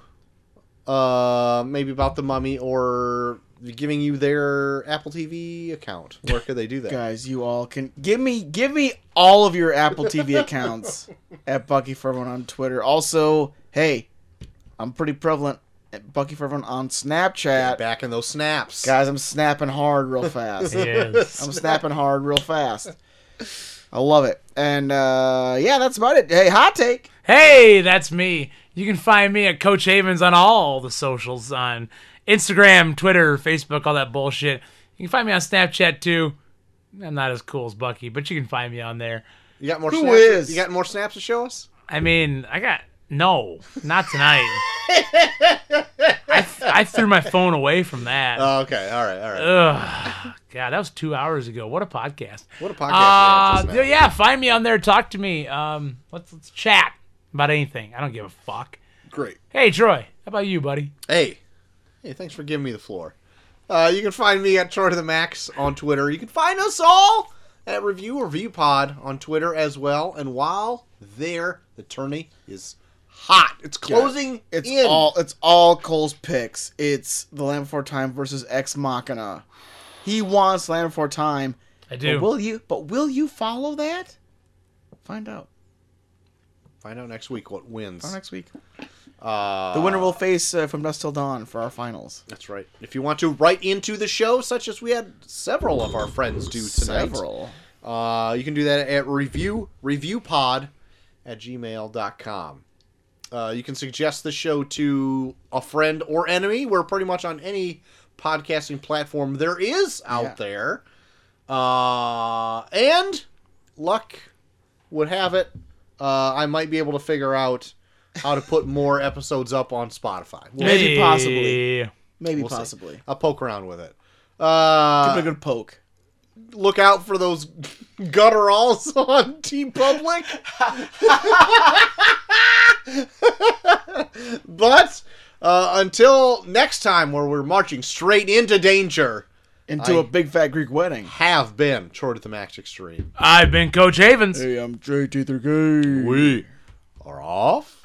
[SPEAKER 2] uh, maybe about the Mummy or giving you their Apple TV account, where could they do that?
[SPEAKER 1] Guys, you all can give me give me all of your Apple TV accounts at Bucky Furman on Twitter. Also, Hey, I'm pretty prevalent at Bucky Fervent on Snapchat.
[SPEAKER 2] Back in those snaps.
[SPEAKER 1] Guys, I'm snapping hard real fast.
[SPEAKER 3] Yes.
[SPEAKER 1] I'm snapping hard real fast. I love it. And uh, yeah, that's about it. Hey, hot take.
[SPEAKER 3] Hey, that's me. You can find me at Coach Havens on all the socials on Instagram, Twitter, Facebook, all that bullshit. You can find me on Snapchat too. I'm not as cool as Bucky, but you can find me on there.
[SPEAKER 2] You got more
[SPEAKER 1] Who
[SPEAKER 2] snaps?
[SPEAKER 1] is?
[SPEAKER 2] You got more snaps to show us?
[SPEAKER 3] I mean, I got no, not tonight. I, th- I threw my phone away from that.
[SPEAKER 2] Oh, okay. All right. All right.
[SPEAKER 3] Ugh, God, that was two hours ago. What a podcast!
[SPEAKER 2] what a podcast.
[SPEAKER 3] Uh,
[SPEAKER 2] we have just now.
[SPEAKER 3] yeah, find me on there. Talk to me. Um, let's let's chat about anything. I don't give a fuck.
[SPEAKER 2] Great.
[SPEAKER 3] Hey, Troy, how about you, buddy?
[SPEAKER 2] Hey, hey, thanks for giving me the floor. Uh, you can find me at Troy to the Max on Twitter. You can find us all at Review Review Pod on Twitter as well. And while there, the tourney is hot. It's closing
[SPEAKER 1] It's
[SPEAKER 2] in.
[SPEAKER 1] all it's all Cole's picks. It's the Land Before Time versus Ex Machina. He wants Land Before Time.
[SPEAKER 3] I
[SPEAKER 1] But
[SPEAKER 3] do.
[SPEAKER 1] will you? But will you follow that? Find out.
[SPEAKER 2] Find out next week what wins.
[SPEAKER 1] Find out next week.
[SPEAKER 2] Uh,
[SPEAKER 1] The winner will face uh, from dusk till dawn for our finals.
[SPEAKER 2] That's right. If you want to write into the show, such as we had several of our friends do tonight,
[SPEAKER 1] Several.
[SPEAKER 2] Uh, you can do that at review reviewpod at gmail.com. Uh, you can suggest the show to a friend or enemy. We're pretty much on any podcasting platform there is out
[SPEAKER 1] Yeah.
[SPEAKER 2] there. Uh, and luck would have it, uh, I might be able to figure out how to put more episodes up on Spotify. We'll,
[SPEAKER 1] Maybe possibly.
[SPEAKER 3] Hey.
[SPEAKER 1] Maybe
[SPEAKER 2] we'll see.
[SPEAKER 1] possibly. Give
[SPEAKER 2] I'll poke around with it.
[SPEAKER 1] it a
[SPEAKER 2] Uh,
[SPEAKER 1] good poke.
[SPEAKER 2] look out for those gutturals on Team Public. but uh, until next time, where we're marching straight into danger,
[SPEAKER 1] Into
[SPEAKER 2] I-
[SPEAKER 1] a big fat Greek wedding.
[SPEAKER 2] have been short at the max extreme.
[SPEAKER 3] I've been Coach Havens.
[SPEAKER 1] Hey, I'm JT3K.
[SPEAKER 2] We are off.